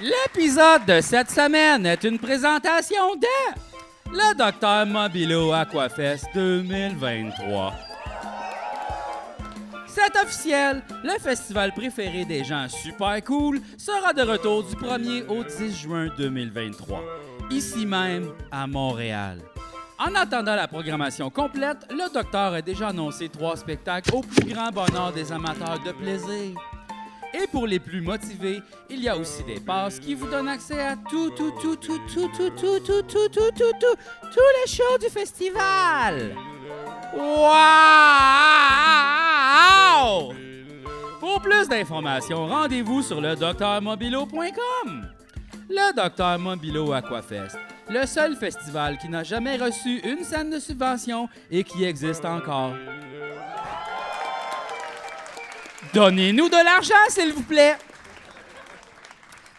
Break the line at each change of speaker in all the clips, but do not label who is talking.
L'épisode de cette semaine est une présentation de le Docteur Mobilo Aquafest 2023. C'est officiel, le festival préféré des gens super cool sera de retour du 1er au 10 juin 2023, ici même à Montréal. En attendant la programmation complète, le docteur a déjà annoncé trois spectacles au plus grand bonheur des amateurs de plaisir. Et pour les plus motivés, il y a aussi des passes qui vous donnent accès à tout, tout, tout, tout, tout, tout, tout, tout, tout, tout, tout, tout, tous les shows du festival. Wow! Pour plus d'informations, rendez-vous sur le docteurmobilo.com. Le Docteur Mobilo Aquafest, le seul festival qui n'a jamais reçu une scène de subvention et qui existe encore. Donnez-nous de l'argent, s'il vous plaît.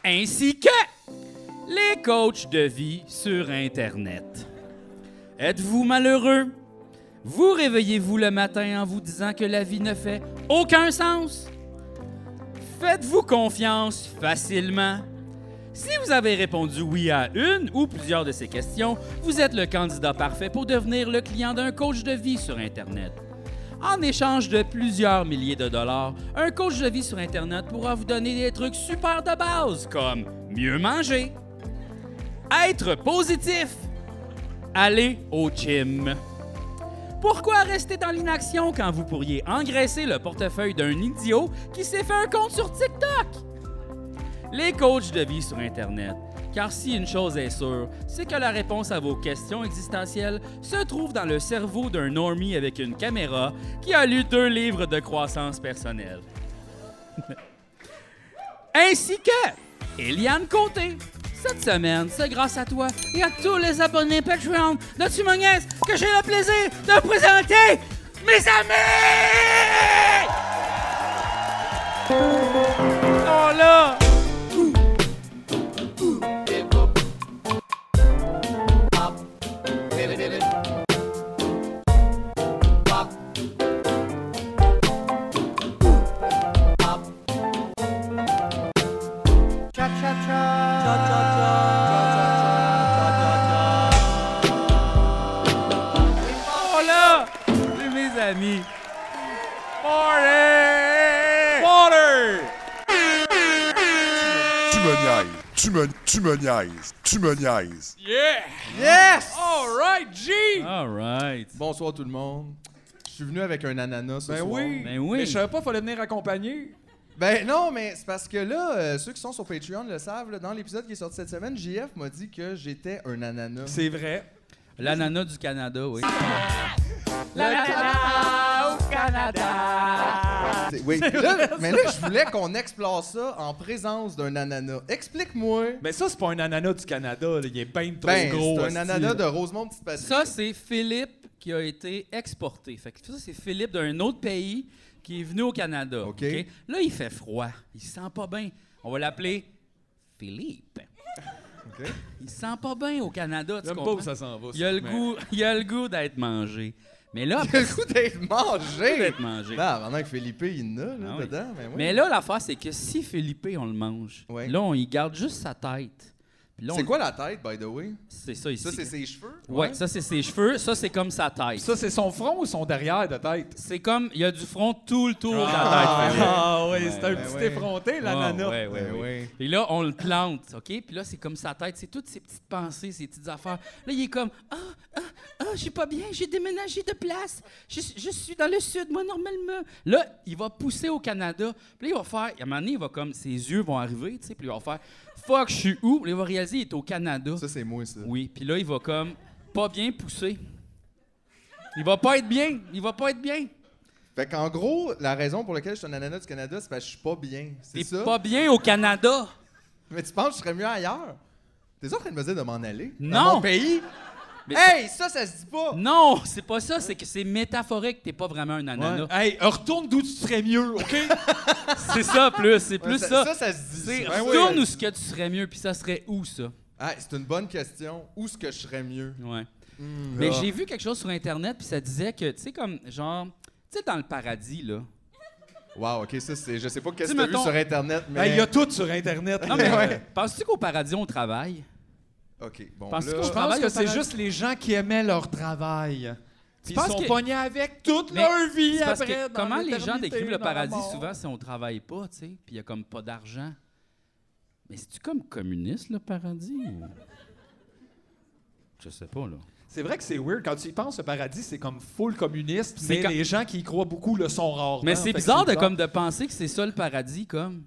Ainsi que les coachs de vie sur Internet. Êtes-vous malheureux? Vous réveillez-vous le matin en vous disant que la vie ne fait aucun sens? Faites-vous confiance facilement? Si vous avez répondu oui à une ou plusieurs de ces questions, vous êtes le candidat parfait pour devenir le client d'un coach de vie sur Internet. En échange de plusieurs milliers de dollars, un coach de vie sur Internet pourra vous donner des trucs super de base comme mieux manger, être positif, aller au gym. Pourquoi rester dans l'inaction quand vous pourriez engraisser le portefeuille d'un idiot qui s'est fait un compte sur TikTok? Les coachs de vie sur Internet. Car si une chose est sûre, c'est que la réponse à vos questions existentielles se trouve dans le cerveau d'un normie avec une caméra qui a lu deux livres de croissance personnelle. Ainsi que Eliane Côté. Cette semaine, c'est grâce à toi et à tous les abonnés Patreon de Tumonies que j'ai le plaisir de présenter mes amis! Oh là! Oh là! C'est mes amis. Party! Water!
Tu me niaises. Tu me, tu me niaises. Tu me niaises.
Yeah!
Yes!
All right, G!
All right.
Bonsoir tout le monde. Je suis venu avec un ananas ce
Ben
soir.
oui!
Ben oui.
Mais je savais pas, fallait venir accompagner.
Ben non, mais c'est parce que là, euh, ceux qui sont sur Patreon le savent, là, dans l'épisode qui est sorti cette semaine, JF m'a dit que j'étais un ananas.
C'est vrai.
L'ananas du Canada, oui.
C'est- Oui. Là, mais là, je voulais qu'on explore ça en présence d'un ananas. Explique-moi.
Mais ça, c'est pas un ananas du Canada, là. il est ben trop
Ben,
gros.
c'est un
hostie,
ananas
là.
de Rosemont Petite Patrie.
Ça, c'est Philippe qui a été exporté. Fait que ça, c'est Philippe d'un autre pays qui est venu au Canada.
OK.
OK? Là, il fait froid. Il se sent pas bien. On va l'appeler Philippe.
OK.
Il se sent pas bien au Canada, tu
J'aime pas
comprends?
où ça s'en va.
il, a
ça,
le
mais-
goût, il a le goût d'être mangé. Mais là,
Il a le goût d'être mangé.
d'être mangé.
Non, pendant que Philippe, il en a là,
Ah oui.
dedans. Ben oui.
Mais là, l'affaire, c'est que si Philippe, on le mange,
Ouais.
là, on y garde juste sa tête. Puis là, on-
C'est quoi la tête, by the way?
C'est ça ici.
Ça, c'est ses cheveux? hein?
Ouais, ça, c'est ses cheveux. Ça, c'est comme sa tête.
Ça, c'est son front ou son derrière de tête?
C'est comme, il y a du front tout le tour de la tête. Philippe.
Ah oui, c'est un
ben
petit
ouais.
effronté, l'ananas.
Ah, Ouais, ouais,
Ben
ouais, ouais.
oui.
Et là, on le plante, OK? Puis là, c'est comme sa tête, c'est toutes ses petites pensées, ses petites affaires. Là, il est comme Ah, ah, ah, je suis pas bien, j'ai déménagé de place. Je, je suis dans le sud, moi, normalement. Là, il va pousser au Canada. Puis là, il va faire, à un moment donné, il va comme, ses yeux vont arriver, tu sais, puis il va faire Fuck, je suis où? Puis là, il va réaliser, il est au Canada.
Ça, c'est moi, ça.
Oui, puis là, il va comme pas bien pousser. Il va pas être bien, il va pas être bien.
Fait qu'en gros, la raison pour laquelle je suis un ananas du Canada, c'est parce que je suis pas bien. C'est
T'es
ça?
pas bien au Canada.
Mais tu penses que je serais mieux ailleurs? T'es en train de me dire de m'en aller?
Non.
Dans mon pays?
Mais
hey, ça, ça se dit pas!
Non, c'est pas ça, c'est que c'est métaphorique, t'es pas vraiment un ananas.
Hey, retourne d'où tu serais mieux, OK?
C'est ça plus, c'est plus ça.
Ça, ça se dit.
C'est
Ben oui.
retourne où ce que tu serais mieux, puis ça serait où ça?
Ah, c'est une bonne question. Où est-ce que je serais mieux?
Ouais. Mais Ben, j'ai vu quelque chose sur internet puis ça disait que tu sais comme genre tu sais dans le paradis là.
Wow, ok, ça c'est. Je sais pas qu'est-ce
Tu
que t'as vu
mettons-
sur Internet,
Ben,
mais.
Il y a tout sur Internet. Euh,
Non, mais
Ouais.
penses-tu qu'au paradis, on travaille?
Ok, bon.
Parce
là-
qu'on-
Je
Travail
pense que
Euh, au
c'est
paradis.
juste les gens qui aimaient leur travail. Puis Ils
penses
sont
que-
pognés avec toute
Mais
leur vie
C'est parce
après.
que
dans
comment les gens
l'éternité,
décrivent le
dans la
paradis
mort.
souvent si on travaille pas, tu sais, puis il y a comme pas d'argent. Mais c'est-tu comme communiste, le paradis? ou- Je sais pas, là.
C'est vrai que c'est weird. Quand tu y penses, le paradis, c'est comme full communiste.
C'est
Mais
quand-
les gens qui y croient beaucoup le sont rarement.
Mais
Fait
c'est
que
bizarre de, comme, de penser que c'est ça le paradis, comme.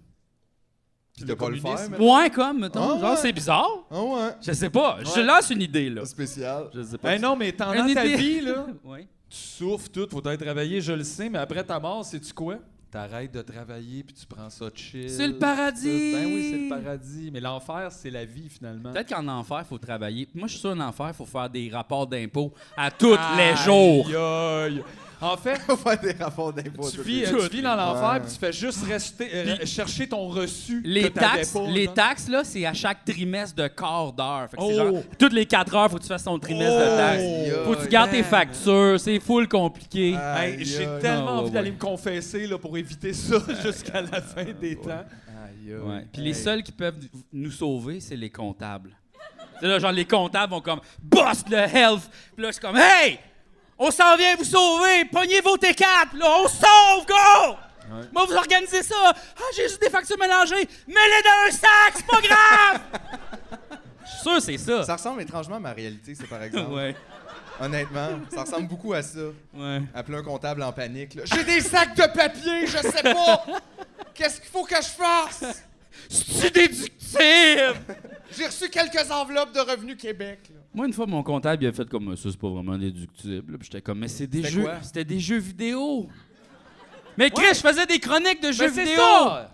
Puis de pas le faire, mais-
Ouais, comme, mettons.
Ah
genre,
ouais.
c'est bizarre.
Ah ouais.
Je sais pas. Je
Ouais.
lance une idée, là.
Spécial.
Je sais pas.
Ben non, mais t'en
Une
as ta
idée.
vie, là.
Ouais.
Tu souffres tout, faut aller travailler, je le sais, mais après ta mort, sais-tu quoi? T'arrêtes de travailler puis tu prends ça chill.
C'est le paradis!
Euh, Ben oui, c'est le paradis. Mais l'enfer, c'est la vie finalement.
Peut-être qu'en enfer, il faut travailler. Moi, je suis sûr, en enfer, il faut faire des rapports d'impôts à tous les
Aïe,
jours.
aïe. En fait,
Faut faire des rapports d'impôts.
tu
toi,
vis,
t'es-
euh, tu vis dans l'enfer
Ouais.
puis tu fais juste rester, euh, chercher ton reçu. que
Les
t'avais
taxes,
pas,
les
genre.
taxes, là, c'est à chaque trimestre de quart d'heure. Fait que c'est
Oh!
genre, toutes les quatre heures, faut que tu fasses ton trimestre de taxes. Faut que tu gardes tes
man.
factures, c'est full compliqué.
Aïe,
Hey, J'ai
aïe.
tellement
Ah, ouais,
envie d'aller
ouais.
me confesser là, pour éviter ça jusqu'à la fin des temps.
Aïe, aïe.
Ouais. Puis les seuls qui peuvent nous sauver, c'est les comptables. C'est là, genre, les comptables vont comme « Boss le health! » Puis là, je suis comme « Hey! On s'en vient vous sauver! Pognez vos T4! Puis là, on se sauve! Go! Moi, vous organisez ça! Ah, j'ai juste des factures mélangées! Mets-les dans un sac! C'est pas grave! » Je suis sûr que c'est ça.
Ça ressemble étrangement à ma réalité, ça, par exemple.
Ouais,
Honnêtement, ça ressemble beaucoup à ça.
ouais.
Appeler un comptable en panique. là. J'ai des sacs de papier, je sais pas. Qu'est-ce qu'il faut que je fasse?
C'est déductible!
J'ai reçu quelques enveloppes de Revenu Québec. là.
Moi, une fois, mon comptable, il a fait comme ça, c'est pas vraiment déductible. Puis j'étais comme, mais c'est des
C'était
jeux.
quoi?
C'était des jeux vidéo. Ben, Mais Chris, je faisais des chroniques de jeux
Mais c'est
vidéo.
ça!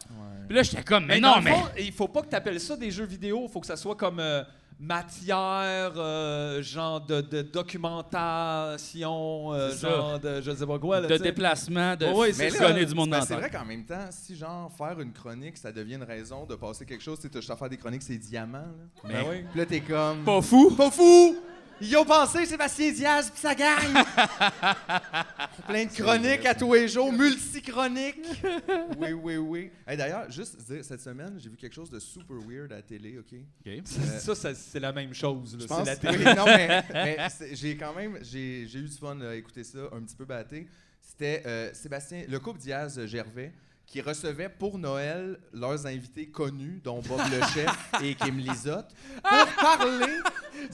Puis là, j'étais comme, mais,
Mais
non,
non,
mais.
il faut pas que tu appelles ça des jeux vidéo. Il faut que ça soit comme euh, matière, euh, genre de, de documentation, euh,
C'est ça.
genre de je sais pas quoi. Là,
de
tu sais.
déplacement, de
Ouais, ouais,
se
c'est ça.
donner du monde
Ben,
dans
c'est vrai qu'en même temps, si genre faire une chronique, ça devient une raison de passer quelque chose, tu sais, t'as juste à faire des chroniques, c'est diamant. Là.
Ben oui.
Puis là, t'es comme.
Pas fou.
Pas fou! Ils y ont pensé, Sébastien Diaz, pis ça gagne! Plein de chroniques à tous les jours, multi-chroniques! Oui, oui, oui. Hey, D'ailleurs, juste dire, cette semaine, j'ai vu quelque chose de super weird à la télé, OK?
Ça, ça, c'est la même chose. là.
Euh, Je
C'est
pense
la
oui,
télé.
non, mais, mais c'est- j'ai quand même j'ai, j'ai eu du fun à écouter ça, un petit peu batté. C'était euh, Sébastien, le couple Diaz-Gervais, qui recevait pour Noël leurs invités connus, dont Bob Le Chef et Kim Lizotte, pour parler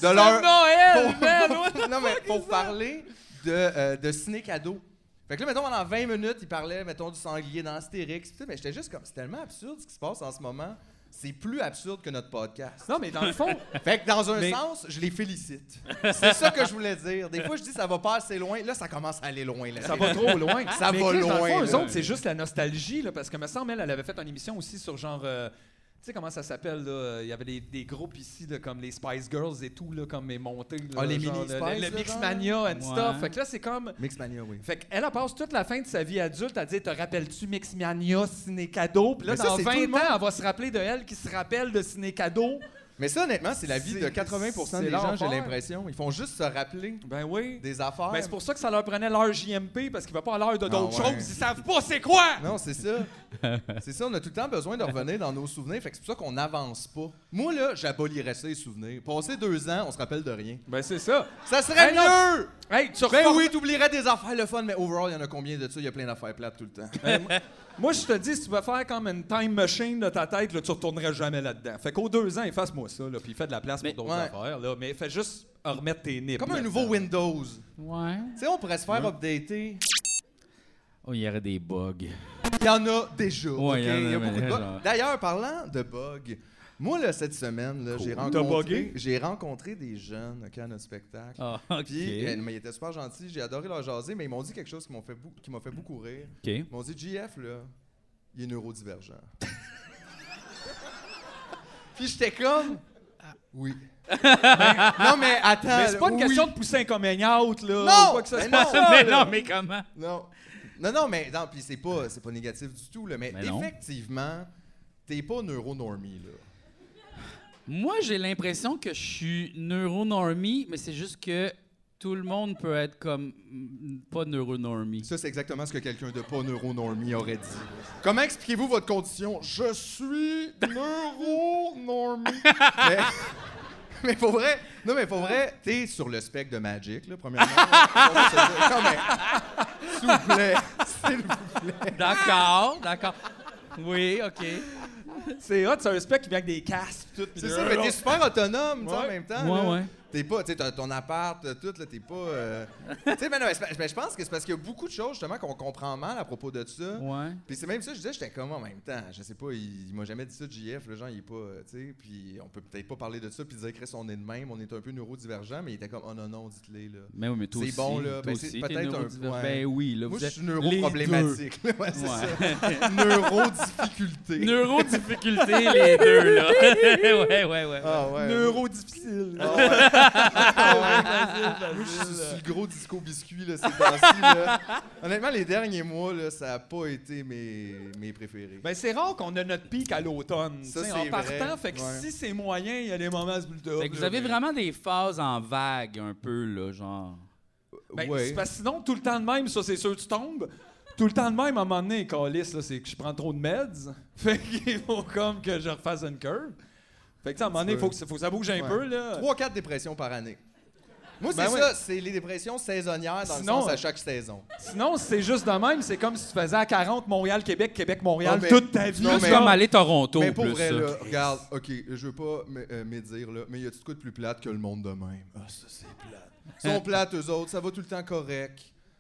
de leur.
Noël,
pour-
man,
pour-
what the
non, mais
Ah, fuck
pour
is
parler de, euh, de ciné-cadeau. Fait que là, mettons, pendant 20 minutes, il parlait, mettons, du sanglier dans Astérix. pis tout, Mais j'étais juste comme, c'est tellement absurde ce qui se passe en ce moment. C'est plus absurde que notre podcast.
that? Non, mais dans le fond,
Fait que dans un
Mais-
sens, je les félicite. C'est ça que je voulais dire. Des fois, je dis ça va pas assez loin. Là, ça commence à aller loin. Là,
ça va trop loin.
Ça
Mais
va
Chris, Dans
loin,
le fond, eux
là.
autres, c'est juste la nostalgie, là, parce que me semble, elle elle avait fait une émission aussi sur genre. euh, tu sais comment ça s'appelle là euh, Il y avait des, des groupes ici là, comme les Spice Girls et tout là, comme les montées. là,
Ah, les
genre,
mini
le-
Spice,
le,
là,
le Mixmania and
Ouais.
stuff. Fait que là c'est comme
Mixmania, oui.
Fait qu'elle, elle passe toute la fin de sa vie adulte à dire Te rappelles-tu Mixmania, Ciné Cadeau Puis là,
Mais ça,
dans
c'est
20
tout le
ans,
monde.
elle va se rappeler de elle qui se rappelle de Ciné Cadeau.
Mais ça, honnêtement, c'est la vie
C'est-
de 80%
c'est
des gens, j'ai
l'enfer.
l'impression. Ils font juste se rappeler
Ben oui.
des affaires.
Ben, c'est pour ça que ça leur prenait l'heure JMP parce qu'il va pas à l'heure de
Ah
d'autres
ouais.
choses. Ils savent pas c'est quoi
Non, c'est ça. c'est ça, on a tout le temps besoin de revenir dans nos souvenirs. Fait que c'est pour ça qu'on n'avance pas. Moi, là, j'abolirais ça, les souvenirs. Passer deux ans, on se rappelle de rien.
Ben c'est ça.
Ça serait
Hey, non.
mieux!
Hey, tu
Ben
reformes-
oui, t'oublierais des affaires le fun, mais overall, il y en a combien de ça? Il y a plein d'affaires plates tout le temps.
Ben, moi- moi, je te dis, si tu vas faire comme une time machine de ta tête, là, tu retournerais jamais là-dedans. Fait qu'aux deux ans, efface-moi ça, là, puis fais de la place
Mais-
pour d'autres
ouais.
affaires, là. Mais fais juste remettre tes nips.
Comme un
là-dedans.
nouveau Windows.
Ouais.
Tu sais, on pourrait se faire updater.
Oh, il y aurait des bugs.
Il y en a déjà.
Ouais,
ok?
il y en a,
Il y a
mais
beaucoup de bugs.
genre-
D'ailleurs, parlant de bugs, moi, là, cette semaine, là, j'ai
T'as
rencontré,
bugué?
j'ai rencontré des jeunes ok, à notre spectacle.
Ah, OK.
Puis, euh, mais ils étaient super gentils, j'ai adoré leur jaser, mais ils m'ont dit quelque chose qui m'ont fait bou- qui m'a fait, beaucoup rire.
OK.
Ils m'ont dit JF, là, il est neurodivergent. Puis j'étais comme. Ah, Oui. Ben, non, mais attends.
Mais c'est pas une
là,
question
oui.
de pousser un coming out, là.
Non!
ou quoi que ce
Ben
soit.
non!
mais non, mais comment?
Non. Non, non, mais non, puis c'est pas, c'est pas négatif du tout, là, mais,
Mais non.
effectivement, t'es pas neuronormie, là.
Moi, j'ai l'impression que je suis neuronormie, mais c'est juste que tout le monde peut être comme mm, pas neuronormie.
Ça, c'est exactement ce que quelqu'un de pas neuronormie aurait dit. Comment expliquez-vous votre condition? Je suis neuronormie. mais, mais pour vrai, non, mais pour vrai, t'es sur le spectre de Magic, là, premièrement. On va se dire, non, mais, s'il vous plaît, s'il vous plaît.
D'accord, d'accord. Oui, OK.
C'est hot, c'est un spec qui vient avec des casques pis tout. pis
C'est
des-
ça, mais t'es super autonome, tu sais, en même temps.
Ouais,
là.
ouais.
T'es pas, tu sais, t'as ton appart, t'as tout, là, t'es pas. euh, tu sais, mais non, mais c'est pas- mais je pense que c'est parce qu'il y a beaucoup de choses, justement, qu'on comprend mal à propos de ça.
Ouais.
Puis c'est même ça, je disais, j'étais comme en même temps. Je sais pas, il, il m'a jamais dit ça, JF, le genre, il est pas. euh, tu sais, puis on peut peut-être pas parler de ça, puis dire, Chris, on est de même, on est un peu neurodivergent, mais il était comme, oh non, non, dites-les, là.
Mais oui, mais toi
C'est
aussi.
bon, là.
toi
Ben, c'est
aussi,
peut-être
t'es
un-
neurodivergent.
ouais.
Ben oui, là,
Moi,
vous
je
êtes
suis
les
neuroproblématique, là, ouais, c'est
Ouais.
ça. Neurodifficulté.
deux. Neurodifficulté, les deux, là. ouais, ouais, ouais. ouais.
ah ouais.
Neuro difficile.
Ah
Moi,
ouais. Moi, je suis sur le gros disco biscuit, là, ces temps-ci, là. Honnêtement, les derniers mois, là, ça a pas été mes, mes préférés.
Ben, c'est rare qu'on a notre pic à l'automne.
Ça,
tu sais,
c'est
en partant,
vrai.
fait que
Ouais.
si c'est moyen, il y a des moments à se build-up,
Fait que vous
là,
avez
mais-
vraiment des phases en vague, un peu, là, genre.
Ben,
Ouais.
c'est parce que sinon, tout le temps de même, ça, c'est sûr, tu tombes. Tout le temps de même, à un moment donné, calice, là, c'est que je prends trop de meds. Fait qu'il faut comme que je refasse une curve. Fait que, tu sais, à un moment donné, il faut que, faut que ça bouge un
Ouais.
peu, là.
3-4 dépressions par année. Moi, c'est
Ben ouais.
ça, c'est les dépressions saisonnières dans
Sinon,
le sens
euh,
à chaque saison.
Sinon, si c'est juste de même, c'est comme si tu faisais à 40 Montréal-Québec, Québec-Montréal
Non, mais-
toute ta vie.
Non,
Plus
mais-
comme aller Toronto,
Mais pour
plus
vrai,
ça.
là, regarde, ok, je veux pas me- euh, médire, là, mais y a-tu de quoi de plus plate que le monde de même? Ah, ça, c'est plate. Ils sont plates, eux autres, ça va tout le temps correct.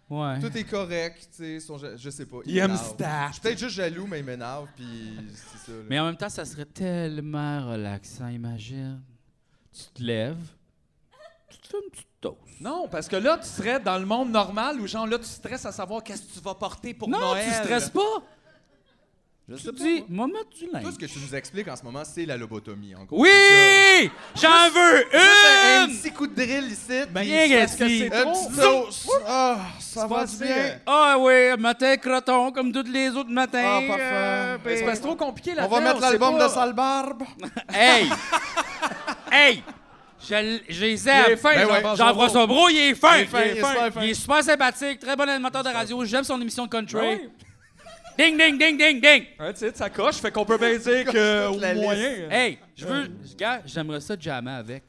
Ouais.
Tout est correct, tu sais, ils sont ja- je sais pas.
Il aime
m'énervent.
stat.
Je suis peut-être juste jaloux, mais ils m'énervent, puis c'est ça. là.
Mais en même temps, ça serait tellement relaxant, imagine. Tu te lèves, tu te fais une petite toast.
Non, parce que là, tu serais dans le monde normal où, genre, là, tu stresses à savoir qu'est-ce que tu vas porter pour
non,
Noël.
tu stresses pas.
Je
Tu
sais
te
pas,
dis,
moi.
moi, mettre du linge.
Tout ce que tu nous expliques en ce moment, c'est la lobotomie, en gros.
Oui! J'en veux
Un
une!
petit coup de drill ici,
Ben,
Bien
c'est parce que
gassi.
c'est
un
trop.
petit toast. Ah,
C'est
ça va
pas
du
assez,
bien.
euh,
Ah oui, matin croton, comme tous les autres matins. euh,
Ah, parfait.
Mais c'est parce que c'est trop compliqué
On
là-dedans.
va mettre
sait
l'album
pas.
de Sale Barbe.
Hey! hey! Je, l- je les aime.
Il est fin,
Ben ouais.
Jean-François
Jean-François Brault, il est fin.
Il est fin, il est super fin.
Il est super sympathique, très bon animateur de radio. J'aime son émission de country.
Ben
Ah oui.
Ding, ding, ding, ding, ding.
Ouais, tu sais, ça coche, fait qu'on peut bien dire que
Toute la
au
liste.
moyen.
Hey, je veux. Gars, j'aimerais ça jammer avec.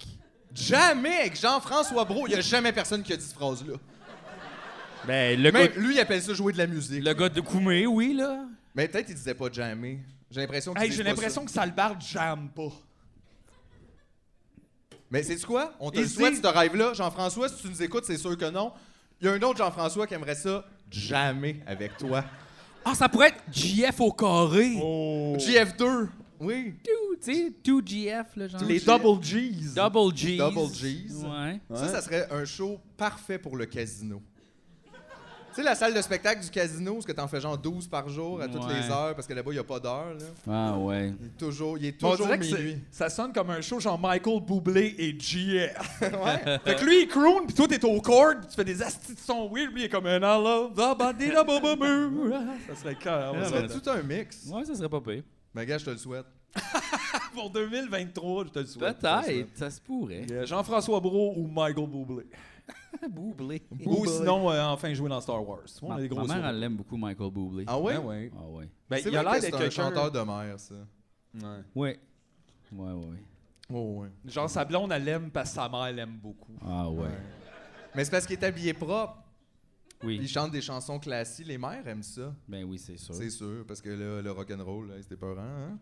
Jamais avec Jean-François Brault, il n'y a jamais personne qui a dit cette phrase-là.
Ben, le
Même lui, il appelle ça jouer de la musique.
Le gars de Koumé, oui, là.
Mais peut-être il disait pas jamais. J'ai l'impression qu'il
Hey, j'ai
disait pas
l'impression
ça.
que Salbarde jamme pas.
Mais c'est quoi? On te
Il
le souhaite,
dit-
ce rêve-là. Jean-François, si tu nous écoutes, c'est sûr que non. Il y a un autre Jean-François qui aimerait ça jamais avec toi.
Ah, ça pourrait être GF au carré.
Oh.
GF2. Oui.
Tout, tu sais, 2GF, là, genre.
Les double G's.
Double G's.
Double G's.
Ouais.
Ça, ça serait un show parfait pour le casino. Tu sais, la salle de spectacle du casino, ce que t'en fais genre 12 par jour à toutes
Ouais.
les heures, parce que là-bas, il n'y a pas d'heure. là.
Ah, ouais.
Il est toujours, il est
On
toujours
dirait que
minuit.
c'est- ça sonne comme un show genre Michael Bublé et GF. Fait que lui, il croon, pis toi, t'es au chord, pis tu fais des astis de son weird, lui, il est comme un I love the body, da ba ba boo. Ça serait clair.
Ça serait tout un mix.
Ouais, ça serait pas pire.
Mais gars, je te le souhaite.
Ben Pour 2023, je te le souhaite.
Peut-être, ça se pourrait.
Yeah, Jean-François Brault ou Michael Bublé.
Boublé.
Ou sinon, euh, enfin jouer dans Star Wars. Ouais, on a
Ma,
des gros
ma mère,
sourires.
elle l'aime beaucoup Michael Boublé.
Ah ouais?
Ah ouais.
Ah ouais.
Ben,
C'est
il a
vrai
l'air
que c'est
d'être
un
quelqu'un.
chanteur de mer, ça.
Ouais.
Ouais. Ouais, ouais.
Oh, ouais.
Genre, sa blonde, elle l'aime parce que sa mère l'aime beaucoup.
Ah ouais.
Mais c'est parce qu'il est habillé propre. Il
Oui.
chante des chansons classiques. Les mères aiment ça,
Ben oui, c'est sûr.
c'est sûr. Parce que là, le rock'n'roll, là, c'était peurant. Hein?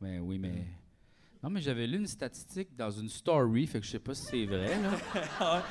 Ben oui, mais. Non, mais j'avais lu une statistique dans une story, fait que je sais pas si c'est vrai. Là.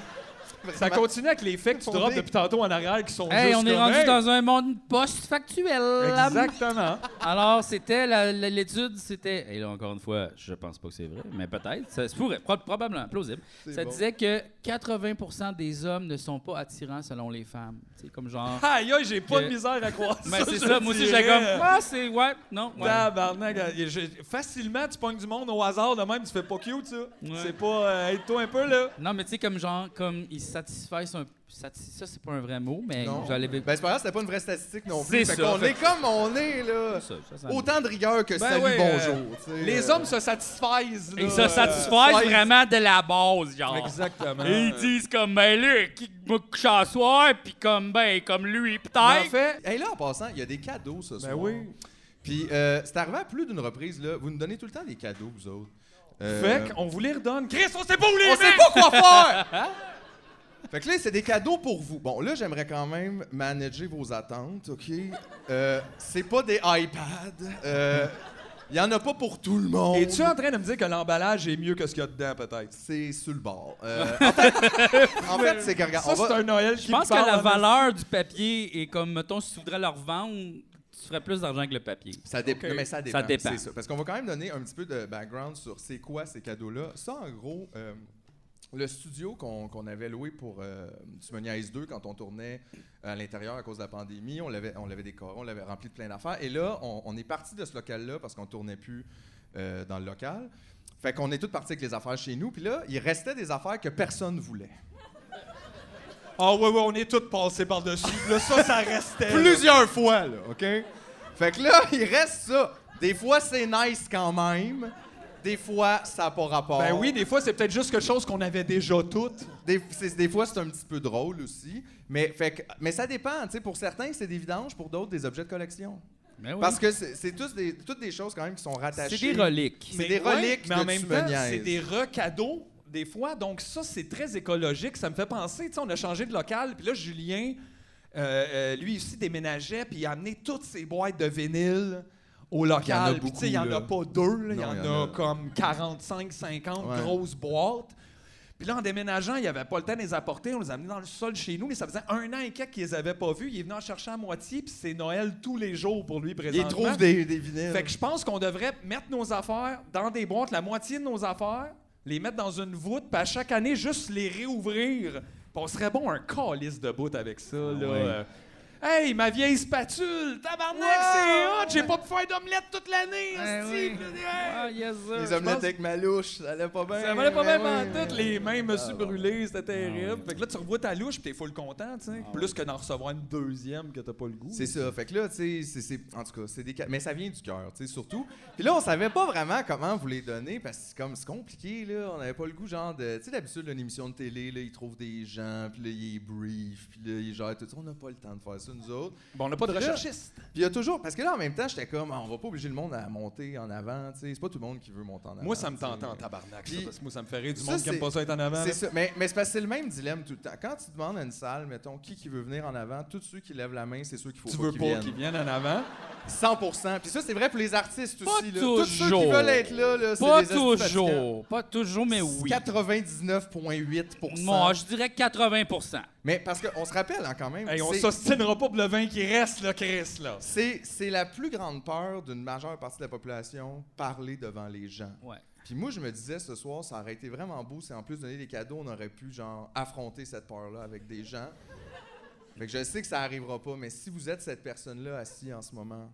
Ça
Vraiment.
continue avec les faits que tu
Fondé.
drops depuis tantôt en arrière qui sont
Hey,
juste
on est
comme,
rendu
hey!
dans un monde post-factuel.
Exactement.
Alors, c'était la- la- l'étude, c'était. Et là, encore une fois, je pense pas que c'est vrai, mais peut-être. Ça se pourrait, pro- probablement, plausible.
C'est
Ça
bon.
disait que 80 des hommes ne sont pas attirants selon les femmes. C'est comme genre.
Aïe, aïe, j'ai pas
Que-
de misère à croire
Mais
ça.
c'est
je
ça, moi aussi,
dirais.
j'ai comme. Ah, c'est. Ouais, non, ouais.
Tabarnak, euh, je- facilement, tu pognes du monde au hasard de même, tu fais pas cute, ça.
Ouais.
C'est pas. euh, Aide-toi un peu, là.
Non, mais tu sais, comme genre, comme ils se satisfaisent un satis- ça c'est pas un vrai mot mais
Non.
j'allais
Ben, c'est pas grave, c'était pas une vraie statistique non
C'est
plus. Fait
ça,
qu'on
fait-
est comme on est, là.
Ça, ça, ça-
Autant de rigueur que
Ben
salut,
ouais, euh,
bonjour. tu sais,
Les
euh,
hommes se satisfaisent.
ils
là,
se
euh,
satisfaisent
ouais.
vraiment de la base genre
Exactement.
Et ils disent comme ben là qui me couche à soir puis comme ben comme lui peut-être
En fait,
Hey, là, en passant, il y a des cadeaux ce
ben
soir.
oui.
Puis, euh, c'est arrivé à plus d'une reprise, là. Vous nous donnez tout le temps des cadeaux, vous autres. Euh,
Fait qu'on vous les redonne. Chris, on sait pas où les
On
mettre!
sait pas quoi faire! Fait que là, c'est des cadeaux pour vous. Bon, là, j'aimerais quand même manager vos attentes, OK? Euh, c'est pas des iPads. Euh, Il y en a pas pour tout le monde.
Es-tu en train de me dire que l'emballage est mieux que ce qu'il y a dedans, peut-être?
C'est sur le bord. Euh, en fait, en fait, c'est que, regarde,
Ça,
on va-
c'est un Noël qui
je pense que
parle
la
en-
valeur du papier est comme mettons si tu voudrais le revendre tu ferais plus d'argent que le papier
Ça, dé-
Ok.
non, mais ça dépend.
Ça dépend.
c'est ça. Parce qu'on va quand même donner un petit peu de background sur c'est quoi ces cadeaux-là. Ça, en gros, euh, le studio qu'on qu'on avait loué pour euh, Tu me niaises 2 quand on tournait à l'intérieur à cause de la pandémie, on l'avait on l'avait décoré, on l'avait rempli de plein d'affaires. Et là, on, on est parti de ce local-là parce qu'on tournait plus euh, dans le local. Fait qu'on est tous partis avec les affaires chez nous. Puis là, il restait des affaires que personne voulait.
Ah ouais, ouais, on est tous passés par-dessus. Là, ça, ça restait.
plusieurs fois, là, OK? Fait que là, il reste ça. Des fois, c'est nice quand même. Des fois, ça n'a pas rapport.
Ben oui, des fois, c'est peut-être juste quelque chose qu'on avait déjà toutes.
Des, c'est- des fois, c'est un petit peu drôle aussi. Mais, fait que- mais ça dépend. tu sais, Pour certains, c'est des vidanges. Pour d'autres, des objets de collection.
Ben oui.
Parce que c'est c'est tous des, toutes des choses quand même qui sont rattachées.
c'est des reliques
C'est des reliques
mais en
de
même temps,
Tumeniaise.
c'est des recadeaux des fois. Donc ça, c'est très écologique. Ça me fait penser, tu sais, on a changé de local. Puis là, Julien, euh, euh, lui aussi déménageait, puis il a amené toutes ses boîtes de vinyle au
Il y en a
local. Puis tu sais, il n'y en
beaucoup,
a
là.
pas deux, là. il y
Non,
en,
il y en
a,
a.
comme 45, 50
Ouais.
grosses boîtes. Puis là, en déménageant, il avait pas le temps de les apporter. On les a amenés dans le sol chez nous, mais ça faisait un an et quelques qu'ils les avaient pas vus. Il est venu en chercher à moitié, puis c'est Noël tous les jours pour lui
Ils
présentement.
trouvent des, des vinyles.
Fait que je pense qu'on devrait mettre nos affaires dans des boîtes, la moitié de nos affaires, les mettre dans une voûte, puis à chaque année, juste les réouvrir. Puis on serait bon un calice de bout avec ça, là.
Ah ouais.
Euh, Hey, ma vieille spatule! Tabarnak, c'est hot! J'ai pas pu faire d'omelette toute l'année,
Ben
hostie! Hey!
Ah, yes, sir.
les
Je
omelettes
pense-
avec ma louche, ça allait pas bien.
Ça valait pas
mais
même en
Ben oui. Ah
tête, les mains me suis brûlées, c'était terrible. Fait que là, tu revois ta louche, puis t'es full content, tu sais. Plus que d'en recevoir une deuxième que t'as pas le goût.
Ah C'est ça. Fait que là, tu sais, c'est- c'est- en tout cas, c'est des ca- mais ça vient du cœur, tu sais, surtout. Puis là, on savait pas vraiment comment vous les donner parce que c'est comme c'est compliqué là, on n'avait pas le goût genre de tu sais d'habitude là, une émission de télé là, ils trouvent des gens, puis là ils brief, puis là ils gèrent tout ça, on n'a pas le temps de faire ça nous autres.
Bon, on n'a pas de
Puis là-
recherchiste.
Puis il y a toujours parce que là en même temps, j'étais comme Ah, on va pas obliger le monde à monter en avant, tu sais, c'est pas tout le monde qui veut monter en avant.
Moi, ça me
tu sais.
tente en tabarnak, ça,
ben Puis-
parce que moi, ça me fait rire du
Ça,
monde qui aime
c'est-
pas ça être en avant. là.
C'est ça. Mais, mais c'est parce que c'est le même dilemme tout le temps. Quand tu demandes à une salle, mettons, qui qui veut venir en avant, tous ceux qui lèvent la main, c'est ceux qu'il faut
Tu
pas
veux
qu'ils
pas
viennent.
qu'ils viennent en avant.
100 Puis ça, c'est vrai pour les artistes
Pas
aussi. là. Tous ceux qui
toujours.
veulent être là, là c'est
Pas
des hosties
toujours. Pas toujours, mais
fatigants.
oui.
99,8
Moi, je dirais 80
Mais parce qu'on se rappelle hein, quand même,
Hey, on
c'est-
s'ostinera pas pour le vin qui reste, là, Chris, là.
c'est c'est la plus grande peur d'une majeure partie de la population, parler devant les gens.
Ouais.
Puis moi, je me disais ce soir, ça aurait été vraiment beau si en plus de donner des cadeaux, on aurait pu genre affronter cette peur-là avec des gens. Fait que je sais que ça arrivera pas, mais si vous êtes cette personne-là assise en ce moment,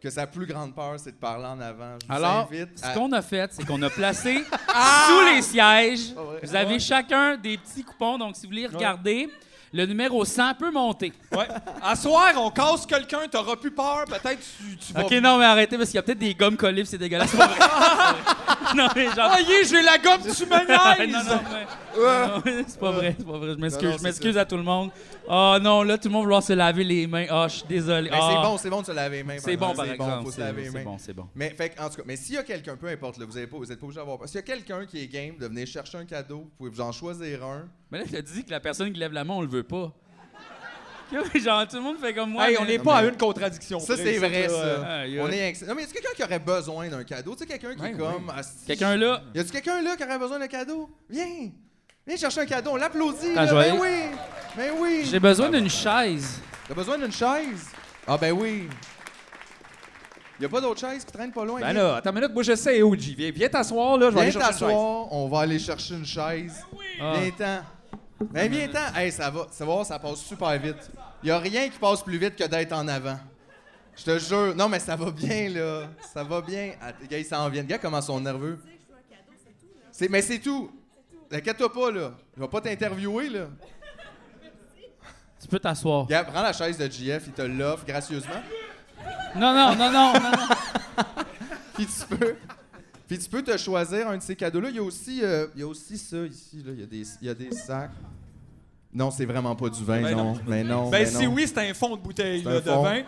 que sa plus grande peur, c'est de parler en avant, je vous
Alors,
invite
ce
à-
qu'on a fait, c'est qu'on a placé sous les sièges,
Ah ouais.
vous avez chacun des petits coupons, donc si vous voulez regarder, le numéro 100 peut monter.
Ouais. À soir, on casse quelqu'un, t'auras plus peur,
Ah
peut-être tu, tu vas.
Ok, non, mais arrêtez, parce qu'il y a peut-être des gommes collées, puis c'est dégueulasse. C'est pas vrai. non, mais genre...
Ah, yeah, j'ai la gomme, tu me
non,
niaises!
non, mais- non, mais c'est pas vrai, c'est pas vrai. Je
Non, non,
m'excuse, je
c'est
m'excuse à tout le monde. Oh non, là, tout le monde vouloir se laver les mains. Ah, je suis désolé.
Mais
Ah.
c'est bon, c'est bon de se laver les mains.
C'est
pendant-
bon, par exemple.
faut se
C'est
laver les
c'est
mains.
bon, c'est bon.
Mais fait que, en tout cas, mais s'il y a quelqu'un, peu importe, là, vous n'êtes pas, vous êtes pas obligé d'avoir peur. S'il y a quelqu'un qui est game de venir chercher un cadeau, vous pouvez vous en choisir un.
Mais là, t'as dit que la personne qui lève la main, on le veut pas. Que- Genre, tout le monde fait comme moi.
Hey,
mais-
on n'est
non,
pas à
mais-
une contradiction.
Ça,
près,
c'est vrai,
là, euh,
ça.
aïe,
On
aïe.
est ex- Non, mais est-ce quelqu'un qui aurait besoin d'un cadeau? Tu sais, quelqu'un qui
Ouais,
est
ouais.
comme. Ah, si-
Quelqu'un là,
Y a-tu quelqu'un là qui aurait besoin d'un cadeau? Viens! Viens chercher un cadeau, on l'applaudit!
Attends,
là.
je vais aller.
Ben oui! Ben oui!
j'ai besoin d'une chaise.
T'as besoin d'une chaise? Ah, ben oui! Y a pas d'autre chaise qui traîne pas loin?
Ben
viens.
là, attends une minute, moi j'essaie, OG. Viens, viens t'asseoir, là, je vais aller
Viens
chercher une chaise.
t'asseoir, on va aller chercher une chaise.
Ah.
Viens-t'en. Ben, viens-t'en. Hey, ça va. Ça va, ça passe super vite. Il a rien qui passe plus vite que d'être en avant. Je te jure. Non, mais ça va bien, là. Ça va bien. Ah, Les gars, ils s'en viennent. Les gars, comment ils sont nerveux. C'est, mais c'est tout. T'inquiète-toi pas, là. Je vais pas t'interviewer, là.
Tu peux t'asseoir.
Gab, prends la chaise de JF, il te l'offre gracieusement.
Non, non, non, non, non, non.
Puis tu peux. Puis tu peux te choisir un de ces cadeaux-là. Il y a aussi, euh, il y a aussi ça ici, là. Il y a des, il y a des sacs. Non, c'est vraiment pas du vin,
Ben
non.
non.
Mais non.
Ben,
mais
si
non.
oui, c'est un fond de bouteille
C'est un
là, de
fond.
vin.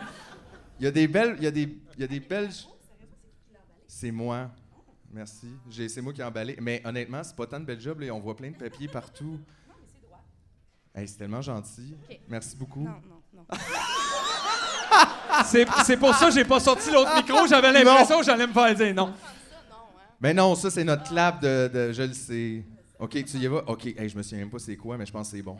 Il y a des belles. Il y a des, il y a des belles. C'est moi. Merci. J'ai- C'est moi qui ai emballé. Mais honnêtement, c'est pas tant de belles jobs. Là. On voit plein de papiers partout. Hey, c'est tellement gentil.
Ok.
Merci beaucoup.
Non, non, non.
Ah.
C'est c'est pour ça que j'ai pas sorti l'autre micro. J'avais l'impression que j'allais me faire dire non.
Mais Ben non, ça, c'est notre clap de, de- Je le sais. OK, tu y vas? OK, hey, je me souviens même pas c'est quoi, mais je pense que c'est bon.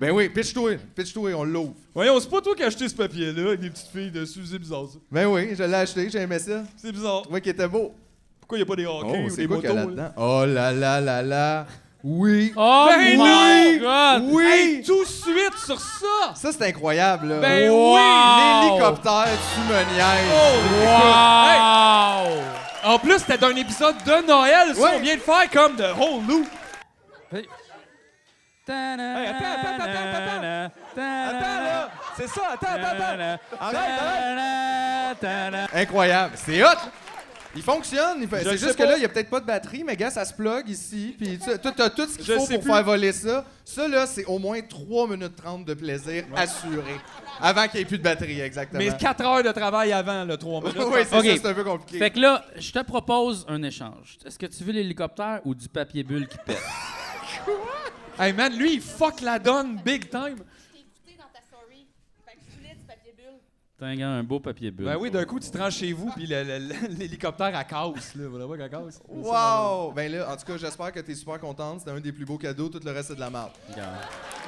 Ben oui, pitch-toi, pitch-toi, on l'ouvre.
Voyons, c'est pas toi qui as acheté ce papier-là avec des petites filles dessus. C'est bizarre, ça.
Ben oui, je l'ai acheté, j'ai aimé ça.
C'est bizarre.
Tu vois qu'il était beau.
Pourquoi il n'y a pas des hockey
oh,
ou
c'est
des
quoi
motos?
qu'il y a
là?
là-dedans? Oh là là là là. Oui.
Oh
Ben
my
oui!
god!
Oui.
Hey, tout de suite sur ça!
Ça, c'est incroyable, là.
Ben
Wow!
oui!
L'hélicoptère, tu me niaises.
Oh
Hey,
Wow!
en plus, c'était d'un épisode de Noël. Ça,
Ouais.
on vient de faire comme de Whole Lou.
Hey,
attends, attends, attends, Attends, là! C'est ça, attends, attends, attends!
Incroyable. C'est hot. Il fonctionne. il fait-
Je
C'est
le
juste
sais
que
pas.
là, il n'y a peut-être pas de batterie, mais gars, ça se plug ici. Puis tu t'as- t'as tout ce
Je
qu'il faut
sais
pour
plus.
faire voler ça. Ça, là, c'est au moins 3 minutes 30 de plaisir assuré. Avant qu'il n'y ait plus de batterie, exactement.
Mais 4 heures de travail avant, le 3 minutes.
oui, c'est
Ok.
ça, c'est un peu compliqué.
Fait que là, je te propose un échange. Est-ce que tu veux l'hélicoptère ou du papier bulle qui pète?
Hey man, lui, il fuck la donne big time.
Je t'ai écouté dans ta story. Fait que je voulais du papier bulle.
T'as un gars, un beau papier bulle.
Ben oui, d'un coup, tu te rends chez vous, puis le- le- le- l'hélicoptère, à casse, là. Voilà, qu'elle casse.
Wow! Ben là, en tout cas, j'espère que t'es super contente. C'était un des plus beaux cadeaux. Tout le reste, c'est de la merde.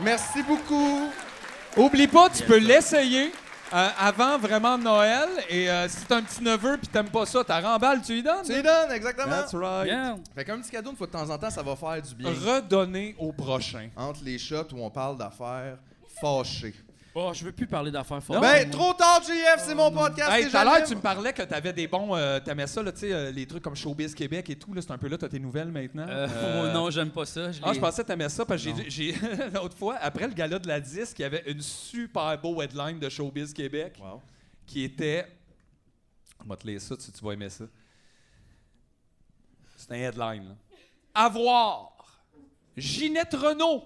Merci beaucoup.
Oublie pas, tu peux l'essayer euh, avant vraiment Noël. Et euh, si t'as un petit neveu, puis t'aimes pas ça, ta remballe, tu lui donnes.
Tu les donnes, exactement.
That's right.
Bien.
Fait qu'un petit cadeau, une fois de temps en temps, ça va faire du bien.
Redonner au prochain.
Entre les shots où on parle d'affaires fâchées.
Oh, je veux plus parler d'affaires fortes.
Ben, trop tard, JF, c'est mon podcast.
Hey,
et
tout à l'heure,
j'allume.
tu me parlais que t'avais des bons. euh, T'aimais ça, là, tu sais, euh, les trucs comme Showbiz Québec et tout, là, c'est un peu là, t'as tes nouvelles maintenant.
Euh,
Euh,
oh non, j'aime pas ça. Je
Ah,
l'ai-
je pensais que t'aimais ça parce que j'ai- j'ai. L'autre fois, après le gala de la 10, il y avait une super beau headline de Showbiz Québec
Wow.
qui était. On va te lire ça, tu, tu vas aimer ça. C'est un headline. là. Avoir Ginette Renault,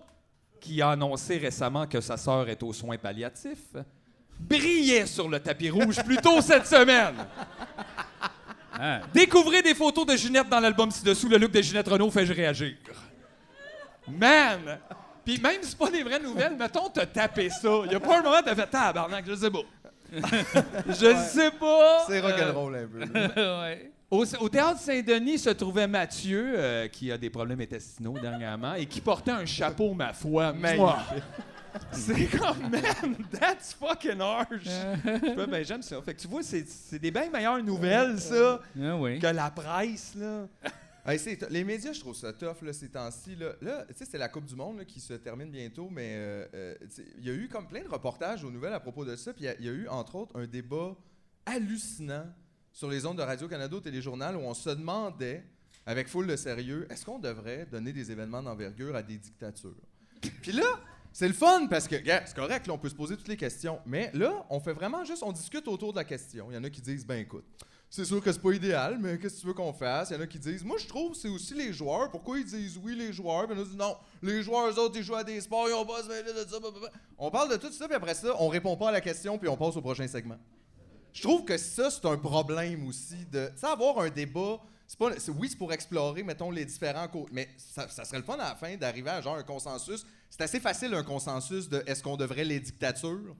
qui a annoncé récemment que sa sœur est aux soins palliatifs, brillait sur le tapis rouge plus tôt cette semaine.
Ah.
Découvrez des photos de Ginette dans l'album ci-dessous. Le look de Ginette Renault fait-je réagir. Man! Puis même si c'est pas des vraies nouvelles, mettons, t'as tapé ça. Il y a pas un moment, t'as fait tabarnak, je sais pas. je sais pas.
C'est rock'n'roll un peu. là.
Ouais.
Au, au théâtre Saint-Denis se trouvait Mathieu, euh, qui a des problèmes intestinaux dernièrement, et qui portait un chapeau, ma foi.
Magnifique.
Mouah. C'est comme, man, that's fucking harsh. Je fais, ben, j'aime ça. Fait que tu vois, c'est c'est des bien meilleures nouvelles, ça,
Ah oui.
que la presse, là.
Hey, c'est t- les médias, je trouve ça tough là, ces temps-ci. Là, Là, tu sais, c'est la Coupe du Monde là, qui se termine bientôt, mais euh, euh, tu sais, il y a eu comme plein de reportages aux nouvelles à propos de ça. Puis il y a- il y, a eu, entre autres, un débat hallucinant sur les ondes de Radio-Canada au téléjournal où on se demandait, avec foule de sérieux, est-ce qu'on devrait donner des événements d'envergure à des dictatures? Puis là, c'est le fun parce que, gars, c'est correct, là, on peut se poser toutes les questions. Mais là, on fait vraiment juste, on discute autour de la question. Il y en a qui disent, ben écoute, c'est sûr que c'est pas idéal, mais qu'est-ce que tu veux qu'on fasse? Il y en a qui disent, moi je trouve que c'est aussi les joueurs. Pourquoi ils disent oui, les joueurs? Puis il y en a qui disent non, les joueurs, eux autres, ils jouent à des sports, ils ont pas à se mêler de ça. blablabla. On parle de tout ça, puis après ça, on répond pas à la question, puis on passe au prochain segment. Je trouve que ça, c'est un problème aussi de. Tu sais, avoir un débat. C'est pas, c'est- oui, c'est pour explorer, mettons, les différents côtés. Mais ça, ça serait le fun à la fin d'arriver à genre un consensus. C'est assez facile un consensus de est-ce qu'on devrait les dictatures?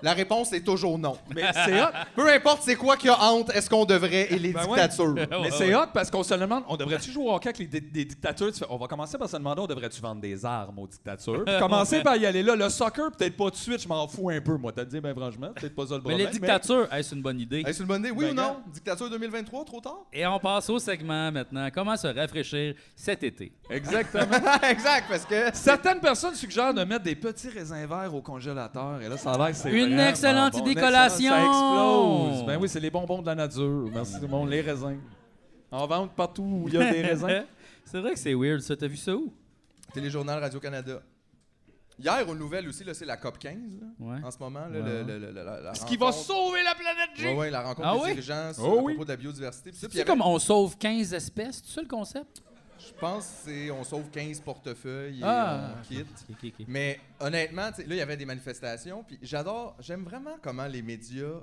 La réponse est toujours non.
Mais c'est hot.
Peu importe c'est quoi qu'il y a entre est-ce qu'on devrait et les
Ben ouais.
dictatures.
Ah,
Mais c'est hot parce qu'on se demande, on devrait-tu jouer au hockey avec les, di- des dictatures? Tu fais, on va commencer par se demander, on devrait-tu vendre des armes aux dictatures? Puis commencer par y aller là. Le soccer, peut-être pas tout de suite, je m'en fous un peu, moi. T'as dit, ben franchement, peut-être pas ça le
Mais
problème.
les dictatures, hey, c'est une bonne idée.
Hey, sur le bonne idée, oui
Ben,
ou non? Dictature 2023, trop tard?
Et on passe au segment maintenant. Comment se rafraîchir cet été?
Exactement.
exact, parce que.
Certaines personnes suggèrent de mettre des petits raisins verts au congélateur. Et là, ça a l'air que c'est
Une
vraiment
excellente
bon.
idée
Une
collation.
Ça explose. Ben oui, c'est les bonbons de la nature. Merci tout le monde. Les raisins. En vente partout où il y a des raisins.
C'est vrai que c'est weird, ça. T'as vu ça où?
Téléjournal Radio-Canada. Hier, aux nouvelles aussi, là, c'est la COP 15, là,
Ouais.
en ce moment. Là,
Ouais,
le, le- le- le- la- la
Ce qui va
rencontre-
sauver la planète G.
Ouais, ouais, la rencontre
Ah
des
oui?
dirigeants sur,
Oh
à
oui.
propos de la biodiversité. puis ça, puis il y
C'est
avait-
comme on sauve 15 espèces, c'est ça le concept?
Je pense que c'est on sauve 15 portefeuilles et euh,
Ah.
on quitte.
Ok, ok, ok.
Mais honnêtement, tu sais, là, il y avait des manifestations. Puis j'adore, j'aime vraiment comment les médias euh,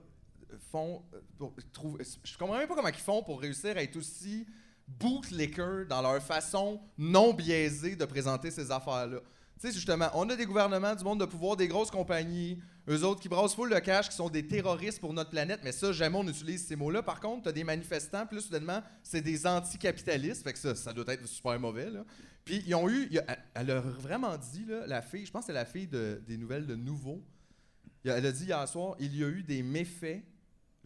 font. euh, Pour, trouver- je comprends même pas comment ils font pour réussir à être aussi bootlicker dans leur façon non biaisée de présenter ces affaires-là. Tu sais, justement, on a des gouvernements, du monde de pouvoir, des grosses compagnies, eux autres qui brassent full de cash, qui sont des terroristes pour notre planète, mais ça, jamais on utilise ces mots-là. Par contre, t'as des manifestants, puis là, soudainement, c'est des anticapitalistes, fait que ça, ça doit être super mauvais, là. Puis ils ont eu, il y a- elle a vraiment dit, là, la fille, je pense que c'est la fille de- des nouvelles de Nouveau, il a- elle a dit hier soir, il y a eu des méfaits,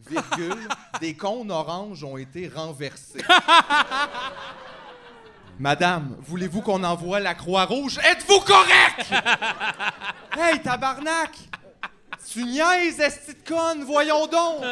virgule, des cons oranges ont été renversés. Madame, voulez-vous qu'on envoie la Croix-Rouge? Êtes-vous correct? hey, tabarnak! Tu niaises, esti de conne, voyons donc!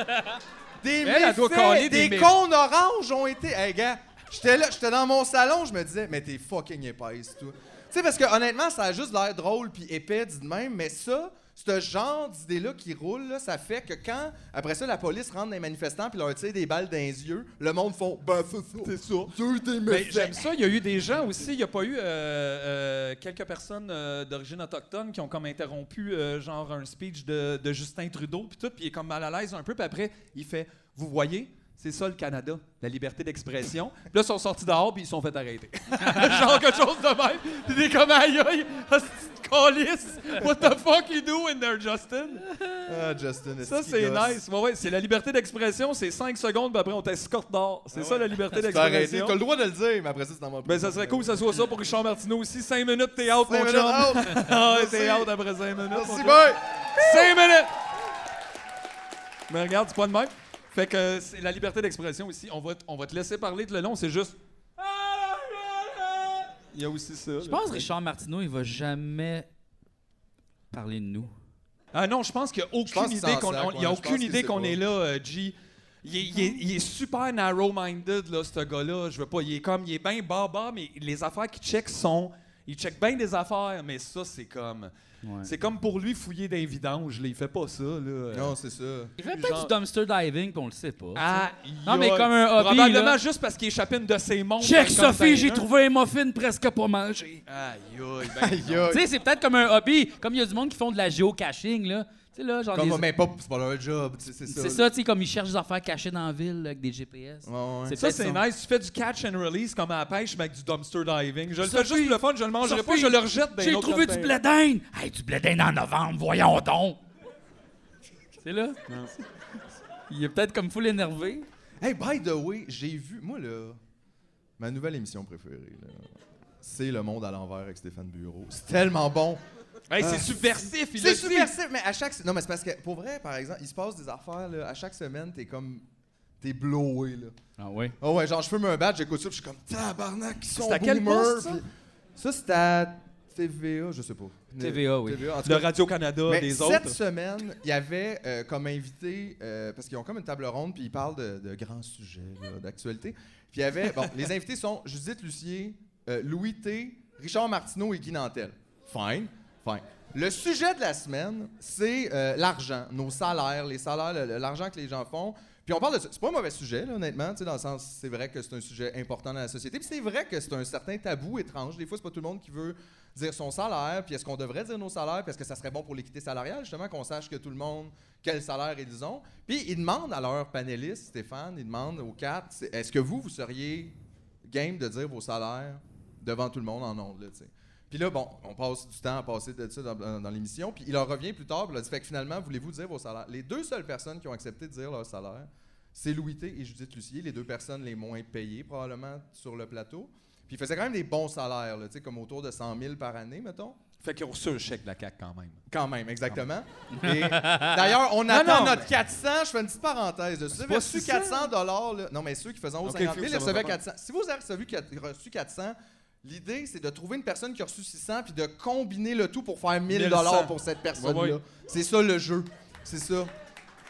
Des
Elle, elle doit
méfaits,
coller des
des,
mé-
cons oranges ont été... Hey, gars, j'étais là, j'étais dans mon salon, je me disais, mais t'es fucking épaisse, toi. Tu sais, parce que honnêtement, ça a juste l'air drôle puis épais, dit de même, mais ça, ce genre d'idée-là qui roule, là, ça fait que quand, après ça, la police rentre dans les manifestants puis leur tire des balles dans les yeux, le monde font, ben, ça, c'est ça.
Il y a eu des
Mais
méfaits.
Ben, j'aime ça, il y a eu des gens aussi, il n'y a pas eu euh, euh, quelques personnes euh, d'origine autochtone qui ont comme interrompu euh, genre un speech de, de Justin Trudeau puis tout, puis il est comme mal à l'aise un peu, puis après il fait vous voyez, c'est ça le Canada, la liberté d'expression. Puis là ils sont sortis dehors puis ils se sont fait arrêter. genre quelque chose de même. Puis t'es comme aïe aïe, hostie de câlisse. what the fuck you do in there Justin?
Ah, Justin, est-ce
Ça
qu'il
c'est
gosse.
nice. Ouais, ouais, c'est la liberté d'expression, c'est 5 secondes puis après on t'escorte dehors. C'est ça la liberté
Ah Tu peux arrêter,
d'expression.
t'as le droit de le dire, mais après ça, c'est dans mon
Ben, ça serait cool que ça soit ça pour Richard Martineau aussi. 5 minutes, t'es out, mon
Cinq minutes,
chum.
out.
Ah, ouais, t'es out après 5 minutes. mon
Merci,
chum.
bye!
Cinq minutes! Mais regarde, c'est pas de même. Fait que euh, c'est la liberté d'expression ici. On va, t- on va te laisser parler tout le long, c'est juste. Il y a aussi ça.
Je
là.
pense que Richard Martineau, il va jamais parler de nous.
Ah non, je pense qu'il n'y a
pense
aucune
qu'il
idée
s'en
qu'on
sac,
on- il y a
ouais, je pense
aucune
qu'il
idée
sait
qu'on
pas.
est là, euh, G. Il est, il est- il est super narrow-minded, là, ce gars-là. Je veux pas, il est comme, il est bien baba, mais les affaires qu'il check sont. Il check bien des affaires, mais ça, c'est comme.
Ouais.
C'est comme pour lui fouiller des vidanges, là. Il fait pas ça, là.
Non, c'est ça.
Il fait peut-être
genre-
du dumpster diving, puis on le sait pas.
Ah,
Non, mais
yo-
comme un hobby,
Probablement
là.
juste parce qu'il échappait une de ses montres.
Check
dans le
Sophie, j'ai
container.
trouvé un muffin presque pas mangé.
Aïe, aïe, ben,
Aïe, aïe.
Tu sais, c'est peut-être comme un hobby, comme il y a du monde qui font de la géocaching, là. Tu sais, là, genre
Comme,
des...
mais pas, c'est pas leur job, tu sais, c'est ça.
C'est ça, tu sais, comme ils cherchent des affaires cachées dans la ville, là, avec des GPS.
Ouais, ouais.
Ça,
peut-être son-
c'est nice. Tu fais du catch and release comme à la pêche, mais avec du dumpster diving. Je le fais
Sophie,
juste pour le fun, je le mangerai pas,
Sophie,
je le rejette. dans
J'ai
un autre
trouvé du
container.
blé d'Inde! Hey, du blé d'Inde en novembre, voyons donc! C'est là? Il est peut-être comme full énervé.
Hey, by the way, j'ai vu, moi là, ma nouvelle émission préférée, là, c'est Le Monde à l'envers avec Stéphane Bureau. C'est tellement bon.
Hey, c'est subversif, il
C'est
le dit.
subversif, mais à chaque. se- Non, mais c'est parce que, pour vrai, par exemple, il se passe des affaires, là, à chaque semaine, t'es comme. T'es blowé, là.
Ah ouais?
Ah ouais, genre, je fume un badge, j'écoute ça, puis je suis comme, tabarnak, ils sont
C'est à quel
boomers,
poste, ça?
puis- Ça, c'est à TVA, je sais pas.
TVA, oui.
TVA, en tout
Le
cas.
Radio-Canada,
Mais
des
cette
autres.
semaine, il y avait euh, comme invité, euh, parce qu'ils ont comme une table ronde, puis ils parlent de, de grands sujets là, d'actualité. Puis il y avait, bon, les invités sont Judith Lucier, euh, Louis T, Richard Martineau et Guy Nantel. Fine, fine. Le sujet de la semaine, c'est euh, l'argent, nos salaires, les salaires, le- le- l'argent que les gens font. Puis on parle de ça. C'est pas un mauvais sujet, là, honnêtement, tu sais, dans le sens, c'est vrai que c'est un sujet important dans la société. Puis c'est vrai que c'est un certain tabou étrange. Des fois, c'est pas tout le monde qui veut dire son salaire, puis est-ce qu'on devrait dire nos salaires, parce que ça serait bon pour l'équité salariale, justement, qu'on sache que tout le monde, quel salaire ils ont. Puis ils demandent à leurs panélistes, Stéphane, ils demandent aux quatre, c'est- est-ce que vous, vous seriez game de dire vos salaires devant tout le monde en ondes, là, tu sais. Puis là, bon, on passe du temps à passer de ça dans, dans- dans l'émission, puis il leur revient plus tard, puis il leur dit, fait que finalement, voulez-vous dire vos salaires? Les deux seules personnes qui ont accepté de dire leur salaire, c'est Louis T et Judith Lucier, les deux personnes les moins payées, probablement, sur le plateau. Puis ils faisaient quand même des bons salaires, là, tu sais, comme autour de 100 000 par année, mettons.
Fait qu'ils ont reçu un chèque de la CAQ quand même.
Quand même, exactement. Et D'ailleurs, on attend
non,
notre 400. Je fais une petite parenthèse. Vous avez
pas
reçu
600.
400 dollars. là. Non, mais ceux qui faisaient en haut de
Ok,
50
Phil,
000, ils
ça va
recevaient
pas
400. Si vous avez reçu, quatre- reçu 400, l'idée, c'est de trouver une personne qui a reçu 600 puis de combiner le tout pour faire 1000 dollars pour cette personne-là.
Ouais, ouais.
C'est ça le jeu. C'est ça.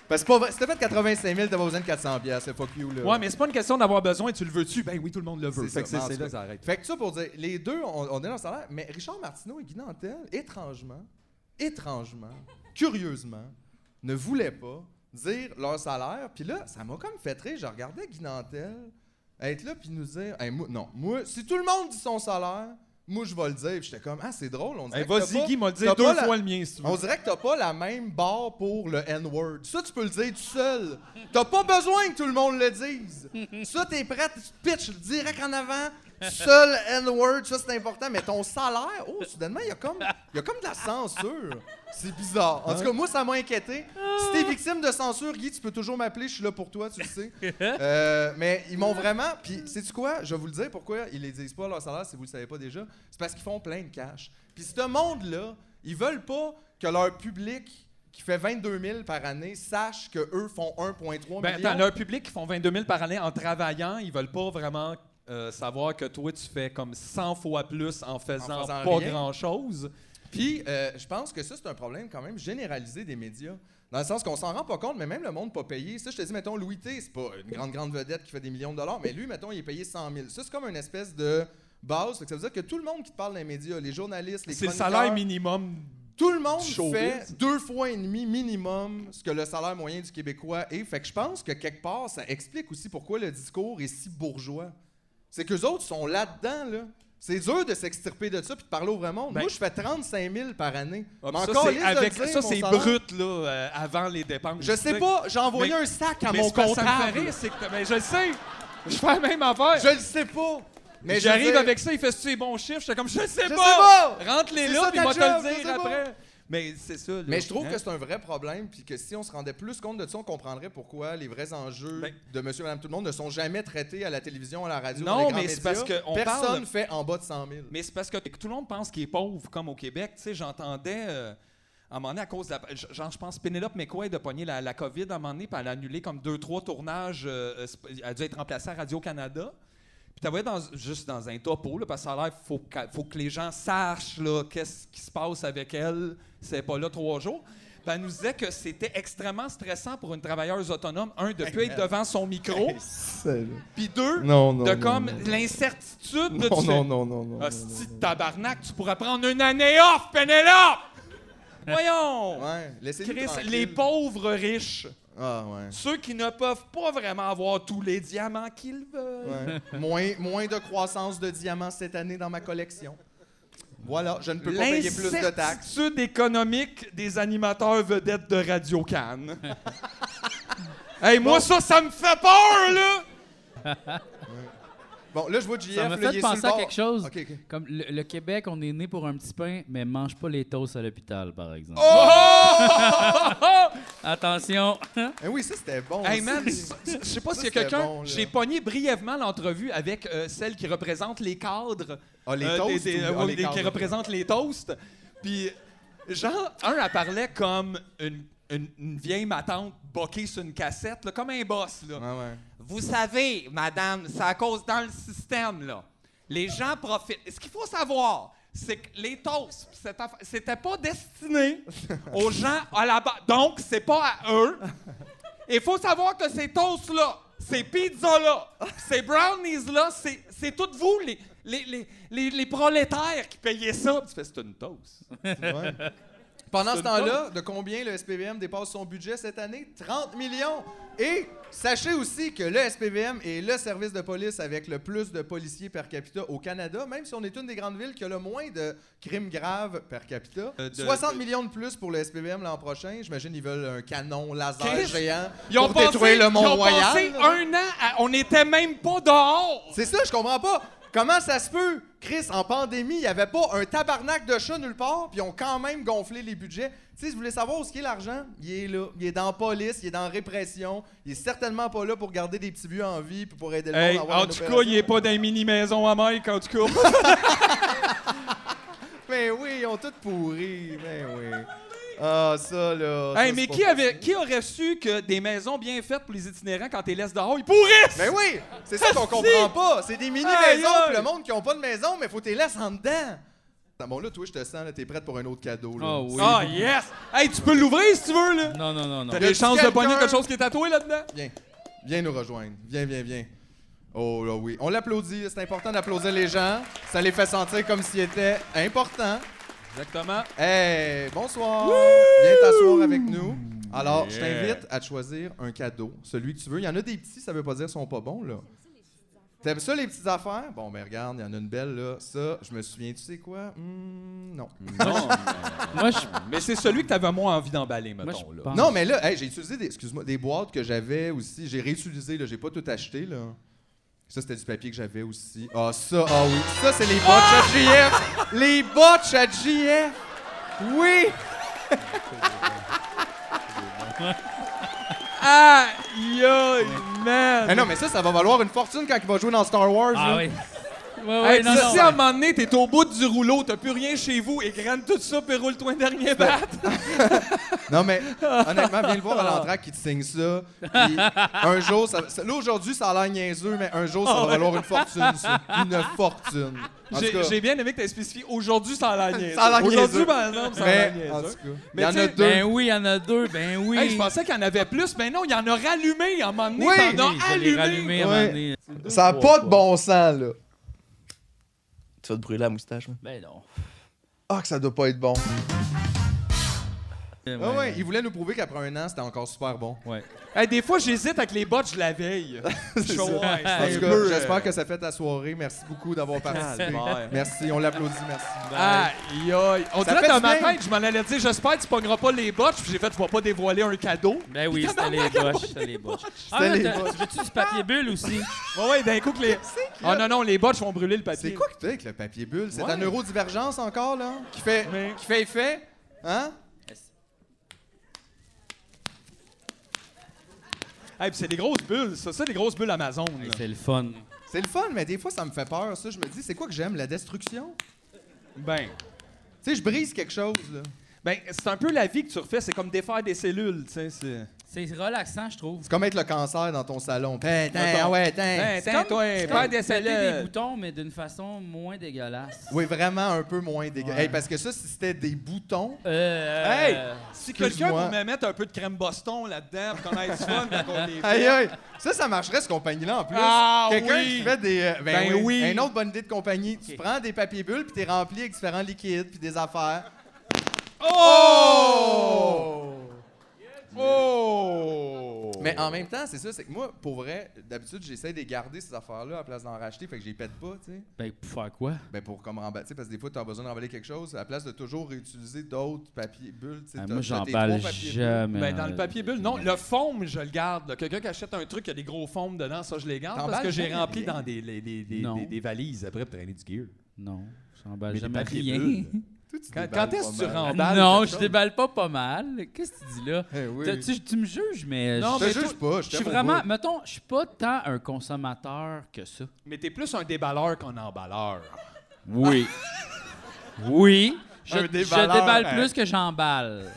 Parce que c'est pas vrai. Si t'as fait 85 000, t'as pas besoin de 400 pièces. C'est fuck you, là.
Ouais, mais c'est pas une question d'avoir besoin, tu le veux-tu? Ben oui, tout le monde le veut.
C'est
Fait que
ça,
c'est c'est
mais en
là
tout cas.
que ça arrête.
Fait que ça pour dire, les deux, on, on est dans le salaire, mais Richard Martineau et Guy Nantel, étrangement, étrangement, curieusement, ne voulaient pas dire leur salaire. Puis là, ça m'a comme fait rire. Je regardais Guy Nantel être là puis nous dire, Hey, moi- non, moi, si tout le monde dit son salaire, moi, je vais le dire. Puis j'étais comme, ah, c'est drôle, on dirait
Hey,
que t'as
vas-y,
pas-
Guy, m'a dit
t'as
deux
pas la-
fois le mien, si tu veux.
on dirait que t'as pas la même barre pour le N-word. Ça, tu peux le dire tout seul. T'as pas besoin que tout le monde le dise. Ça, t'es prêt, tu pitches direct en avant. Seul N-word, ça, c'est important. Mais ton salaire, oh, soudainement, il y, a comme- il y a comme de la censure. C'est bizarre. En tout cas, moi, ça m'a inquiété. Si t'es victime de censure, Guy, tu peux toujours m'appeler. Je suis là pour toi, tu le sais. Euh, mais ils m'ont vraiment. Puis, sais-tu quoi? Je vais vous le dire pourquoi ils les disent pas leur salaire si vous le savez pas déjà. C'est parce qu'ils font plein de cash. Puis, ce monde-là, ils veulent pas que leur public qui fait 22 000 par année sache que eux font 1,3
Ben
million.
attends, leur public qui font 22 000 par année en travaillant, ils veulent pas vraiment euh, savoir que toi, tu fais comme 100 fois plus en faisant,
En faisant
pas
rien.
grand-chose.
Puis, euh, je pense que ça, c'est un problème quand même généralisé des médias. Dans le sens qu'on s'en rend pas compte, mais même le monde pas payé. Ça, je te dis, mettons, Louis T, c'est pas une grande, grande vedette qui fait des millions de dollars, mais lui, mettons, il est payé 100 000. Ça, c'est comme une espèce de base. Fait que ça veut dire que tout le monde qui te parle des médias, les journalistes, les
C'est le
chroniqueurs,
salaire minimum.
Tout le monde
Du showbiz.
fait deux fois et demi minimum ce que le salaire moyen du Québécois est. Fait que je pense que quelque part, ça explique aussi pourquoi le discours est si bourgeois. C'est qu'eux autres sont là-dedans, là. C'est dur de s'extirper de ça puis de parler au vrai monde.
Ben-
Moi, je fais 35 000 par année.
Ah,
Mais
puis ça,
encore,
c'est
liste de
avec-
dire
ça,
mon
c'est
salaire.
brut, là, euh, avant les dépenses.
Je sais
Tu
pas, j'ai envoyé
Mais-
un sac à
Mais
mon
c'est parce que ça me fait
comptable.
rire, c'est que- ben, je le sais. Je fais la même affaire.
Je le sais pas.
Mais
Mais je veux
j'arrive
dire-
avec ça, il fait c'est bon chiffre. J'étais comme, je sais
sais
pas.
pas.
Rentre-les
C'est
là,
ça
puis
ta
moi te
job,
le
je
dire
sais pas.
après. Mais c'est ça. là.
Mais je trouve
Hein?
que c'est un vrai problème, puis que si on se rendait plus compte de ça, on comprendrait pourquoi les vrais enjeux
Ben-
de Monsieur, Madame, tout le monde ne sont jamais traités à la télévision, à la radio.
Non,
dans les grands
mais c'est
médias.
parce que on
personne
parle-
fait en bas de 100 000.
Mais c'est parce que tout le monde pense qu'il est pauvre, comme au Québec. Tu sais, j'entendais euh, à un moment donné, à cause de la. Genre, je pense Pénélope McQuaid a pogné la, la COVID à un moment donné, puis elle a annulé comme deux, trois tournages. euh, euh, sp- elle a dû être remplacée à Radio-Canada. Puis t'as voyé dans, juste dans un topo, là, parce que ça a l'air faut, qu'a- faut que les gens sachent là, qu'est-ce qui se passe avec elle. C'est pas là trois jours. Puis elle nous disait que c'était extrêmement stressant pour une travailleuse autonome, un, de plus être devant son micro, puis deux,
Non, non.
de comme l'incertitude de tu fais-
Oh,
Ah,
non, non, non.
Hostie de tabarnak, tu pourrais prendre une année off, Pénélope! Voyons!
Ouais, laissez-les
Chris,
tranquilles.
les pauvres riches,
Ah, ouais.
ceux qui ne peuvent pas vraiment avoir tous les diamants qu'ils veulent.
ouais. moins, moins de croissance de diamants cette année dans ma collection. Voilà, je ne peux pas payer plus de taxes.
L'incertitude économique des animateurs vedettes de Radio Cannes. hey, moi, ça, ça me fait peur, là!
Bon, là, je vois JF.
Ça m'a
là, il
fait
est sur le
penser à
bord.
quelque chose.
Ok, ok.
Comme le, le Québec, on est né pour un petit pain, mais mange pas les toasts à l'hôpital, par exemple.
Oh!
Attention!
Eh oui, ça, c'était bon.
Hey
ça.
man, je sais pas
Ça,
s'il y a
c'était
quelqu'un.
bon, là.
J'ai pogné brièvement l'entrevue avec euh, celle qui représente les cadres.
Ah, les
euh, des-
toasts
des-
ou-
euh,
ah,
oui,
les
des- Qui
cadres.
représente les toasts. Puis, genre, un, elle parlait comme une, une- une vieille matante boquée sur une cassette, là, comme un boss. Là.
Ouais, Ah, ouais.
Vous savez, madame, ça cause dans le système, là. Les gens profitent. Ce qu'il faut savoir, c'est que les toasts, pis cette affaire- c'était pas destiné aux gens à la base. Donc, c'est pas à eux. Il faut savoir que ces toasts-là, ces pizzas-là, ces brownies-là, c'est c'est toutes vous, les, les, les, les, les prolétaires qui payez ça. Pis Tu fais, c'est une toast.
Ouais. Pendant
C'est
ce
une
temps-là, de combien le SPVM dépasse son budget cette année? 30 millions! Et sachez aussi que le SPVM est le service de police avec le plus de policiers per capita au Canada, même si on est une des grandes villes qui a le moins de crimes graves per capita.
Euh, de-
60 millions de plus pour le SPVM l'an prochain. J'imagine ils veulent un canon laser
Chris,
géant
Ils ont
pour
passé,
détruire le
ils ont
Mont-Royal.
passé un an, à- on n'était même pas dehors.
C'est ça, je comprends pas. Comment ça se peut? Chris, en pandémie, il n'y avait pas un tabarnak de chat nulle part, puis ils ont quand même gonflé les budgets. Tu sais, si vous voulez savoir où est l'argent, il est là. Il est dans police, il est dans répression. Il est certainement pas là pour garder des petits vieux en vie puis pour aider le
Hey,
monde à avoir
en
une
tout cas,
opération.
il est pas dans les mini-maison à Mike, en tout cas.
Mais oui, ils ont tout pourri. Mais oui. Ah, ça, là. ça,
Hey,
c'est
mais
pas
qui,
possible.
avait, qui aurait su que des maisons bien faites pour les itinérants, quand t'es laisses dehors, ils pourrissent?
Mais oui, c'est ça qu'on
Asti!
comprend pas. C'est des
Aïe,
mini-maisons
aïe.
pour le monde qui ont pas de maison, mais faut t'es laisser en dedans. Ah, Bon, là, toi, je te sens, là, t'es prête pour un autre cadeau. Là.
Ah oui.
Ah, yes! Hey, tu peux l'ouvrir si tu veux, là!
Non, non, non, non.
T'as
Y
des
a-tu
chances de pogner
quelqu'un?
quelque chose qui est tatoué là-dedans?
Viens, viens nous rejoindre. Viens, viens, viens. Oh là oui. On l'applaudit. C'est important d'applaudir les gens. Ça les fait sentir comme s'ils étaient importants.
Exactement.
Hey, bonsoir. Viens t'asseoir avec nous. Alors, je t'invite à te choisir un cadeau, celui que tu veux. Il y en a des petits, ça veut pas dire qu'ils sont pas bons, là. T'aimes ça, les petites affaires? Bon, ben regarde, il y en a une belle, là. Ça, je me souviens, tu sais quoi? Hmm, non.
Non, Moi, je.
Mais c'est celui que t'avais moins envie d'emballer,
Moi,
mettons,
je
là.
pense-
Non, mais là, hey, j'ai utilisé des, excuse-moi, des boîtes que j'avais aussi. J'ai réutilisé, là. J'ai pas tout acheté, là. Ça, c'était du papier que j'avais aussi. Ah, ça, ah oui. Ça, c'est les botches
Ah!
à JF. Les botches à JF. Oui.
Aïe, aïe, man!
Mais Eh non, mais ça, ça va valoir une fortune quand il va jouer dans Star Wars. là.
Ah oui. Ouais, ouais,
Hey,
non,
si
non.
si à un moment donné, t'es au bout du rouleau, t'as plus rien chez vous, et graine tout ça, puis roule-toi un dernier bat.
Non, mais honnêtement, viens le voir à l'entraque qui te signe ça. Puis un jour, ça, ça- là aujourd'hui, ça a l'air niaiseux, mais un jour, ça va valoir une fortune, ça. Une fortune. En
Ah J'ai
tout cas,
j'ai bien aimé que t'aies spécifié aujourd'hui sans la niaise.
Ça a l'air
Aujourd'hui,
niaiseux.
par exemple, sans la
mais
niaise.
en tout cas, il
Mais
y en
tu
a
sais,
deux.
Ben oui, il y en a deux. Ben oui.
Hey, je pensais qu'il y en avait plus, mais non, il y en a rallumé à un moment donné.
Oui.
t'en
Oui,
as
je l'ai rallumé
allumé.
à un
Ouais.
moment donné.
ça
oh,
n'a pas de bon sens, là.
Tu vas te brûler la moustache, man.
Ben non.
Ah, que ça doit pas être bon.
Ouais,
Ah ouais, il voulait nous prouver qu'après un an, c'était encore super bon.
Ouais.
Hey, des fois, j'hésite avec les botches la veille. Je suis
ça.
ouais, c'est
En
un
tout
peu,
cas, j'espère
euh,
que ça fait ta soirée. Merci beaucoup d'avoir participé.
calvaire.
Merci, on l'applaudit, merci.
Aïe, aïe. On
Ça
dirait
fait
dans
du
ma
bien.
tête, je m'en allais dire, j'espère que tu pogneras pas les botches. Puis j'ai fait, je vais pas dévoiler un cadeau.
Ben oui, c'était les boches, c'était les boches. Ah,
C'était
là,
les
t'as-
boches.
Veux-tu du papier bulle aussi?
Ouais, ouais, d'un coup que les. Ah non, non, les botches vont brûler le papier.
C'est quoi que t'as avec le papier bulle? C'est
Ouais.
un neurodivergence encore, là? Qui fait,
Mais-
qui fait effet? Hein?
Hey, puis c'est des grosses bulles, ça. Ça, des grosses bulles Amazon. là.
C'est le fun.
C'est le fun, mais des fois, ça me fait peur, ça. Je me dis, c'est quoi que j'aime? La destruction?
Ben.
Tu sais, je brise quelque chose, là.
Ben, c'est un peu la vie que tu refais, c'est comme défaire des cellules, tu sais. c'est-
C'est relaxant, je trouve.
C'est comme être le cancer dans ton salon. Tain, tain,
Attends.
ah ouais, tain.
Ben,
C'est
tiens,
comme-
toi,
c'est
perds
comme
des
péter des
cellules.
boutons, mais d'une façon moins dégueulasse.
Oui, vraiment un peu moins dégueu.
Ouais.
Hey, parce que ça, si c'était des boutons...
Euh,
Hey!
euh,
Si
Excuse-moi.
quelqu'un peut me mettre un peu de crème Boston là-dedans, pour qu'on ait du fun, puis qu'on les fait.
Aïe, aïe. Ça, ça marcherait, ce compagnie-là, en plus.
Ah,
Quelqu'un
oui.
qui fait des. euh, ben,
Ben
oui.
oui.
Une autre bonne idée de compagnie. Tu prends des papiers bulles, puis t'es rempli avec différents liquides, puis des affaires.
Oh! Oh!
Mais en même temps, c'est ça, c'est que moi, pour vrai, d'habitude, j'essaie de les garder, ces affaires-là, à la place d'en racheter, fait que j'y pète pas, tu sais.
Ben, pour faire quoi?
Ben, pour comme remballer, tu sais, parce que des fois, t'as besoin de remballer quelque chose, à la place de toujours réutiliser d'autres papiers bulles, tu sais.
Ah,
t'as-
moi,
t'as tes
j'emballe
trois papiers bulles.
jamais. euh,
Ben, dans le papier bulle, non. Le foam, je le garde. là. Quelqu'un qui achète un truc, il y a des gros foams dedans, ça, je les garde parce
T'emballes
que j'ai
jamais
rempli
rien.
dans des, les- les- les-
Non.
des- des valises après pour traîner du gear.
Non, j'emballe
Mais des
jamais
papiers
rien.
bulles.
Toi, tu
Quand,
déballes
quand est-ce que tu
pas mal.
remballes?
non,
quelque
je
chose?
déballe pas pas mal. Qu'est-ce que tu dis là?
Eh oui.
T'as- Tu, tu me juges, mais...
Non,
Je
je-
te
mais
juge pas,
je
je
suis
t'aime au
vraiment...
bout.
Mettons, je suis pas tant un consommateur que ça.
Mais t'es plus un déballeur qu'un emballeur.
Oui. oui. Je,
Un
je
déballeur,
déballe
hein.
plus que j'emballe.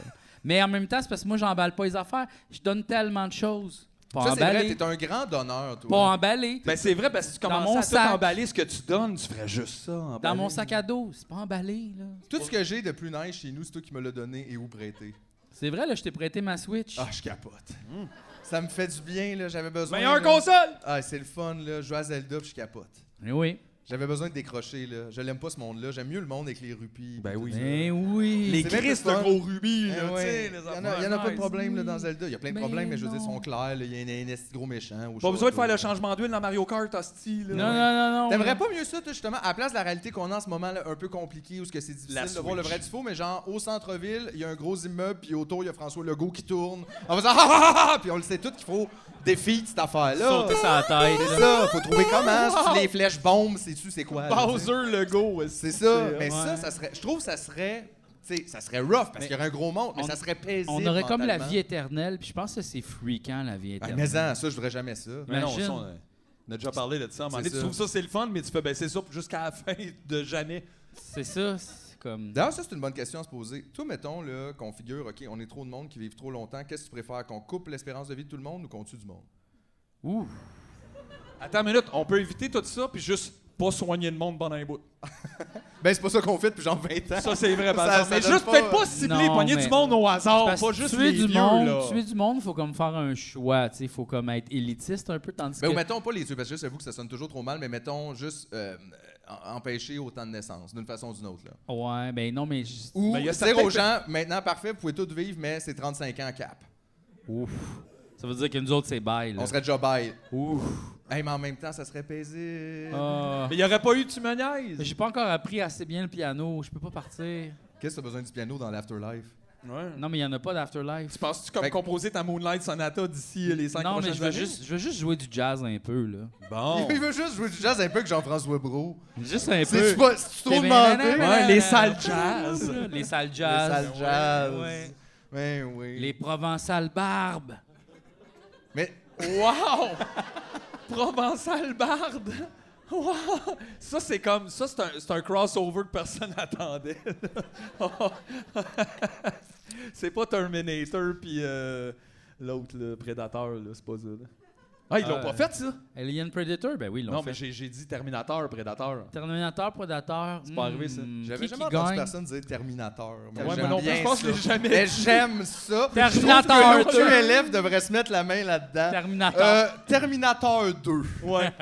Mais en même temps, c'est parce que moi, j'emballe pas les affaires. Je donne tellement de choses. Pas
Ça, c'est vrai,
emballé.
t'es un grand donneur, toi.
Pas emballé.
Ben, c'est vrai, parce que si tu
Dans
commences
mon
à
sac.
tout emballer ce que tu donnes, tu ferais juste ça.
Dans
emballer.
mon sac à dos, c'est pas emballé. là.
Tout ce que j'ai de plus nice chez nous, c'est toi qui me l'as donné et où prêté.
C'est vrai, là, je t'ai prêté ma Switch.
Ah, je capote.
Hmm.
Ça me fait du bien, là. J'avais besoin.
Meilleure
là.
console!
Ah, c'est le fun, là. Je joue à Zelda, puis je capote.
Eh oui.
J'avais besoin de décrocher, là. Je l'aime pas, ce monde-là. J'aime mieux le monde avec les rupies.
Ben
puis tout
oui.
ça.
Eh oui.
C'est bien plus
Christ,
fun.
un gros rubis,
Eh
là, tu
ouais.
sais,
Il
les
y en
affaires
a, il y en a pas de
nice.
problème là, dans Zelda. Il y a plein de
Mais
problèmes, mais je veux dire, ils
non.
sont clairs. là. Il y a un, un esti gros méchant. ou je sais
Pas besoin de
quoi.
faire le changement d'huile dans Mario Kart, hostie. Là.
Non, non, non, non.
T'aimerais pas mieux ça, toi, justement, à la place de la réalité qu'on a en ce moment, là, un peu compliquée, où ce que c'est difficile
La
de voir le
Switch.
vrai du faux, mais genre, au centre-ville, il y a un gros immeuble, puis autour, il y a François Legault qui tourne. On va dire, ah, ah, ah, ah, puis on le sait tout qu'il faut défier cette affaire-là.
Sauter sa tête.
C'est
là.
ça, faut trouver comment, si les flèches bombes, sais-tu c'est quoi. là, tu sais.
Bowser le go.
C'est ça, mais
ouais.
ça, ça serait, je trouve que ça serait, tu sais, ça serait rough, parce
Mais
qu'il y aurait un gros monde, mais
on-
ça serait paisible
On aurait comme la
mentalement.
vie éternelle, puis je pense que c'est freakant, la vie
Ah,
éternelle.
mais en, ça, je voudrais jamais ça.
Mais non,
Imagine.
ça, on a- on a déjà parlé de ça. à un moment
C'est
donné, Tu
ça.
trouves ça, c'est le fun, mais tu fais, ben, c'est ça jusqu'à la fin de jamais.
C'est ça, c'est comme...
D'ailleurs, ça, c'est une bonne question à se poser. Toi, mettons, là, qu'on figure, OK, on est trop de monde qui vivent trop longtemps, qu'est-ce que tu préfères, qu'on coupe l'espérance de vie de tout le monde ou qu'on tue du monde?
Ouh.
Attends une minute, on peut éviter tout ça, puis juste pas soigner le monde pendant un bout.
Ben, c'est pas ça qu'on fait depuis genre 20 ans. Ben,
Ça, c'est vrai, par
Ça-
exemple.
ça
Mais
donne
juste
pas-
peut-être pas cibler,
Non,
poigner
mais-
du monde au hasard,
Parce
pas
que
juste
tuer
les
du
vieux,
monde,
là.
tuer du monde, faut comme faire un choix, tu sais, faut comme être élitiste un peu tandis
Ben, ou
que
mettons pas les yeux, parce que j'avoue que ça sonne toujours trop mal, mais mettons juste euh, en- empêcher autant de naissances, d'une façon ou d'une autre. Là.
Ouais, ben non mais j-
Ou
Ben, il y a
dire aux
certains-
gens, maintenant parfait, vous pouvez tous vivre, mais c'est 35 ans cap.
ouf. Ça veut dire que nous autres c'est bail. là.
On serait déjà bail.
Ouf.
Hey, mais en même temps, ça serait paisible.
Ah.
Mais il n'y aurait pas eu de tumeniaise.
J'ai pas encore appris assez bien le piano, je peux pas partir.
Qu'est-ce que t'as besoin du piano dans l'afterlife?
Non mais il y en a pas d'afterlife.
Tu penses-tu comme
Fait que-
composer ta Moonlight Sonata d'ici euh, les 5
Non
prochaines
mais je veux
années?
juste je veux juste jouer du jazz un peu là.
Bon.
Il veut juste jouer du jazz un peu que Jean-François Brault.
Juste un
C'est
peu.
pas c'est trop demandé.
Ouais, les salles jazz.
Les salles
Les
jazz.
salles jazz.
Ouais.
Ben oui.
Les provençales barbes.
Mais
Wow! Provençal barde! Wow! Ça, c'est comme. Ça, c'est un, c'est un crossover que personne n'attendait. c'est pas Terminator puis euh, l'autre, le Predator, là, c'est pas ça. là. Ah, ils l'ont
Euh,
pas fait, ça?
Alien Predator, ben oui, ils l'ont
Non,
fait.
mais j'ai j'ai dit Terminator, Predator.
Terminator, Predator.
C'est pas arrivé, ça.
hmm, qui
j'avais jamais
qui
entendu
gagne?
personne dire Terminator.
Ouais, mais
j'aime
non plus,
bien
je pense que je l'ai
ça.
jamais
Mais
dit.
j'aime ça.
Terminator
Je trouve que
deux.
nos élèves devraient se mettre la main là-dedans.
Terminator.
Euh, Terminator 2.
Ouais.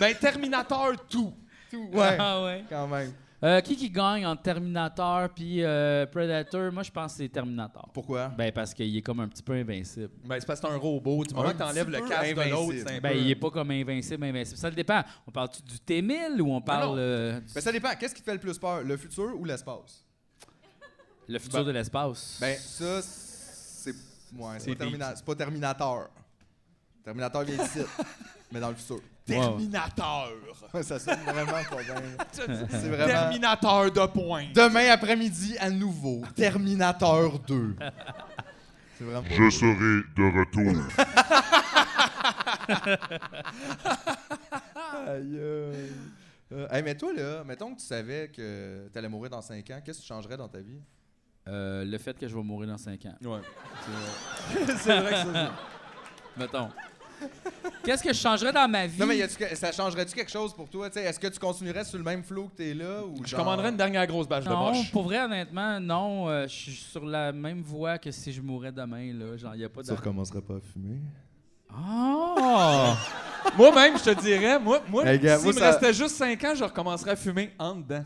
ben, Terminator tout.
Ouais,
Ah ouais.
quand même.
Euh, qui qui gagne entre Terminator puis euh, Predator? Moi, je pense que c'est Terminator.
Pourquoi?
Ben, parce qu'il est comme un petit peu invincible.
Ben, c'est parce que c'est un robot. Du moment
Un
que t'enlèves
petit
le
peu
casque de l'autre,
invincible.
c'est un
Ben,
peu-
il est pas comme invincible, invincible. Ça le dépend. On parle-tu du T-1000
Ben
ou on
non.
parle euh, du-
Mais Ben, ça dépend. Qu'est-ce qui te fait le plus peur, le futur ou l'espace?
le futur de l'espace?
Ben, ça, c'est. Ouais,
C'est
c'est pas, Termina-
deep.
c'est pas Terminator. Terminator vient ici, mais dans le futur.
Terminator.
Ouais, ça sonne vraiment pas bien. C'est vraiment.
Terminator de point.
Demain après-midi, à nouveau, Terminator 2. C'est vraiment.
Je serai de retour.
Aïe, aïe. Euh, hey, mais toi, là, mettons que tu savais que t'allais mourir dans 5 ans, qu'est-ce que tu changerais dans ta vie?
Euh, le fait que je vais mourir dans 5 ans.
Ouais. C'est vrai que ça.
Mettons. Qu'est-ce que je changerais dans ma vie?
Non, mais y a-tu que- ça changerait-tu quelque chose pour toi? T'sais, Est-ce que tu continuerais sur le même flow que t'es là? Ou
Je
genre-
commanderais une dernière grosse bâche de
Non,
moche.
pour vrai, honnêtement, non. euh, je suis sur la même voie que si je mourais demain. Là. Genre, y a pas de...
Tu recommencerais pas à fumer?
Oh!
Moi-même, je te dirais, moi, moi
Hey, gars,
s'il
moi,
me
ça-
restait juste 5 ans, je recommencerais à fumer en dedans.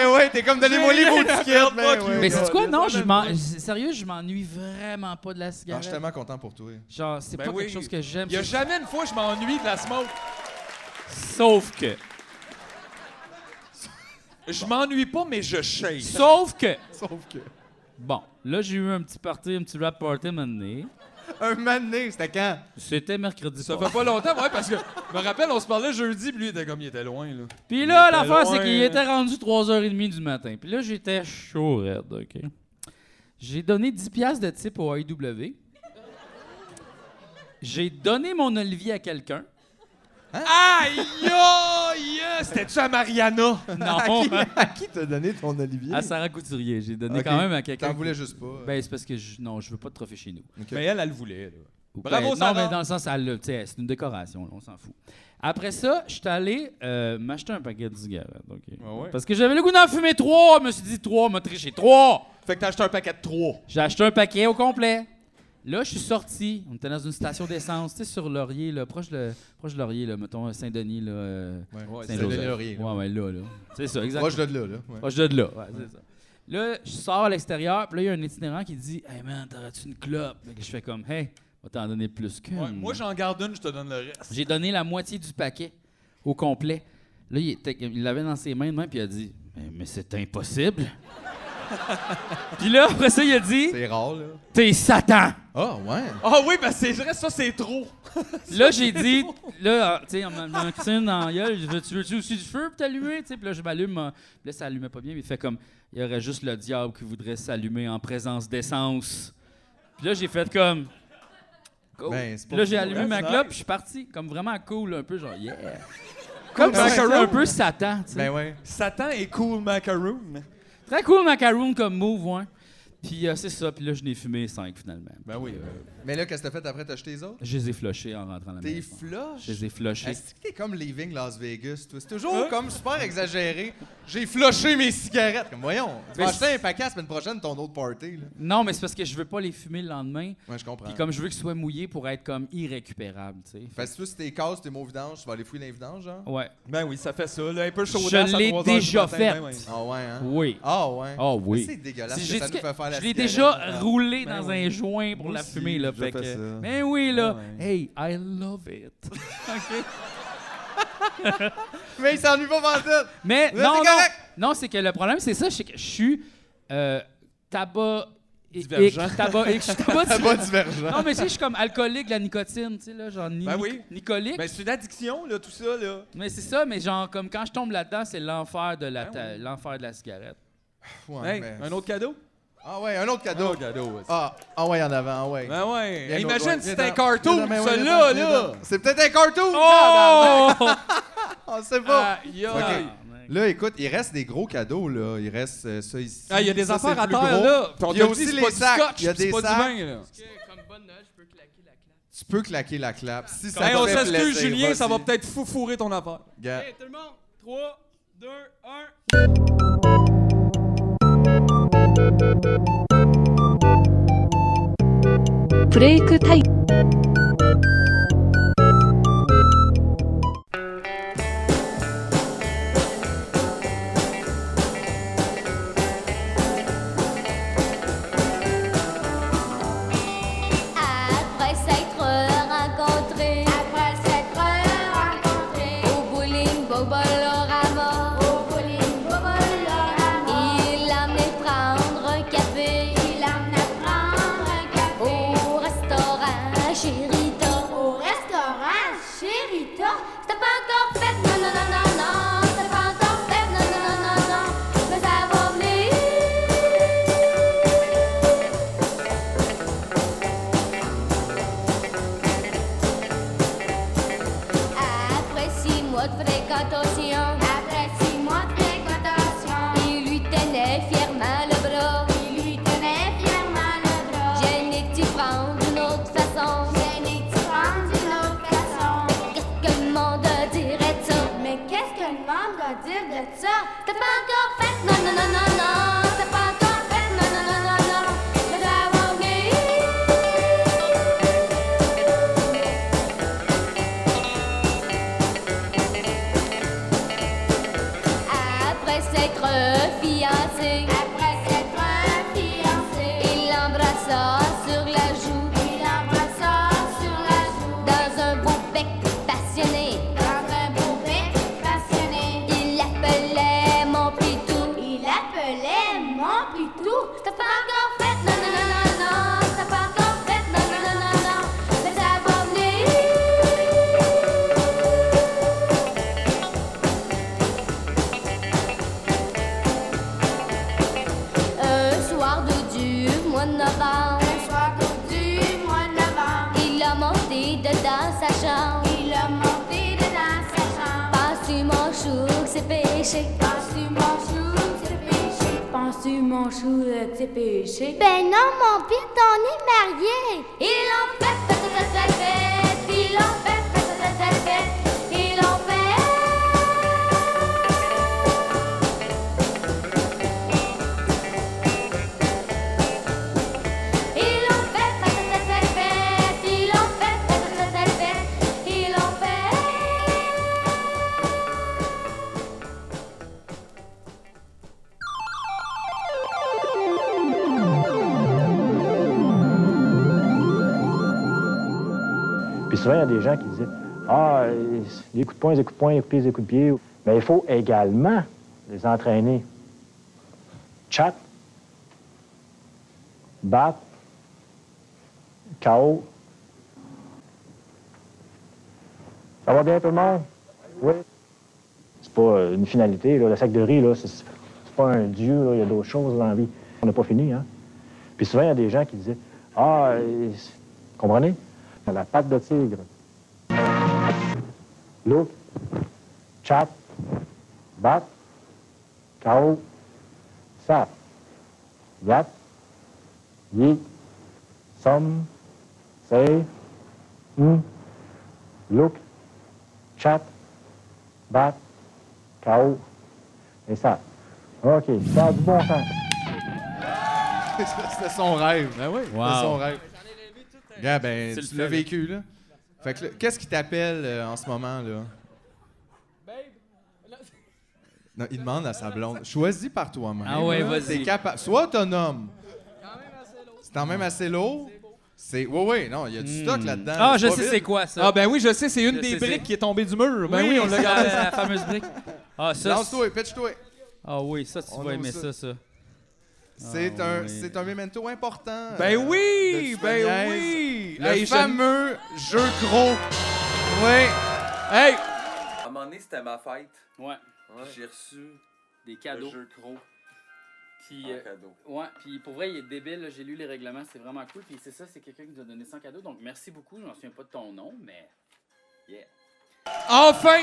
Eh ouais, t'es comme donnez-moi les mots tickets,
man, ouais.
Mais c'est quoi?
Regarde,
Non,
regarde
je
la
m'en... j- Sérieux, je m'ennuie vraiment pas de la
Non, je suis
cigarette.
tellement content pour toi.
Genre, c'est
Ben
pas
oui.
quelque chose que j'aime.
Il y a jamais une fois que je m'ennuie de la smoke.
Sauf que...
Je m'ennuie pas, mais je shake.
Sauf que...
Sauf que.
Bon, là, j'ai eu un petit party, un petit rap party maintenant.
Un mané, c'était quand?
C'était mercredi
Ça
soir.
fait pas longtemps, ouais, parce que je me rappelle, on se parlait jeudi, puis lui, il était comme il était loin, là.
Puis là,
Il était
l'affaire, c'est
loin.
qu'il était rendu 3h30 du matin. Puis là, j'étais chaud, raide, OK? J'ai donné 10 piastres de type au AIW. J'ai donné mon olivier à quelqu'un.
Aïe, aïe, aïe, c'était-tu à Mariana?
Non,
À qui t'as donné ton olivier?
à Sarah Couturier. J'ai donné
Ok.
quand même à
T'en
quelqu'un.
voulais juste pas.
Ah, Ben, c'est parce que je... non, je veux pas de trophée chez nous.
Mais elle, elle le voulait, là.
Ou
Bravo,
ben,
Sarah.
Non, mais dans le sens, elle l'a- tu sais, c'est une décoration, là, on s'en fout. Après ça, je suis allé euh, m'acheter un paquet de cigarettes. ok?
Ah ouais?
Parce que j'avais le goût d'en fumer trois. Je me suis dit trois, m'a triché trois.
Fait que t'as acheté un paquet de 3.
J'ai acheté un paquet au complet. Là, je suis sorti. On était dans une station d'essence, tu sais, sur Laurier, là, proche de, proche de Laurier, là, mettons Saint-Denis, là, euh,
Ouais,
Saint-Joseph.
Laurier.
Ouais, ouais, là, là. C'est ça, exactement.
Proche de là, là. ouais.
Proche de là. Ouais, c'est ça. Là, je sors à l'extérieur, puis là, il y a un itinérant qui dit Hey man, t'aurais-tu une clope Fait que Je fais comme Hey, on va t'en donner plus qu'une.
Ouais, moi, j'en garde une, je te donne le reste.
J'ai donné la moitié du paquet au complet. Là, il était- il l'avait dans ses mains de main, puis il a dit Mais, mais c'est impossible. puis là, après ça, il a dit
C'est rare, là.
T'es Satan.
Ah, ouais.
Ah oui, ben c'est vrai, ça, c'est trop.
Là, j'ai dit Là, tu sais, en me mettant une cuisine dans la gueule, je veux- tu veux-tu aussi du feu pour t'allumer Tu sais, Puis là, je m'allume. euh, puis Là, ça allumait pas bien, mais il fait comme Il y aurait juste le diable qui voudrait s'allumer en présence d'essence. Puis là, j'ai fait comme Cool.
Ben, c'est pas
Puis là, j'ai
fou,
allumé
hein,
ma
c'est
clope,
nice.
puis je suis parti, comme vraiment cool, un peu genre, yeah. Comme
Cool
si j'étais
macaron.
un peu Satan, tu sais.
Ben ouais.
Satan est cool macaroon.
Très cool, Macaroon, comme move, ouais. Puis euh, c'est ça, puis là, je n'ai fumé cinq finalement.
Ben oui. Mais là, qu'est-ce que t'as fait après? T'as acheté les autres?
Je les ai flushés en rentrant à la
T'es
maison. Ah, Je
flush?
les ai flushés.
Est-ce que t'es comme Leaving Las Vegas? toi? C'est toujours comme super exagéré. J'ai flushé mes cigarettes. Comme, voyons, tu vas
Mais
acheter un paquet la semaine prochaine ton autre party. Là.
Non, mais c'est parce que je veux pas les fumer le lendemain.
Ouais, je comprends.
Puis comme je veux que ce soit mouillé pour être comme irrécupérable, tu sais.
Fait que toi, si t'es casse, t'es mauvais vidange, tu vas aller fouiller dans les vidanges, genre?
Ouais.
Ben oui, ça fait ça. Là, un peu chaud
Je l'ai déjà
Ben
fait.
Ah ouais, hein?
Oui.
Ah ouais.
Ah oui.
Mais C'est dégueulasse.
Si
que
j'ai
ça
dit
nous
que-
fait faire la
Je l'ai
cigarette.
déjà roulé
Ben
dans
oui.
un joint pour
Moi
la
aussi,
fumer, là.
j'ai
Fait
fait
que-
ça.
Mais oui, là.
Ah
Hey, I love it. OK.
Mais il s'ennuie pas pantoute!
Mais
Là,
non,
c'est
non,
correct.
non, c'est que le problème, c'est ça, c'est que je suis euh, tabac. i-
Divergent.
ic- Tabac, ic- je suis tabac,
T'as pas divergent.
Non, mais tu sais, je suis comme alcoolique de la nicotine, tu sais, là, genre ni-
Ben oui.
nicolique.
Ben c'est une addiction, là, tout ça, là.
mais c'est ça, mais genre, comme quand je tombe là-dedans, c'est l'enfer de, la
Ben
ta- l'enfer de la cigarette.
Ouais,
Hey,
mais-
un autre cadeau?
Ah ouais, un autre cadeau.
cadeau,
Ah, ah ouais, en avant, ah ouais.
Ben ouais.
Viens,
imagine
viens,
si
viens
c'était un
donc.
cartoon,
Viens donc, viens
celui-là,
donc, viens
là.
donc. C'est peut-être un cartoon! tabarnak.
Oh!
On sait pas.
Ah, Aïe,
Ok.
aïe.
Là, écoute, il reste des gros cadeaux, là. Il reste euh, ça ici.
Ah, il y a des
Ça,
affaires
c'est
à
le plus
terre,
gros.
là. Puis on
Il y a
te dit,
aussi
c'est
les
pas du
sacs.
scotch,
Il y a
c'est
des
pas du
sacs.
vin, là.
comme bonne note, je peux claquer la claque.
Tu peux claquer la clap. Si ça
Hey,
te
on
fait
s'excuse,
plaisir,
Julien, ça va
vas-y.
peut-être fourrer ton affaire.
Gars.
tout le monde, 3, 2, 1.
브레이크 타임.
Après s'être rencontrés, après s'être rencontrés, au bowling Bobolorama, au bowling Bobolorama, il l'a amené prendre un café, il l'a amené prendre un café, au restaurant Chérita, au restaurant Chérita, c'était pas encore fait, non non non non non, c'était pas encore fait, non non non non non, mais ça va venir. Après six mois de fréquentation, après six mois de fréquentation, il lui tenait fièrement le bras, il lui tenait fièrement le bras. Je n'ai que tu prends d'une autre façon, je n'ai que tu prends d'une autre façon. Qu'est-ce que le monde dirait de ça? Mais qu'est-ce que le monde va dire de ça? T'as pas encore fait, non, non, non, non, non. T'as pas encore fait, non, non, non, non, non. Mais ça va venir. Après s'être fiancé, après s'être fiancé, il l'embrassa sur la joue, il l'embrassa sur la joue, dans un beau bec passionné, dans un beau bec passionné, il l'appelait mon pitou, il l'appelait mon pitou, t'as pas encore fait, non non non non non, t'as pas encore fait, non non non non non, mais ça va venir. Un Euh, soir de du mois de novembre. Un Euh, soir du mois de novembre. Il a monté dedans sa chambre. Il a monté dedans sa chambre. Penses-tu mon chou que c'est péché? Penses-tu mon chou que c'est péché? Penses-tu mon chou que c'est péché? Ben non, mon pire, on est marié. Il en fait, fait, fait, fait, fait. Il en fait, fait, fait, fait, fait. Il en fait. Il en fait, fait, fait, fait, fait, il en fait, fait, fait, fait, fait, il en fait.
Puis souvent, il y a des gens qui disaient Ah, euh, les coups de poing, les coups de poing, les coups de pied, les coups de pied. Mais il faut également les entraîner. Chat, bat, KO. Ça va bien tout le monde? Oui. C'est pas euh, une finalité, là. Le sac de riz, là, c'est c'est pas un dieu, là. Il y a d'autres choses dans la vie. On n'a pas fini, hein? Puis souvent, il y a des gens qui disaient Ah, euh, comprenez? La patte de tigre. Look, chat, bat, KO, sap, yap, yi, somme, say, m, look, chat, bat, KO. Et ça. OK, ça a du bon sens.
C'était son rêve. Ben oui,
Wow.
c'était son rêve.
J'en ai levé tout un.
Gars, ben,
C'est le
tu l'as
fait,
vécu, là. Fait que là, qu'est-ce qui t'appelle euh, en ce moment, là?
Babe. Là, c'est-
Non, il demande à sa blonde. Choisis par toi-même.
Ah ouais,
là.
vas-y.
T'es capable. Sois autonome.
quand même assez lourd.
C'est quand même assez lourd. C'est. Oui, oui, non, il y a du stock là-dedans.
Ah,
C'est
je
pas
sais
vite.
c'est quoi ça.
Ah ben oui, je sais, c'est une
Je
des
sais,
briques
c'est-
qui est tombée du mur. Ben oui, on l'a
c'est
gardé.
la, la fameuse brique. Ah, ça. c'est-
Lance-toi, pitch-toi.
Ah oui, ça, tu
On
vas
aime
aimer ça,
ça.
ça.
C'est
Ah,
un,
oui.
c'est un memento important.
Ben
euh,
oui,
de
ben
Tupaniaise.
oui.
Le
Hey, je-
fameux jeu gros. Ouais.
Hey,
À un moment donné, c'était ma fête.
Ouais,
J'ai reçu
des
le jeu gros
Puis,
en
euh,
cadeau.
ouais, puis pour vrai, il est débile. là, J'ai lu les règlements, c'est vraiment cool. Puis c'est ça, c'est quelqu'un qui nous a donné 100 cadeaux. Donc merci beaucoup. Je m'en souviens pas de ton nom, mais.
enfin,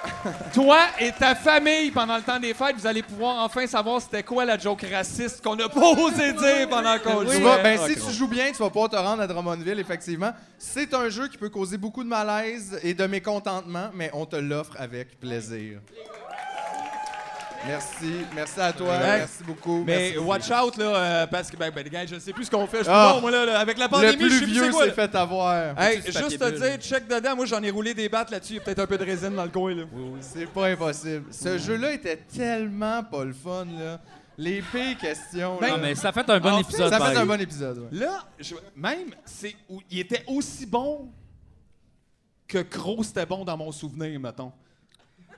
toi et ta famille, pendant le temps des fêtes, vous allez pouvoir enfin savoir c'était quoi la joke raciste qu'on a pas osé dire pendant qu'on
Tu
jouait.
vas- ben, si
Ok.
tu joues bien, tu vas pouvoir te rendre à Drummondville, effectivement. C'est un jeu qui peut causer beaucoup de malaise et de mécontentement, mais on te l'offre avec plaisir. Merci, merci à toi,
Ouais.
merci beaucoup.
Mais
merci.
watch out, là, euh, parce que, ben, ben, les gars, je sais plus ce qu'on fait. Je suis
Ah.
bon, moi, là, là, avec la
le
pandémie, je
plus
sais plus
vieux
c'est quoi.
s'est
là.
fait avoir.
Hey,
Peux-tu ce
juste te
papier bulle?
dire, check dedans. Moi, j'en ai roulé des battes là-dessus. Il y a peut-être un peu de résine dans le coin, là.
C'est pas impossible.
Hmm.
Ce jeu-là était tellement pas le fun, là. Les pires questions.
Ben,
là.
Ah, mais ça fait un bon
En fait,
épisode.
ça
par
fait un
exemple.
bon épisode. ouais.
Là, je- même, c'est où- il était aussi bon que Crow, c'était bon dans mon souvenir, mettons.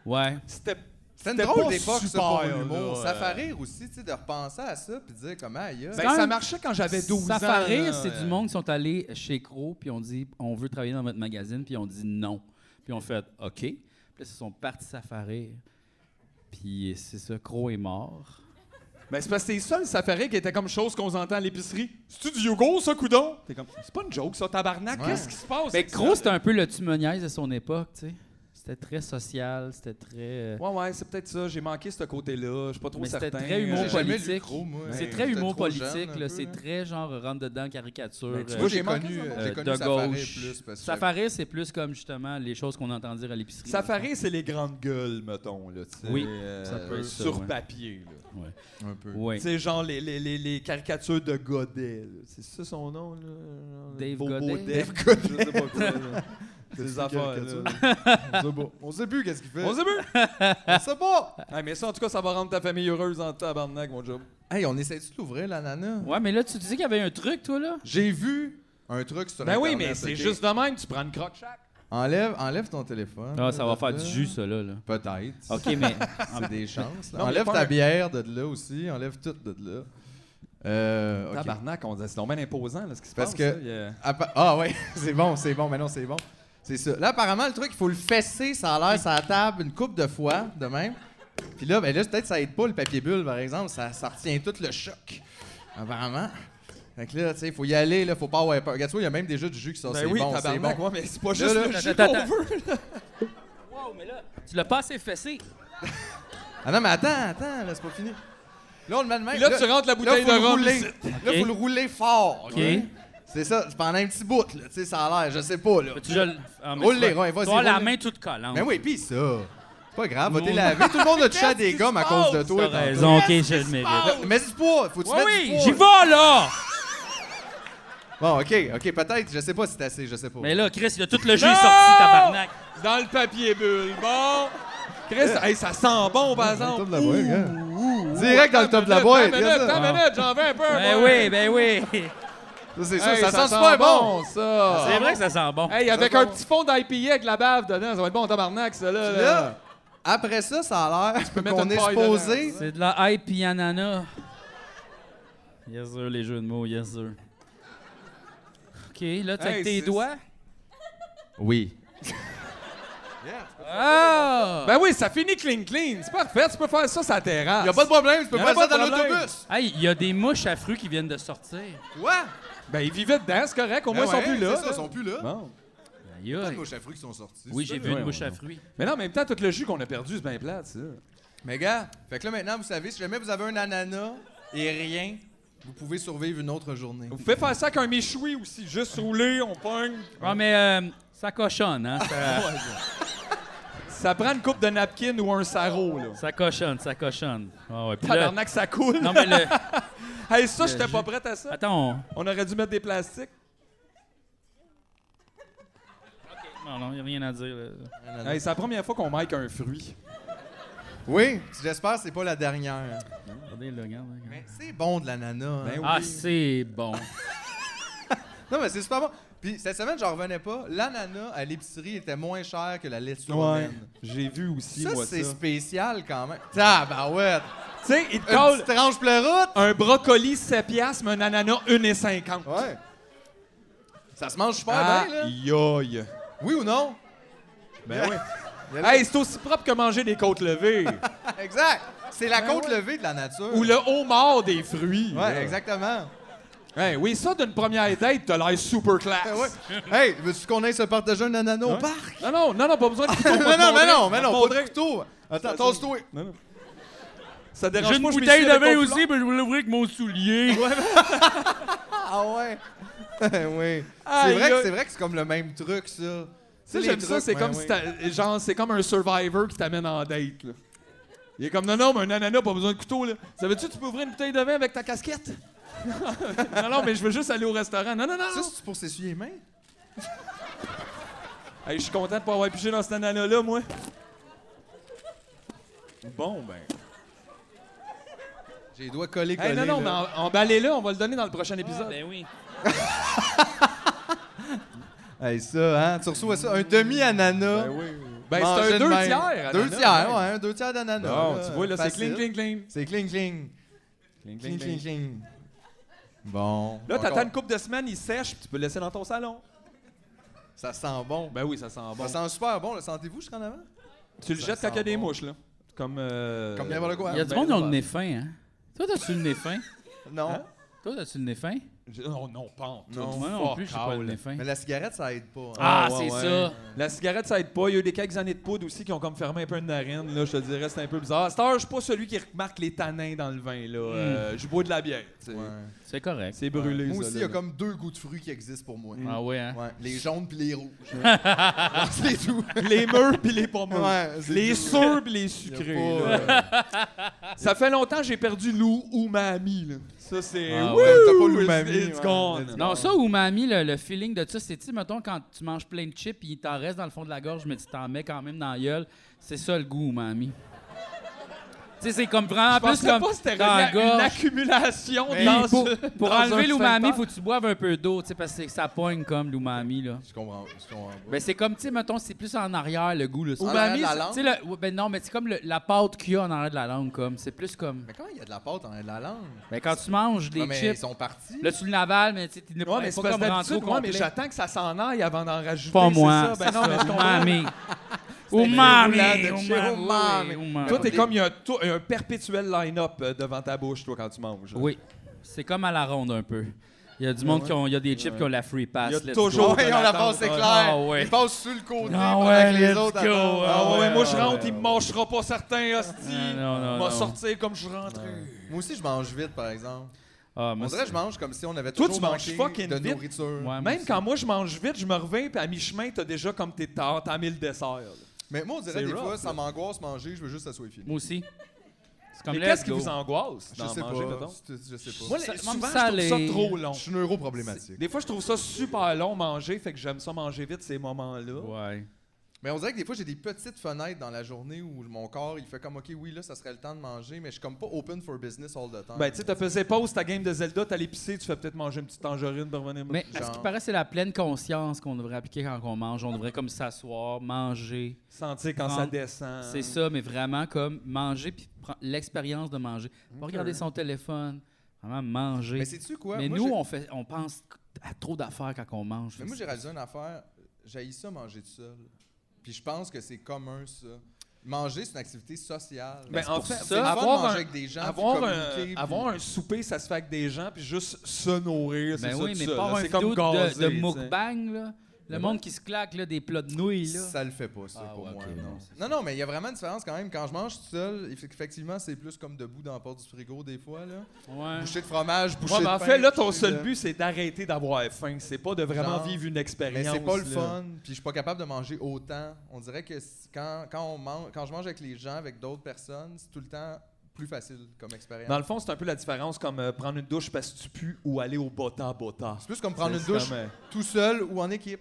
Ouais.
C'était
C'est une
c'était
drôle
pas
d'époque, ça,
super,
pour
là,
l'humour.
euh.
Ça fait rire aussi, tu sais, de repenser à ça puis de dire comment aïe, aïe.
Ben, ça marchait quand j'avais 12
ça
ans.
fait rire,
là. euh.
c'est du monde qui sont allés chez Crow, puis on dit on veut travailler dans votre magazine, puis on dit non. Puis on fait OK. Puis là, ils sont partis, ça fait rire. Puis c'est ça, Crow est mort.
Ben, c'est parce que c'est ça, le Safari, qui était comme chose qu'on entend à l'épicerie. C'est-tu du yogourt, ça, coudon? T'es comme, c'est pas une joke, ça, tabarnak.
Ouais.
Qu'est-ce qui se passe?
Mais
avec
Crow,
ça?
c'était un peu le tumoniaise de son époque, tu sais. C'était très social, c'était très. euh,
Ouais, ouais, c'est peut-être ça. J'ai manqué ce côté-là. Je suis pas trop
Mais
certain. euh,
c'était très humour
J'ai jamais lu
politique.
Crow, moi.
C'est
Ben,
très
j'étais
humour
trop jeune,
politique,
un
là.
peu, hein.
C'est très genre rentre dedans, caricature.
Ben, tu
euh,
vois,
j'ai
j'ai
manqué
connu,
ça,
moi.
j'ai
Euh,
connu
de
Safari
gauche.
plus parce que
Safari, c'est plus comme justement les choses qu'on entend dire à l'épicerie.
Safari, c'est les grandes gueules, mettons. Là, tu sais,
Oui,
euh,
ça peut être ça,
sur
ouais.
papier. Là.
un peu.
Oui.
Tu sais, genre les, les, les, les caricatures de Godet. là. C'est ça son nom? Là? Genre,
Dave
Bobo
Godet.
Dave
Dave
Godet. Je sais pas quoi. là. Des affaires.
caricature.
là.
On sait pas. On sait plus qu'est-ce qu'il fait.
On s'est vu?
On sait pas.
Ah, mais ça, en tout cas, ça va rendre ta famille heureuse en tabarnak, mon job.
Hey, on essaie de l'ouvrir la nana.
Ouais, mais là, tu disais qu'il y avait un truc, toi, là?
J'ai vu un truc sur
Ben oui,
Internet,
mais c'est
ok.
juste de même. Tu prends une croque chaque.
Enlève, enlève ton téléphone.
Ah, ça va faire du jus, ça, là. là.
Peut-être.
OK, mais.
C'est des chances. là.
Non, mais
enlève
pas
ta
un-
bière de là aussi. Enlève tout de là. Euh, ok.
Tabarnak, on dit, c'est donc bien imposant là, ce qui se
Parce
passe.
que-
là. Il y a-
Appa- Ah ouais, c'est bon, c'est bon, mais non, c'est bon. C'est ça. Là, apparemment, le truc, il faut le fesser, ça a l'air, ça la table une coupe de fois, de même. Puis là, ben là, peut-être ça aide pas le papier bulle, par exemple, ça, ça retient tout le choc. Apparemment. Fait que là, tu sais, il faut y aller, là, faut pas avoir peur. Regarde, tu vois, il y a même déjà du jus qui sort,
Ben
c'est
oui,
bon, c'est
tabarnak,
bon.
ouais, mais c'est pas juste
là,
le jus
attends,
qu'on
attends.
veut.
Wow, mais là, tu l'as pas assez fessé.
Ah non, mais attends, attends, là, c'est pas fini. Là, on le met de même.
Puis là, tu rentres la bouteille
là,
de
faut le
rhum.
rouler.
ici.
Là, faut le rouler fort.
OK.
ouais. C'est ça, c'est pendant un petit bout, là, tu sais, ça a l'air, je sais pas, là.
Tu le. Ah, mais
Roule-les,
tu vas-
ouais, vas-y,
tu vas avoir la
roule-les.
main toute collante.
Mais Ben oui, pis ça. C'est pas grave, va
Non.
t'es laver. Tout le monde a touché à des gommes à cause de toi.
T'as
tantôt.
raison, ok, je le mérite.
Non, Mais du poids, faut que tu
Ouais,
mettes
oui,
du poids.
j'y vais, là!
Bon, ok, ok, peut-être, je sais pas si c'est assez, je sais pas.
Mais là, Chris, il a tout le jus est sorti, tabarnak.
Dans le papier bulle. Bon. Chris,
Euh,
hey, ça sent bon, par exemple.
de la boîte, hein. Direct dans le top de la boîte,
Attends une
regarde
minute,
ça.
attends une minute, j'en veux un peu.
Ben
moi.
oui, ben oui.
Ça, c'est sûr,
Hey,
ça, sent super bon.
ça.
C'est vrai que ça sent bon.
Hey, avec
Ah,
un petit fond d'IPA avec la bave dedans, ça va être bon tabarnak, ça, là. là.
Là, après ça, ça a l'air
mettre
qu'on
une
est
paille
supposé.
dedans.
C'est de la hype pis ananas. Yes, sir, les jeux de mots, yes, sir. OK, là, tu
Hey,
avec tes
c'est-
doigts.
Oui.
Ah!
Ben oui, ça finit clean clean. C'est parfait, tu peux faire ça sur la terrasse.
Y a pas de problème, tu peux
Y en
pas
a
le faire
pas
dans
de problème.
l'autobus.
Hey, il y a des mouches à fruits qui viennent de sortir.
Quoi?
Ben ils vivaient dedans, c'est correct. Au moins,
Ben
ils sont
ouais,
plus là.
c'est ça,
là.
Ils sont plus là.
Bon.
Aïe,
Pas de
aïe.
mouches à fruits qui sont sortis.
Oui,
c'est
j'ai
ça?
vu une mouche à fruits.
Mais non, en même temps, tout le jus qu'on a perdu, c'est bien plate, ça.
Mais gars, fait que là maintenant, vous savez, si jamais vous avez un ananas et rien, Vous pouvez survivre une autre journée.
Vous pouvez faire ça avec un méchoui aussi, juste rouler, on pogne.
Ouais, mais euh, ça cochonne, hein? Ça,
Ça prend une coupe de napkin ou un sarrau, là.
ça cochonne, ça cochonne. Ah, Ouais, ouais. Puis là-
Tabarnak, ça coule.
non, mais le-
Hey, ça, j'étais
jeu-
pas prête à ça.
Attends, on-
On aurait dû mettre des plastiques.
non, non, y a rien à dire. là.
Hey, c'est la première fois qu'on mic un fruit.
Oui, j'espère que c'est pas la dernière.
Regardez, là, regarde, regarde.
Mais c'est bon de l'ananas. hein.
Ben oui.
Ah, c'est bon.
Non, mais c'est super bon. Puis cette semaine, j'en revenais pas. L'ananas à l'épicerie était moins cher que la laitue romaine.
J'ai vu aussi,
Ça,
moi, ça.
c'est spécial quand même. Tabarouette!
Tu sais, il te
Une
colle
petite tranche pleuroute!
un brocoli 7 piastres, mais un ananas 1,50.
Ouais. Ça se mange super
Ah.
bien, Ah, ben, là.
Aïe, aïe.
Oui ou non?
Ben oui.
Il y a-
Hey, c'est aussi propre que manger des côtes levées.
Exact! C'est la côte levée de la nature.
Ben Ou le homard des fruits.
Ouais, exactement.
Hey, oui, ça, d'une première date, t'as l'air super class.
Ben Ouais. hey, veux-tu qu'on aille se partager un ananas au
Ouais.
parc?
Non, non, non, non, pas besoin de couteau.
non, non, mais non, mais non, pas
Faudrait-
de couteau. Attends, tasse-toi.
Non, non. Ça dérange
J'ai une
pas, je m'y
bouteille
suis
de
avec
vin
ton
aussi, mais je voulais l'ouvrir avec mon soulier.
Ah ouais? oui.
Aïe,
C'est vrai, que-
aïe.
c'est vrai que c'est comme le même truc, ça.
Ça, j'aime ça, c'est comme si t'as- genre, c'est comme un survivor qui t'amène en date. là. Il est comme non, non, mais un ananas, pas besoin de couteau. Là. Savais-tu, tu peux ouvrir une bouteille de vin avec ta casquette? non, non, mais je veux juste aller au restaurant. Non, non, non.
Ça, c'est pour s'essuyer les mains?
Hey, je suis content de pas avoir pigé dans cet ananas-là, moi. Bon, ben.
J'ai les doigts collés, collés.
Hey, non, non, mais
là.
en- emballez-le, on va le donner dans le prochain épisode.
Ben oui.
Hey, ça, hein? Tu reçois ça, un demi-ananas.
Ben,
mangé
c'est un
de
deux
même.
tiers.
Deux
ananas,
tiers,
ouais.
ouais, un deux tiers d'ananas.
Bon, tu vois, là, c'est cling,
facile.
cling, cling.
C'est cling, cling.
Cling,
Cling, cling, cling. Bon.
Là, t'attends
Encore.
une couple de semaines, il sèche, puis tu peux le laisser dans ton salon.
Ça sent bon.
Ben oui, ça sent bon.
Ça sent super bon. Le sentez-vous jusqu'en avant?
Tu le jettes
sent
quand il y a des
bon.
mouches, là. Comme. euh,
Comme n'importe quoi.
Il y a du monde qui ont le nez fin, hein? Toi, t'as-tu le nez fin?
Non.
Toi, t'as-tu le nez fin?
Je- Non, non, pas en tout.
Non.
Moi non
fuck
plus, j'ai pas le
all.
nez fin.
Mais la cigarette, ça aide pas. hein.
Ah,
ouais,
c'est
ouais.
ça.
La cigarette, ça aide pas. Il y a eu des quelques années de poudre aussi qui ont comme fermé un peu une narine. Là, je te dirais, c'est un peu bizarre. À cette heure, je suis pas celui qui remarque les tanins dans le vin. Là.
Hmm.
Euh, je bois de la bière. tu sais.
Ouais.
C'est correct.
C'est brûlé.
Moi
ça,
aussi, il
là,
y a
là.
comme deux goûts de fruits qui existent pour moi.
Ah ouais, hein?
Mm. Ouais, les jaunes puis les rouges. c'est tout.
les mûrs puis les pas mûrs.
Ouais, c'est
les
tout.
sûrs puis les
Y a
sucrés.
pas,
là.
euh,
Ça fait longtemps que j'ai perdu Lou ou Mamie. là. Ça, c'est.
Ah
Wouh,
ouais.
T'as pas Lou
it's-
Mamie,
it's
ouais.
gone.
Let's
Non, ça ou mamie, le, le feeling de ça, c'est, tu sais, mettons, quand tu manges plein de chips et il t'en reste dans le fond de la gorge, mais tu t'en mets quand même dans la gueule, c'est ça le goût, mamie. tu sais, c'est comme vraiment
Je
plus
pensais
comme
pas que c'était
dans la
relié à une
gorge.
accumulation
Puis
dans
pour,
ce-
pour
dans un
enlever l'umami,
sphincter.
faut que tu boives un peu d'eau, tu sais, parce que ça pogne comme l'umami, là.
Je comprends, je comprends pas.
Ben, c'est comme, tu sais, mettons, c'est plus en arrière le goût, là. C'est-
En
Umami,
arrière de la
c'est-
langue?
tu sais, le- ouais, ben non, mais c'est comme le- la pâte qu'il y a en arrière de la langue, comme. C'est plus comme.
Mais comment il y a de la pâte en de la langue?
Ben, quand tu manges des
Non, mais ils
chips,
sont partis.
là, tu l'avales, mais tu sais, t'es pas,
Ouais, mais c'est
pas
parce
comme
que
rentré au
d'habitude, moi, mais
complet.
j'attends que ça s'en aille avant d'en rajouter.
Pas
c'est
moi.
Ça. Ben non, mais je comprends.
umami.
Umami,
Umami.
umami,
Umami.
Toi, t'es
Des-
comme il y a un, to- un perpétuel line-up euh, devant ta bouche, toi, quand tu manges.
Oui. C'est comme à la ronde un peu. Il y a du monde qui ont. Il y a des chips qui ont la free pass.
Il y a
let's go.
toujours.
Ouais,
de
on la
l'attente.
passe, c'est
Ah,
clair.
Ah ouais.
Ils passent sur le côté
Ah
pendant
ouais,
que les
let's
autres
go.
attendent.
Ah
Ah ouais,
ouais,
moi, je
ouais,
rentre,
ouais,
il me mâchera pas certain, hostie.
Ah, non, non,
M'a
non.
sorti comme je suis rentré.
Moi aussi, je mange vite, par exemple.
Ah, moi,
On dirait que
c'est-
je mange comme si on avait
Toi,
toujours
tu manges
manqué
fucking
de
vite.
nourriture.
Ouais, moi
Même
aussi.
quand moi, je mange vite, je me reviens, puis à mi-chemin, t'as déjà comme tes tartes, t'as mis le dessert. là.
Mais moi, on dirait
C'est
des
rough,
fois,
là.
ça m'angoisse manger, je veux juste que ça soit fini.
Moi aussi. C'est comme
Mais
let's
qu'est-ce qui
go.
vous angoisse
Je
d'en
sais,
manger,
pas,
mettons?
C'est- je sais pas.
Moi,
Ça-
souvent,
même
je trouve
salé.
ça trop long.
je suis neuropproblématique.
Des fois, je trouve ça super long manger, fait que j'aime ça manger vite ces moments-là.
Ouais.
Mais on dirait que des fois, j'ai des petites fenêtres dans la journée où mon corps, il fait comme, OK, oui, là, ça serait le temps de manger, mais je suis comme pas open for business all the time.
Ben, tu sais, t'as faisais pause ta game de Zelda, t'allais pisser, tu fais peut-être manger une petite tangerine pour revenir.
Mais à ce
Genre-
qui paraît, c'est la pleine conscience qu'on devrait appliquer quand on mange. On devrait comme s'asseoir, manger.
Sentir quand ça
Prendre-
descend.
C'est ça, mais vraiment comme manger puis prendre l'expérience de manger. Pas regarder son téléphone. Vraiment manger.
mais sais-tu quoi?
Mais
Moi,
nous,
j'ai-
on, fait, on pense à trop d'affaires quand on mange.
Mais moi, j'ai réalisé une affaire. J'haïs ça, manger tout seul. Puis je pense que c'est commun, ça. Manger, c'est une activité sociale.
Ben, en fait,
c'est
ça,
le fun de
avoir
manger
un-
avec des gens,
Avoir
puis
un,
communiquer,
avoir un souper, ça se fait avec des gens, puis juste se nourrir, c'est
Ben
ça
oui,
tout
mais
seul,
pas
là.
un
C'est
vidéo
comme
de-
gazé,
de,
tu sais.
mukbang, là. Le monde qui se claque là, des plats de nouilles. Là.
Ça le fait pas, ça,
Ah,
pour
ouais,
moi.
ok,
non.
non, c'est
non, non, mais il y a vraiment une différence quand même. Quand je mange tout seul, eff- effectivement, c'est plus comme debout dans la porte du frigo, des fois. Là.
Ouais.
Bouchée de fromage, bouchée
Ouais,
de
mais en
pain,
fait, là, ton
bouchée
seul
de-
but, c'est d'arrêter d'avoir faim. C'est pas de vraiment
Genre.
vivre une
Mais
expérience.
c'est pas le
là.
fun, puis je suis pas capable de manger autant. On dirait que c- quand, quand, on mange, quand je mange avec les gens, avec d'autres personnes, c'est tout le temps plus facile comme expérience.
Dans le fond, c'est un peu la différence comme euh, prendre une douche parce que tu pues ou aller au botin botin.
C'est plus comme prendre une
C'est
douche
comme, euh,
tout seul ou en équipe.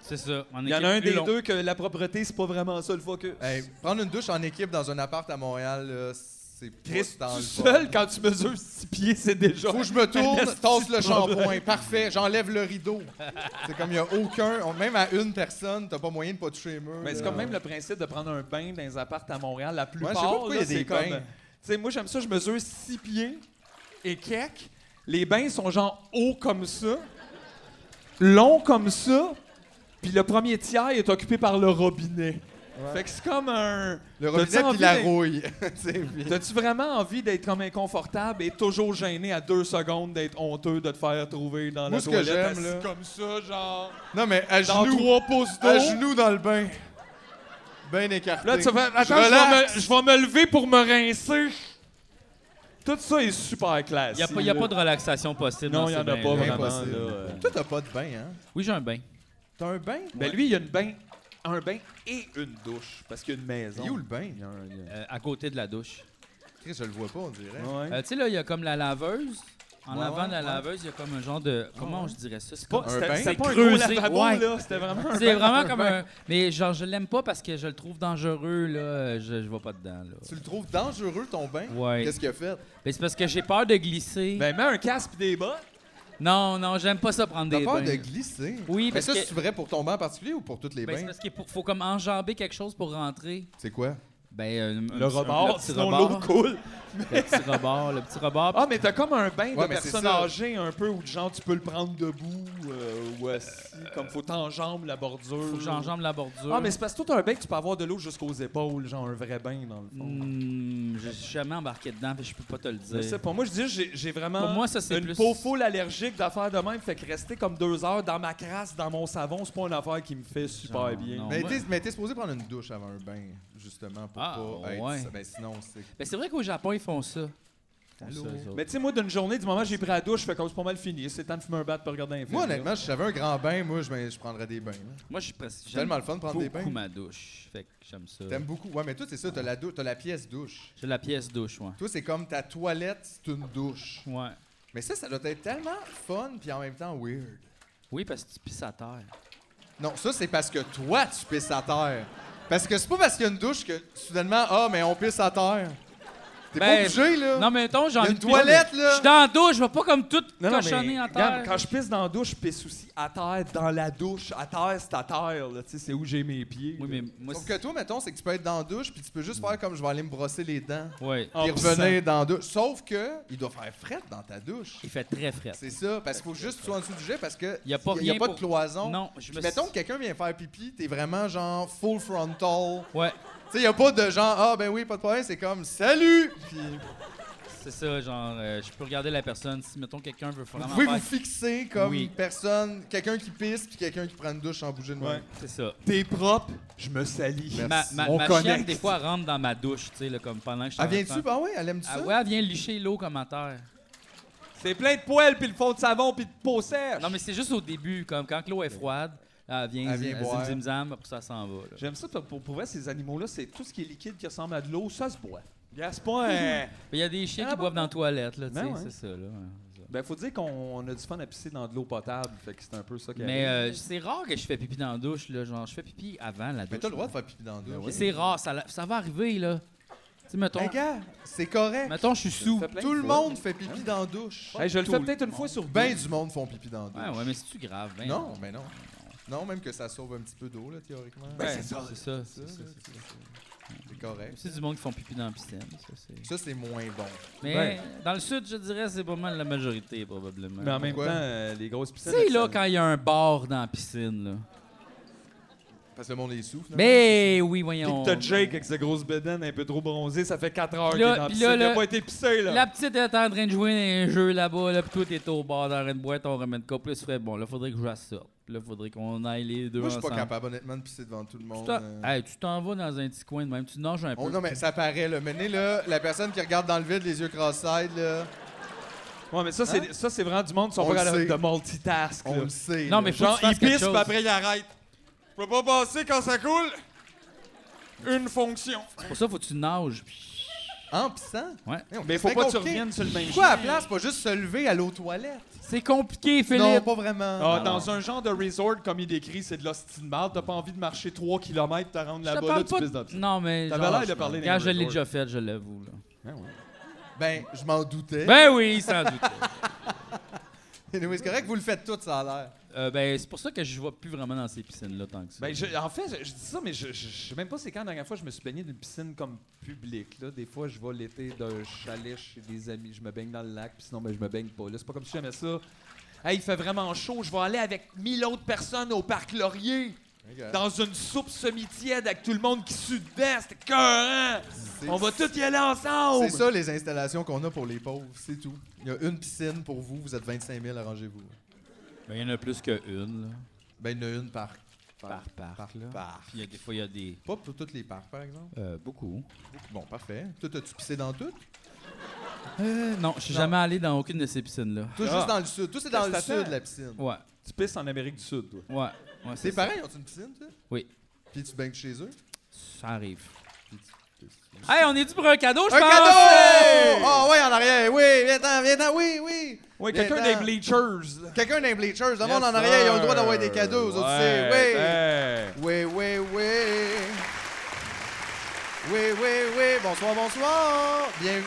C'est ça.
Il y en a un des deux que la propreté, c'est pas vraiment ça le focus.
Hey, prendre une douche en équipe dans un appart à Montréal, là, c'est
Chris,
pas tant
tout
le fun.
seul, quand tu mesures six pieds, c'est déjà...
Faut que je me
Un
tourne,
esti
tasse
de
le shampoing.
problème.
Parfait, j'enlève le rideau. C'est comme il n'y a aucun, on- même à une personne, t'as pas moyen de pas toucher les murs.
Mais c'est
là.
comme même le principe de prendre un bain dans les appartes à Montréal. La
sais pas
plupart, là,
pourquoi il y a
c'est
des
comme...
bains.
euh, Tu sais, moi, j'aime ça, je mesure six pieds et quelques. Les bains sont genre hauts comme ça, longs comme ça, puis le premier tiers est occupé par le robinet. Fait que c'est comme un...
Le
T'as-tu
robinet
envie
puis la
d'être-
rouille. C'est-
T'as-tu vraiment envie d'être comme inconfortable et toujours gêné à deux secondes d'être honteux de te faire trouver dans
Moi,
la
ce que
toilette
j'aime,
assis
là-
comme ça, genre...
non mais à
Dans
genoux,
trois pouces
à
d'eau.
genoux dans le bain, bien écarté.
Là, tu vas... Attends, je, vais
relaxe.
me, je vais me lever pour me rincer. Tout ça est super classe.
Il n'y a, pas- y a pas de relaxation possible.
Non,
dans
il y
ces
en a pas
bains-là.
vraiment.
Impossible.
là, euh.
Toi, t'as pas de bain, hein?
Oui, j'ai un bain.
T'as un bain?
Ben lui, il y a une bain, un bain et une douche, parce qu'il y a une maison.
Il est où le bain?
Il y a un- il y a-
euh, à côté de la douche.
Chris, je le vois pas, on dirait.
Ouais.
Euh, tu sais, là, il y a comme la laveuse. En
Ouais,
avant de la
ouais.
laveuse, il y a comme un genre de. Comment je dirais ça? C'est
Pas-
comme-
un bain?
C'était c'était pas un gros
creusé,
lavabo,
ouais.
là. C'était vraiment un
C'est
bain.
vraiment comme un. Mais genre, je l'aime pas parce que je le trouve dangereux, là. Euh, Je, je vais pas dedans, là.
Tu le trouves dangereux, ton bain?
Ouais.
Qu'est-ce qu'il a fait?
Mais c'est parce que j'ai peur de glisser.
Ben, mets un casque pis des bottes.
Non, non, j'aime pas ça prendre
T'as
des
peur
bains.
de glisser?
Oui,
Mais
parce
ça,
que-
c'est vrai pour ton bain en particulier ou pour toutes les
Ben, c'est
bains?
parce qu'il faut, faut comme enjamber quelque chose pour rentrer.
C'est quoi?
Ben, euh, un
Le
petit-
rebord,
le petit
sinon
rebord.
l'eau coule.
Le petit rebord, le petit rebord.
Ah, mais t'as comme un bain
Ouais,
de
mais c'est
personnes
ça.
âgées un peu où, genre, tu peux le prendre debout euh, ou assis, comme faut t'enjambe la bordure.
Faut que j'enjambe la bordure.
Ah, mais c'est parce que toi, t'as un bain que tu peux avoir de l'eau jusqu'aux épaules, genre un vrai bain, dans le fond.
Hmm, je suis jamais embarqué dedans, fait que je peux pas te le dire.
Je sais pas. Moi, je dis, j'ai- j'ai vraiment
Pour moi, ça, c'est
une
plus-
peau full allergique d'affaires de même. Fait que rester comme deux heures dans ma crasse, dans mon savon, c'est pas une affaire qui me fait super
Genre,
bien.
non.
Mais
moi-
t'es, mais t'es supposé prendre une douche avant un bain, justement, pour
Ah,
pas être.
ouais.
Ben sinon, c'est.
Ben, c'est vrai qu'au Japon, ils font ça. Ils font
Allô?
ça, eux autres.
Mais tu sais, moi, d'une journée, du moment que j'ai pris la douche, je fais comme c'est pas mal fini. C'est temps de fumer un bat pour regarder un film.
Moi,
là.
honnêtement, si j'avais un grand bain, moi, je, ben, je prendrais des bains. là.
Moi, je suis presque.
C'est tellement le fun de prendre des
beaucoup
bains.
ma douche. Fait que j'aime ça.
T'aimes beaucoup. Ouais, mais toi, c'est ça, t'as la, dou- t'as la pièce douche.
J'ai la pièce douche, ouais.
Toi, c'est comme ta toilette, c'est une douche.
Ouais.
Mais ça, ça doit être tellement fun, puis en même temps weird.
Oui, parce que tu pisses à terre.
Non, ça, c'est parce que toi, tu pisses à terre. Parce que c'est pas parce qu'il y a une douche que soudainement, ah, mais on pisse à terre. T'es
Ben,
pas obligé, là.
Non, mais mettons, j'ai
Euh, Il y a
envie
une
de pisser,
toilette,
mais
là.
Je suis dans la douche, je vais pas comme tout
Non, non, mais
cochonner en
regarde,
terre.
quand je pisse dans la douche, je pisse aussi à terre, dans la douche. À terre, c'est à terre. là. Tu sais, c'est où j'ai mes pieds. Mm.
Oui,
là.
mais moi,
Sauf
c'est.
que toi, mettons, c'est que tu peux être dans la douche, puis tu peux juste faire comme je vais aller me brosser les dents.
Ouais.
En
Puis
pissant.
revenir dans la douche. Sauf que, il doit faire fret dans ta douche.
Il fait très frais.
C'est ça, parce qu'il faut juste que tu sois en dessous du jet parce que
Y a pas
y
rien
pas de
pour-
cloison.
Non, je
Puis
me
mettons
suis-
que quelqu'un vient faire pipi, t'es vraiment genre full frontal.
Ouais,
Tu sais, y a pas de genre ah ben oui, pas de problème, c'est comme salut. Puis
c'est ça, genre, euh, je peux regarder la personne. Si, mettons, quelqu'un veut
vous
vraiment
pouvez vous
faire-
fixer comme
Oui.
personne, quelqu'un qui pisse puis quelqu'un qui prend une douche sans bouger de main.
Ouais.
C'est ça.
T'es propre, je me salis.
Ma, ma,
On
ma chienne,
connecte.
des fois, elle rentre dans ma douche, tu sais, là, comme pendant que je suis
Ah
en
viens-tu?
train-
Ah ouais, elle aime du ça?
Ah ouais, elle vient licher l'eau comme à terre.
C'est plein de poêles, puis le fond de savon, puis de peau sèche.
Non, mais c'est juste au début, comme quand l'eau est froide, elle vient,
Elle vient
elle
boire.
zimzam, après ça, elle s'en va. là.
J'aime ça, pour, pour, pour vrai, ces animaux-là, c'est tout ce qui est liquide qui ressemble à de l'eau, ça se boit. Gars, c'est pas un...
Il y a des chiens
Ah,
qui
bon,
boivent dans la toilette, là, tu sais,
Ben ouais.
c'est ça, là. ouais, c'est ça.
Ben, faut dire qu'on on a du fun à pisser dans de l'eau potable, fait que c'est un peu ça qui
Mais
arrive.
euh, c'est rare que je fais pipi dans la douche, là. Genre, je fais pipi avant la douche.
Mais t'as le droit
là.
de faire Ben, pipi dans la douche.
Mais C'est rare, ça, la- ça va arriver, là. Tu sais, mettons,
Hey, gars, c'est correct.
mettons, je suis sous.
Ça fait plein de
Tout le
fois.
monde fait pipi dans la douche.
Hey, je le
tout
fais
le
peut-être une fois sur
Ben
ben
du monde font pipi dans la douche.
Ouais, ouais, mais c'est-tu grave? Ben,
Non, mais non. Non, même que ça sauve un petit peu d'eau, là, théoriquement.
c'est ça. C'est ça.
Ça,
C'est ça.
là, c'est- c'est correct.
C'est du monde qui font pipi dans la piscine. Ça, c'est...
Ça, c'est moins bon.
Mais
Ben.
dans le sud, je dirais, c'est pas mal la majorité, probablement.
Mais en même temps,
Pourquoi?
euh, les grosses
Tu
piscines...
sais,
elles
là,
sont-
quand il y a un bar dans la piscine, là.
Parce que le monde est sous, finalement.
Mais oui,
Puis
voyons.
que t'as Jake avec sa grosse bedaine un peu trop bronzée, ça fait 4 heures
Puis
qu'il
là-
est dans la
puis là,
piscine. Il a
là-
pas été pissé, là.
La petite est en train de jouer à un jeu là-bas, là, puis toi, t'es au bar dans une boîte, on ramène quoi. Puis là, tu fais, bon, là, faudrait que je la sorte. Puis là, faudrait qu'on aille les deux
Moi, je suis
ensemble.
pas capable, honnêtement, de pisser devant tout le
Tu
monde.
t'en-
euh.
Hey, tu t'en vas dans un petit coin de même, tu nages un peu.
Oh, non, mais ça paraît, là. Maintenant, là, la personne qui regarde dans le vide, les yeux cross-eyed, là,
Ouais, mais ça,
Hein?
c'est ça, c'est vraiment du monde qui sont
On
pas
le
capables
sait.
de multitask.
on
là.
le sait.
Non,
là.
mais faut
Genre,
que tu
il
fasses quelque
pisse,
chose.
puis après, il arrête. Je peux pas passer quand ça coule. Une fonction.
Pour ça, faut que tu nages.
En pissant?
Ouais.
Mais faut pas que tu reviennes sur le même
Pourquoi à la place, pas juste se lever à l'eau toilette?
C'est compliqué,
Non,
Philippe.
pas vraiment.
Ah, dans un genre de resort, comme il décrit, c'est de l'hostie de marde. T'as pas envie de marcher 3 km, te rendre
Je te
là-bas,
parle
là, tu
pas
pisses
de-
dans le-
Non, mais.
T'avais
genre,
l'air de parler
Quand
d'un
je l'ai
resort.
déjà fait, je l'avoue. là.
Ben, je m'en doutais.
Ben oui, sans doute.
Anyway, c'est correct, vous le faites tout, ça a l'air.
Euh, ben, c'est pour ça que je vois plus vraiment dans ces piscines-là tant que ça.
Ben, je- en fait, je, je dis ça, mais je, je, je sais même pas c'est quand la dernière fois je me suis baigné d'une piscine comme publique. Là. Des fois, je vais l'été d'un chalet chez des amis, je me baigne dans le lac, puis sinon, ben, je me baigne pas. Là, c'est pas comme si j'aimais ça. Hey, il fait vraiment chaud, je vais aller avec 1000 autres personnes au parc Laurier,
Euh.
dans une soupe semi-tiède avec tout le monde qui sue dedans, c'était écœurant!
C'est-
On va tous y aller ensemble!
C'est ça, les installations qu'on a pour les pauvres, c'est tout. Il y a une piscine pour vous, vous êtes 25 000, arrangez-vous.
Ben, il y en a plus qu'une, là.
Ben, il y en a une par, Ah,
Par parc,
par,
là.
par.
Puis il y a des fois, il y a des.
Pas pour toutes les parcs, par exemple.
Euh, beaucoup.
Bon, parfait. Toi, t'as-tu pissé dans toutes?
Euh, non, je suis
Non.
jamais allé dans aucune de ces piscines-là.
Toi,
Ah.
juste dans le sud. Toi, c'est dans le
Qu'est-ce que
sud,
t'attends?
la piscine.
Ouais,
Tu pisses en Amérique du Sud, toi.
ouais. ouais
C'est
ça.
pareil, ils ont une piscine, toi?
Oui.
Puis tu baignes chez eux?
Ça arrive. Hey, on est dû pour un cadeau, je
Un
pense!
cadeau! Oh, ouais, en arrière. Oui, viens-t'en, viens-t'en, oui, oui.
Oui, quelqu'un
Viens-t'en.
des Bleachers. là.
Quelqu'un d'un bleachers,
Yes,
demande en arrière, ils ont le droit d'avoir
sir.
des cadeaux, aux autres,
Ouais,
c'est- oui.
hey.
Oui, oui, oui. Oui, oui, oui. Bonsoir, bonsoir. Bienvenue.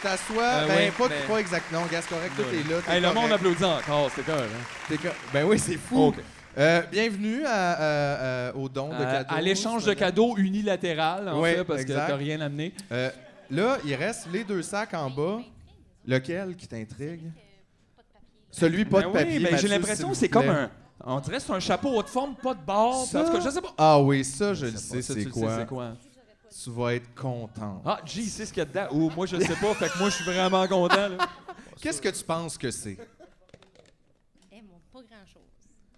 Tu t'assois.
Euh,
ben,
oui,
pas,
ben-
pas exact. Non, gaz correct. Tout est là. t'es
Hey, le monde
correct,
applaudit encore, c'est cool. Hein?
t'es co- Ben oui, c'est fou.
OK.
Euh, bienvenue à, euh, euh, au don de
Euh,
cadeaux.
à l'échange de cadeaux unilatéral, en
Ouais,
fait, parce
exact.
que t'as rien amené.
Euh, là, il reste les deux sacs en bas. Lequel qui t'intrigue? Celui pas
Ben
de
oui,
papier.
ben j'ai
Mathieu,
l'impression
s'il
que
vous
c'est comme
plaît.
un. On dirait que c'est un chapeau haut de forme, pas de bord.
Ça-
En tout cas, je sais pas.
Ah oui, ça, je le
Ça,
sais,
ça,
c'est
tu le sais,
quoi.
c'est quoi.
Tu vas être content.
Ah, G, c'est ce qu'il y a dedans. Ou moi, je sais pas. fait que moi, je suis vraiment content. là.
Qu'est-ce que tu penses que c'est?
Eh, mon, pas grand-chose.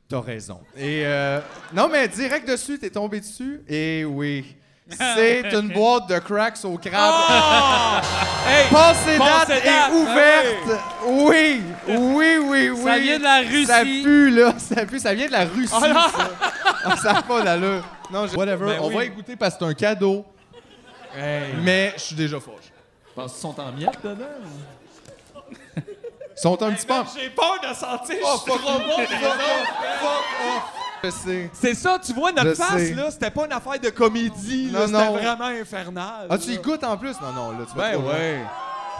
T'as raison. Et euh, non, mais direct dessus, t'es tombé dessus. Et oui, c'est une boîte de cracks au crabe.
Ah! Hey!
Passée date
Passée date,
est ouverte.
Ah
Oui, oui, oui, oui.
Ça vient de la
Ça
Russie.
pue, là. Ça pue, ça vient de la Russie.
Oh là!
ça. Ah, ça a pas d'allure. Non, je- whatever.
Ben
On
oui.
va écouter parce que c'est un cadeau,
Hey!
mais je suis déjà fâché.
Penses-tu qu'ils sont en miettes dedans?
Ils sont un petit peu. en-
J'ai peur de sentir.
Oh, Je sais.
C'est ça, tu vois, notre
Je
face,
sais.
là, c'était pas une affaire de comédie. là,
Non,
C'était
non.
vraiment infernal.
Ah, tu y
là.
goûtes en plus? Non, non, là, tu vas
Ben
trop loin.
ouais.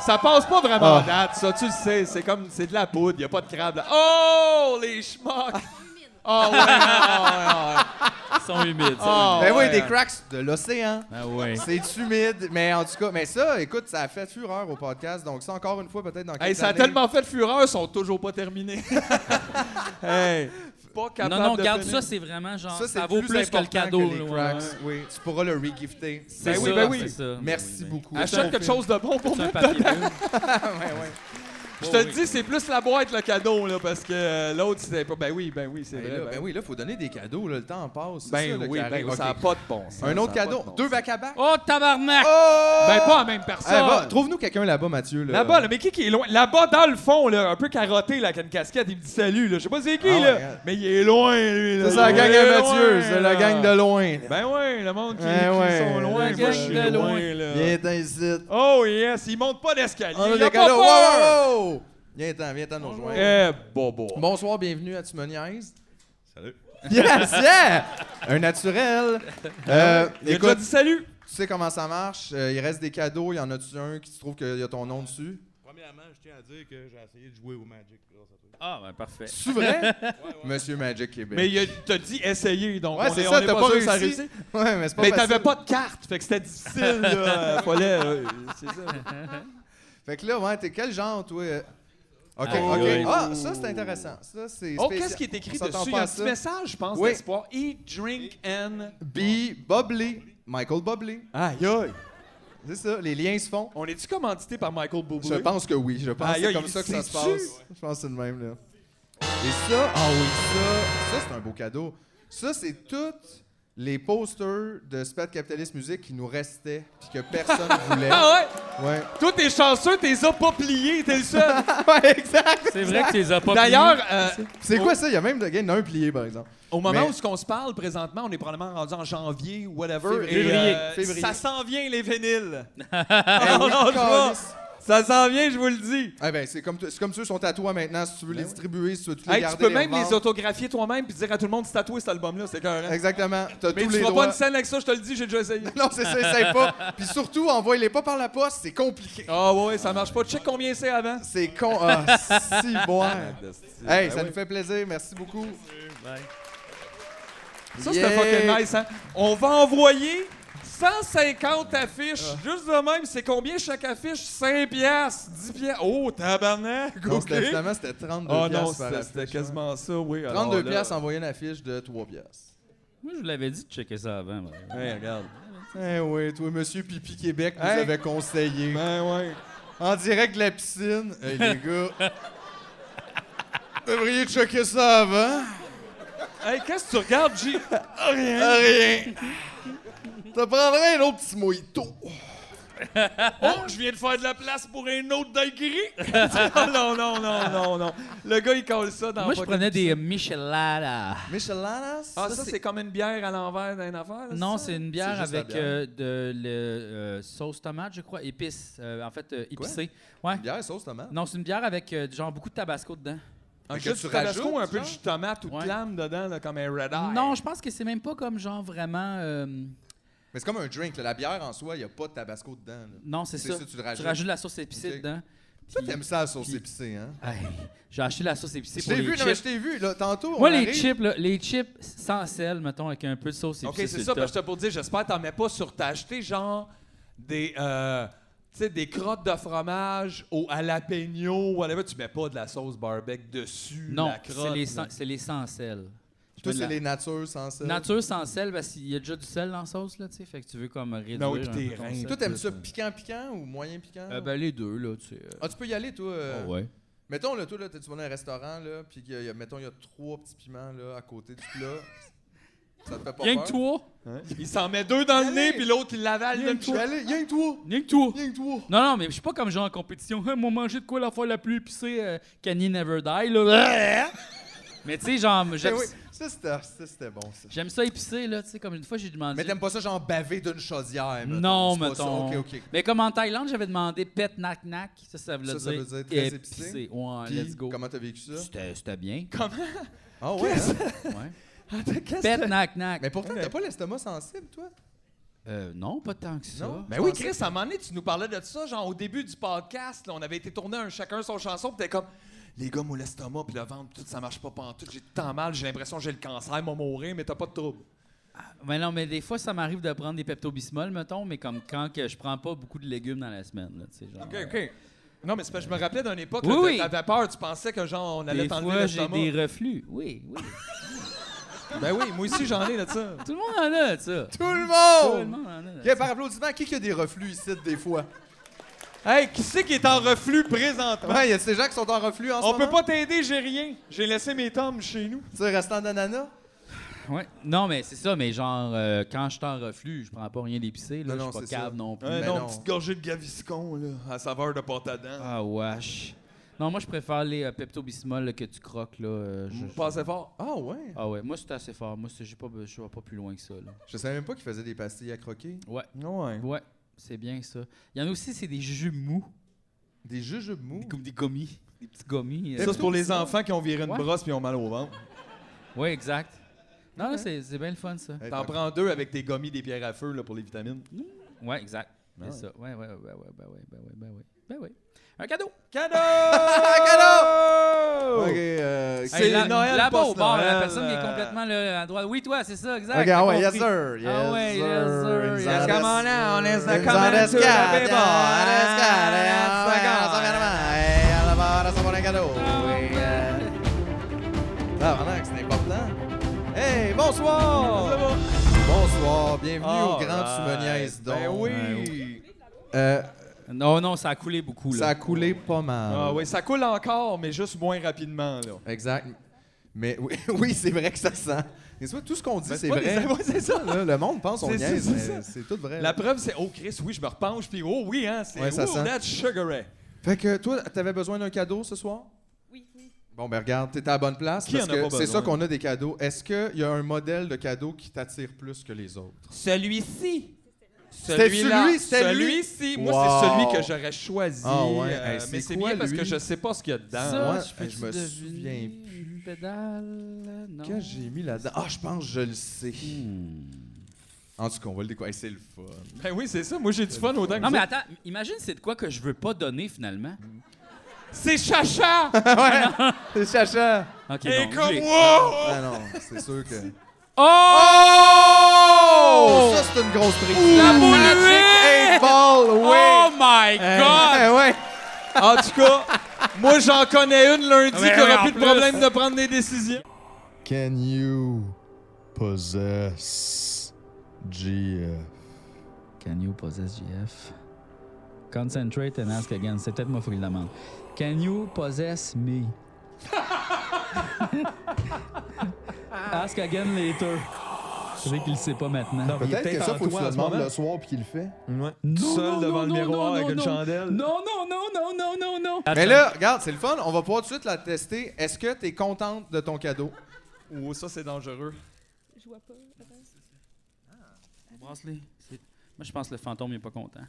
Ça passe pas vraiment
Ah.
en date, ça, tu le sais. C'est comme, c'est de la poudre, y a pas de crabe là. Oh, les schmucks! Ah ouais, ah ouais, ah ouais.
Ils sont humides.
Ah
Ben oui,
ouais.
des cracks de l'océan.
Ah ouais.
C'est humide, mais en tout cas, mais ça, écoute, ça a fait fureur au podcast, donc ça encore une fois peut-être dans quelques
Hey, ça a
années.
tellement fait fureur, ils sont toujours pas terminés. hey, pas capable
Non, non,
de
garde
finir.
ça, c'est vraiment genre.
ça,
Ça,
c'est
vaut plus, que le
important
cadeau.
les
là,
cracks.
ouais.
Oui, tu pourras le regifter.
C'est
Ben
ça,
oui, ben oui.
c'est ça.
Merci
Ben oui, ben oui.
beaucoup.
Achète quelque chose de bon pour
C'est un
moi.
papier bleu.
Je te le dis, c'est plus la boîte le cadeau là, parce que euh, l'autre c'était pas. Ben oui, ben oui, c'est
Ben,
vrai.
là,
ben
ben oui, là, faut donner des cadeaux, là, le temps passe. c'est ça,
Ben
là,
oui,
qui arrive.
ben ça a
Ok.
pas de bon sens,
Un autre
ça a pas de
cadeau,
bon
deux
sens.
bac à bac.
Oh, tabarnak!
Ben pas en même
Eh,
personne.
va, Trouve-nous quelqu'un là-bas, Mathieu. Là.
Là-bas, le mais qui qui est loin? Là-bas, dans le fond, là, un peu carotté, là, avec une casquette, il me dit salut, là. Je sais pas c'est qui,
Ah ouais,
là.
regarde.
Mais il est loin, lui, là.
C'est ça, la
Il
gang
est
à Mathieu,
loin,
c'est
là.
la gang de loin.
Ben ouais, le monde qui,
Ben
qui
ouais,
sont loin, moi,
la
gang
je suis
de
loin,
loin.
là.
Viens t'en ici.
Oh yes, il monte pas d'escalier.
On a
il a
Ah, des
pas
cadeaux.
peur.
Wow, wow. Viens t'en, viens t'en nous rejoindre.
Eh, bobo.
Bonsoir, bienvenue à Tu me niaises. Salut. Yes, yeah! Un naturel. Euh,
Il a déjà
écoute,
dit salut.
tu sais comment ça marche. euh, il reste des cadeaux. Il y en a-tu un qui se trouve qu'il y a ton nom dessus?
Premièrement, je tiens à dire que j'ai essayé de jouer au Magic grâce à toi.
Ah, ben parfait.
C'est vrai? Monsieur Magic Québec.
Mais il a- t'a dit essayer, donc
ouais,
on
c'est
est, on
ça,
est
t'as pas
sûr que
réussi.
ça a réussi.
Ouais, mais c'est pas
Mais
facile.
t'avais pas de carte, fait que c'était difficile, là. Fallait, euh, c'est ça.
Fait que là, ouais, t'es quel genre, toi? euh? OK,
Aïe,
OK.
aïe.
Ah, ça, c'est intéressant. Ça, c'est
Oh,
spécial.
qu'est-ce qui est écrit
On
dessus?
s'attend
Il y
pas
a
à
un petit
ça.
message, je pense,
Oui.
d'espoir. Eat, drink and...
Be Bobley. Michael Bobley.
Aïe, aïe.
C'est ça, les liens se font.
On est-tu commandité par Michael Bublé?
Je pense que oui. Je pense que
Aïe,
c'est
aïe,
comme
il
ça que ça se
sait-tu?
passe. Je pense que c'est le même, là. Et ça, ah oui, ça, ça, c'est un beau cadeau. Ça, c'est toutes les posters de Spat Capitalist Music qui nous restaient puis que personne voulait.
Ah
ouais? Ouais.
Toi, t'es chanceux, t'es as pas plié, t'es le seul.
ouais, exact.
C'est vrai que tu les as pas
D'ailleurs,
pliés.
euh,
C'est
au-
quoi ça? Il y a même de- il y en a un plié, par exemple.
Au moment
Mais-
où ce qu'on se parle présentement, on est probablement rendu en janvier ou whatever.
Février.
et, euh,
Février.
Ça s'en vient, les vinyles.
Eh
On
oui,
lâche pas.
câlisse.
Ça s'en vient, je vous le dis.
Eh ben, c'est comme, t- c'est comme ceux qui sont à toi maintenant. Si tu veux les distribuer, si tu veux tous les
Hey, tu
garder,
peux même les
revendre.
autographier toi-même puis dire à tout le monde de se tatouer cet album-là, c'est carré.
Exactement. T'as
Mais
tous
tu
les
feras
droits.
pas une scène avec ça, je te le dis, j'ai déjà essayé.
Non, c'est ça, essaye pas. Puis surtout, envoie-les pas par la poste, c'est compliqué.
Ah ouais, ça marche pas. Check combien c'est avant.
C'est con. Ah, si bon. Hey, ça
Ben
nous fait plaisir, merci beaucoup.
Ça, c'était fucking nice, hein? On va envoyer 150 affiches.
Ah.
Juste de même, c'est combien chaque affiche? 5 piastres, 10 piastres. Oh, tabarnak!
Non,
OK.
c'était- finalement, c'était 32
Ah non,
piastres par
c'était
affiche,
c'était quasiment ça, oui. alors
32
là-
piastres, envoyer une affiche de 3 piastres.
Moi, je vous l'avais dit de checker ça avant. moi.
Hey, regarde.
Eh oui, toi, monsieur Pipi Québec nous
Hey.
avait conseillé.
Ben ouais.
En direct de la piscine. Hey, les gars. Devriez checker ça avant.
Hey, qu'est-ce que tu regardes, G?
Ah, Rien. T'en prendrais un autre petit mojito.
Oh, je viens de faire de la place pour un autre daiquiri! Ah non, non, non, non, non. Le gars, il colle ça
Ah,
dans
Moi, je
fucking-
prenais des Micheladas.
Michelanas?
Ah, ça, c'est comme une bière à l'envers d'un affaire? là,
Non,
ça?
c'est une bière
C'est juste la
avec
bière.
euh, de le, euh, sauce tomate, je crois, épice. Euh, en fait, euh, épicée. Ouais.
Une bière et sauce tomate.
Non, c'est une bière avec euh, genre beaucoup de tabasco dedans.
Un
Mais
jus
que
de
tu
tabasco,
rajoutes,
un peu de
genre?
jus de tomate ou de
Ouais.
clame dedans, là, comme un red eye.
Non, je pense que c'est même pas comme genre vraiment. euh,
Mais c'est comme un drink. là. La bière en soi, il n'y a pas de tabasco dedans. là.
Non, c'est
C'est
ça.
ça, tu le rajoutes.
la sauce épicée
Ok.
dedans.
Toi,
Puis-
t'aimes ça, la sauce
puis-
épicée, hein?
Hey, J'ai acheté la sauce épicée
Je
pour
t'ai
les
vu, non, mais je
chips.
t'ai vu. Là, tantôt,
Moi,
on
les
arrive-
chips, là, les chips sans sel, mettons, avec un peu de sauce épicée.
OK, c'est
sur
ça,
le
parce que
top.
j'étais pour dire, j'espère que t'en mets pas sur t'as acheté, genre, des, euh, tu sais, des crottes de fromage au jalapeno, whatever. Tu mets pas de la sauce barbecue dessus,
Non,
la crotte.
c'est les,
là.
sans- c'est les sans sel. Je mets de
Toi, c'est
la-
les natures sans ça.
Nature sans sel, parce qu'il y a déjà du sel dans la sauce, là, tu sais. Fait que tu veux comme réduire.
Non, et Ben puis
un
tes
peu ton
reins.
sel.
Toi, t'aimes ça piquant-piquant ou moyen piquant?
Euh, ben, les deux, là, tu sais. euh,
Ah, tu peux y aller, toi. euh,
ah ouais.
Mettons, là, toi, là, t'es- tu vas dans un restaurant, là, puis qu'il y a- il y a- mettons, il y a trois petits piments, là, à côté du plat. ça te fait pas
Rien
peur?
que toi.
Il s'en met deux dans le
Allez!
nez, puis l'autre, Eh il l'avale.
Rien
d'un
que
coup.
toi. Allez, Rien que toi.
Rien que toi.
Rien que toi.
Non, non, mais je suis pas comme genre en compétition. Hein, Moi, manger de quoi la fois la plus épicée, euh, Kanye Never Die, là. mais tu sais, genre,
Eh
j'aime
oui, Ça, c'était- ça, c'était bon, ça.
j'aime ça épicé, là, tu sais. Comme une fois, j'ai demandé.
Mais t'aimes pas ça, genre, baver d'une chaudière, mettons.
Non,
C'est pas ça.
mettons.
OK, OK.
Mais comme en Thaïlande, j'avais demandé pet nak nak. Ça, ça veut
Ça,
dire.
ça veut dire très épicé.
Ouais,
Puis,
let's go.
comment t'as vécu ça?
C'était c'était bien.
Ah ouais, hein?
Ouais.
Qu'est-ce que-
pet nak nak.
Mais pourtant, t'as pas l'estomac sensible, toi?
Euh, non, pas tant que ça.
Non?
Ben oui, Chris, à un moment donné, tu nous parlais de ça, genre au début du podcast, là, on avait été tourné un chacun son chanson, pis t'es comme, les gars, moi, l'estomac, puis le ventre, pis tout, ça marche pas pantoute, j'ai tant mal, j'ai l'impression que j'ai le cancer, m'a mourir, mais t'as pas de trouble.
Mais non, mais des fois, ça m'arrive de prendre des Pepto-Bismol, mettons, mais comme quand que je prends pas beaucoup de légumes dans la semaine. Là, tu sais, genre,
OK,
euh,
OK. Non, mais c'est parce que je me rappelais d'une époque,
Oui,
là,
oui.
t'avais peur, tu pensais que genre, on allait
Des
t'enlever
fois, j'ai
l'estomac.
des reflux. Oui, oui.
Ben oui, moi aussi, j'en ai de ça.
Tout le monde en a, de ça.
Tout le
Tout le
monde!
monde en a. de
Oh! Ok, par applaudissement, qui qui a des reflux ici, des fois?
Hey, qui c'est qui est en reflux présentement?
Ouais, il Ben, y a ces gens qui sont en reflux en ce
Ah. on
moment.
peut pas t'aider, j'ai rien. J'ai laissé mes tomes chez nous.
Tu sais, restant d'ananas?
ça. Ouais. Non, mais c'est ça, mais genre, euh, quand je suis en reflux, je prends pas rien d'épicé. là,
Non, non,
Je suis
c'est
pas
ça.
cave non plus.
Ouais,
Mais
non,
Ben non.
petite gorgée de gaviscon, là, à saveur de pâte à dents.
Ah, wesh. Non, moi, je préfère les euh, Pepto-Bismol là, que tu croques, là. euh, je-
Je passais fort.
Ah ouais?
Ah ouais, moi, c'est assez fort. Moi, c'est- j'ai pas, be- je vais pas plus loin que ça, là.
Je savais même pas qu'ils faisaient des pastilles à croquer.
Ouais,
Ouais.
ouais, c'est bien ça. Il y en a aussi, c'est des jus mous,
Des jujubes mous.
comme des gommis, des petits gommis. euh.
Ça, c'est pour les enfants qui ont viré une
Ouais.
brosse puis ont mal au ventre.
Ouais, exact. Non, non, c'est c'est bien le fun, ça.
Hey,
T'en
t'en-
prends deux avec tes gommis des pierres à feu là, pour les vitamines.
Ouais, exact. C'est
ouais.
ça. Ouais, ouais, ouais, ouais, ouais, ben ouais, ben ouais, ben ouais. Ben ouais. Un cadeau!
Cadeau!
Ok,
Cadeau!
euh,
Hey,
Hey, là-
Noël
Là-bas, au
post-Noël,
bord, la personne qui est
euh,
complètement là, à droite. Oui, toi, c'est ça, exact.
Ok, ah ouais,
t'as
yes
compris.
sir, yes
Ah ouais, yes sir,
Il nous
yes sir.
en reste-
Come
on now, on is the
il nous en
coming
reste
to the
quatre,
people,
on
on
reste
is
quatre,
the
on reste quatre,
coming.
on s'en vient demain. Hey, à la barre, à savoir un cadeau.
Bonsoir!
Bonsoir, bienvenue
Ah,
au Grand
ouais.
Tumoniaise. donc.
Ben oui!
Euh,
Non, non, ça a coulé beaucoup. Là.
ça a coulé pas mal.
Ah oui, ça coule encore, mais juste moins rapidement, là.
Exact. Mais oui, oui, c'est vrai que ça sent. Mais soit tout ce qu'on dit,
Ben, c'est
c'est
pas
vrai.
des- ouais, c'est ça.
Là, le monde pense qu'on
C'est-
niaise,
c'est- c'est
mais
ça.
c'est tout vrai.
La preuve, c'est « Oh, Chris, oui, je me repenche, puis oh, oui, hein, c'est
Ouais, ça
oh,
sent.
that's sugary.
Fait que toi, t'avais besoin d'un cadeau ce soir?
Oui, oui.
Bon, ben regarde, t'es à la bonne place
Qui
parce
en a
que
pas
c'est
besoin?
ça qu'on a des cadeaux. Est-ce qu'il y a un modèle de cadeau qui t'attire plus que les autres? »
Celui-ci.
C'était
Celui-là.
celui, c'était lui.
Celui-ci. Moi, c'est
Wow.
celui que j'aurais choisi.
Ah ouais,
euh,
hey, c'est
mais c'est
quoi,
bien parce
lui?
que je sais pas ce qu'il y a dedans.
Ça,
ouais,
je, peux
je me souviens
plus. Pédale, non.
Qu'est-ce que j'ai mis là-dedans? Ah, je pense que je le sais.
Hmm.
En tout cas, on va le découvrir. Hey, c'est le fun.
Ben oui, c'est ça. Moi, j'ai du fun autant que
Non,
vous
mais
autres.
attends, imagine c'est de quoi que je veux pas donner finalement.
C'est Chacha!
C'est Chacha!
Ok,
Et
bon,
comme
j'ai-
moi!
Ah non, c'est sûr que.
Oh!
Ça, c'est une grosse prise.
La
Ouh!
boule
Magic Eight Ball, oui!
Oh my
Eh,
god!
eh, ouais.
En tout cas, moi, j'en connais une lundi
Mais
qui
oui,
aura
en
plus de
plus.
problème de prendre des décisions.
Can you possess GF?
Can you possess GF? Concentrate and ask again. C'est peut-être moi faut qu'il demande. Can you possess me? ask again later. C'est vrai qu'il le sait pas maintenant.
Peut-être que ça, faut que tu le demandes le
moment.
soir puis qu'il le fait.
Non,
Seul
non,
devant
non,
le
non,
miroir
non,
avec une
non.
chandelle.
Non, non, non, non, non, non, non.
Mais là, regarde, c'est le fun. On va pouvoir tout de suite la tester. Est-ce que t'es contente de ton cadeau?
Oh, ça, c'est dangereux.
Je vois pas. Attends.
Brasse-les. C'est- Moi, je pense que le fantôme il est pas content.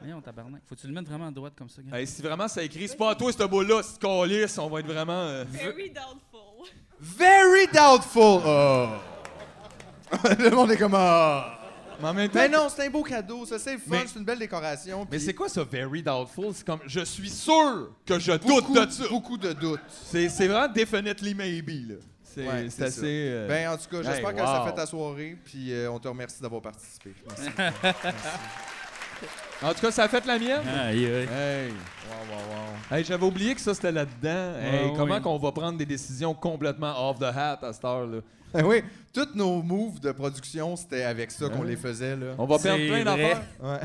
Voyons, tabarnak. Faut-tu le mettre vraiment à droite comme ça, gars?
Hey, si vraiment ça écrit, c'est pas à toi, ce beau-là, c'est calice, on va être vraiment. euh,
Very doubtful.
Very doubtful! Oh. le monde est comme. Ah.
Mais en même temps.
Mais non, c'est un beau cadeau. Ça, c'est le fun.
Mais-
C'est une belle décoration.
Mais
puis
c'est quoi ça, very doubtful? C'est comme, je suis sûr que je
beaucoup,
doute de ça.
beaucoup de doutes.
C'est c'est vraiment definitely maybe, là. C'est
Ouais,
c'est
c'est
assez.
ça.
euh,
Ben, en tout cas, j'espère
hey,
que ça
wow.
fait ta soirée. Puis euh, on te remercie d'avoir participé. Merci.
En tout cas, ça a fait la mienne.
Aïe, aïe.
Hey,
wow, wow, wow.
hey j'avais oublié que ça, c'était là-dedans. hey,
Ouais,
comment
oui.
qu'on va prendre des décisions complètement off the hat à cette heure-là?
Eh oui, Ben tous nos moves de production, c'était avec ça qu'on les faisait. Là.
On va
C'est
perdre plein
vrai.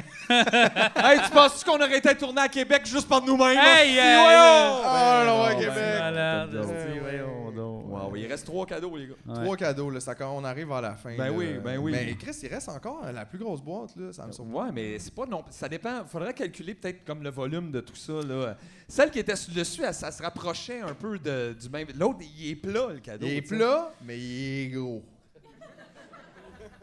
d'affaires. hey, tu penses-tu qu'on aurait été tourné à Québec juste par nous-mêmes?
Hey,
hostie,
hey,
voyons? Ben,
hey.
Ah, là, ouais,
non,
Québec.
ben,
Malade,
Top
hostie,
down.
voyons donc.
Wow, il reste trois cadeaux, les gars.
Ouais.
Trois cadeaux, là, ça, on arrive à la fin.
Ben
là.
oui, ben oui.
Mais Chris, il reste encore la plus grosse boîte, là, ça me semble.
Ouais, mais c'est pas non. Ça dépend. Faudrait calculer peut-être comme le volume de tout ça. Là. Celle qui était sur le dessus, elle- ça se rapprochait un peu de- du même. L'autre, il est plat, le cadeau.
Il est
tu sais.
plat, mais il est gros.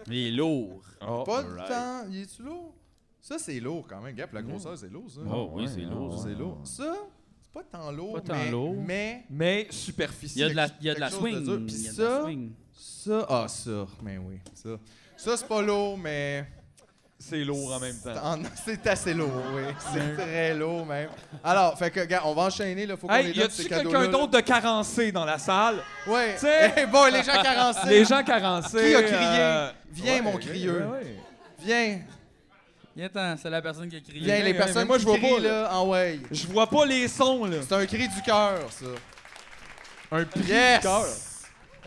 Il est lourd.
Oh,
Pas de
alright.
temps. Il est-tu lourd? Ça, c'est lourd quand même.
Mm.
Gap, la grosseur, c'est lourd, ça.
Oh, oui, c'est
Ah,
lourd.
C'est lourd. Ça, c'est pas tant lourd.
Pas tant
mais,
lourd.
Mais
Mais
Il y a
superficiel.
de la, il y a de la
Quelque chose
swing.
de dur. Puis
il y a de
ça,
la swing.
ça, ah, ça, mais oui, ça. Ça, c'est pas lourd, mais.
C'est lourd en même temps.
en- C'est assez lourd, oui. C'est très lourd, même. Alors, fait que, gars, on va enchaîner, là. Faut qu'on les
Hey, y
donne,
a-tu
ces
quelqu'un
cadeaux-là.
d'autre de carencé dans la salle?
Ouais.
Tu sais-
Eh, bon, les gens carencés.
Les gens carencés.
Qui a crié?
euh,
Viens, mon crieux.
ouais, ouais.
Viens.
Il y a tant- c'est la personne qui a crié.
Viens, les
mais
personnes
moi,
qui
je vois
crient,
pas, là.
là, en way.
Je vois pas les sons, là.
C'est un cri du cœur, ça.
Un prix
Yes!
de cœur.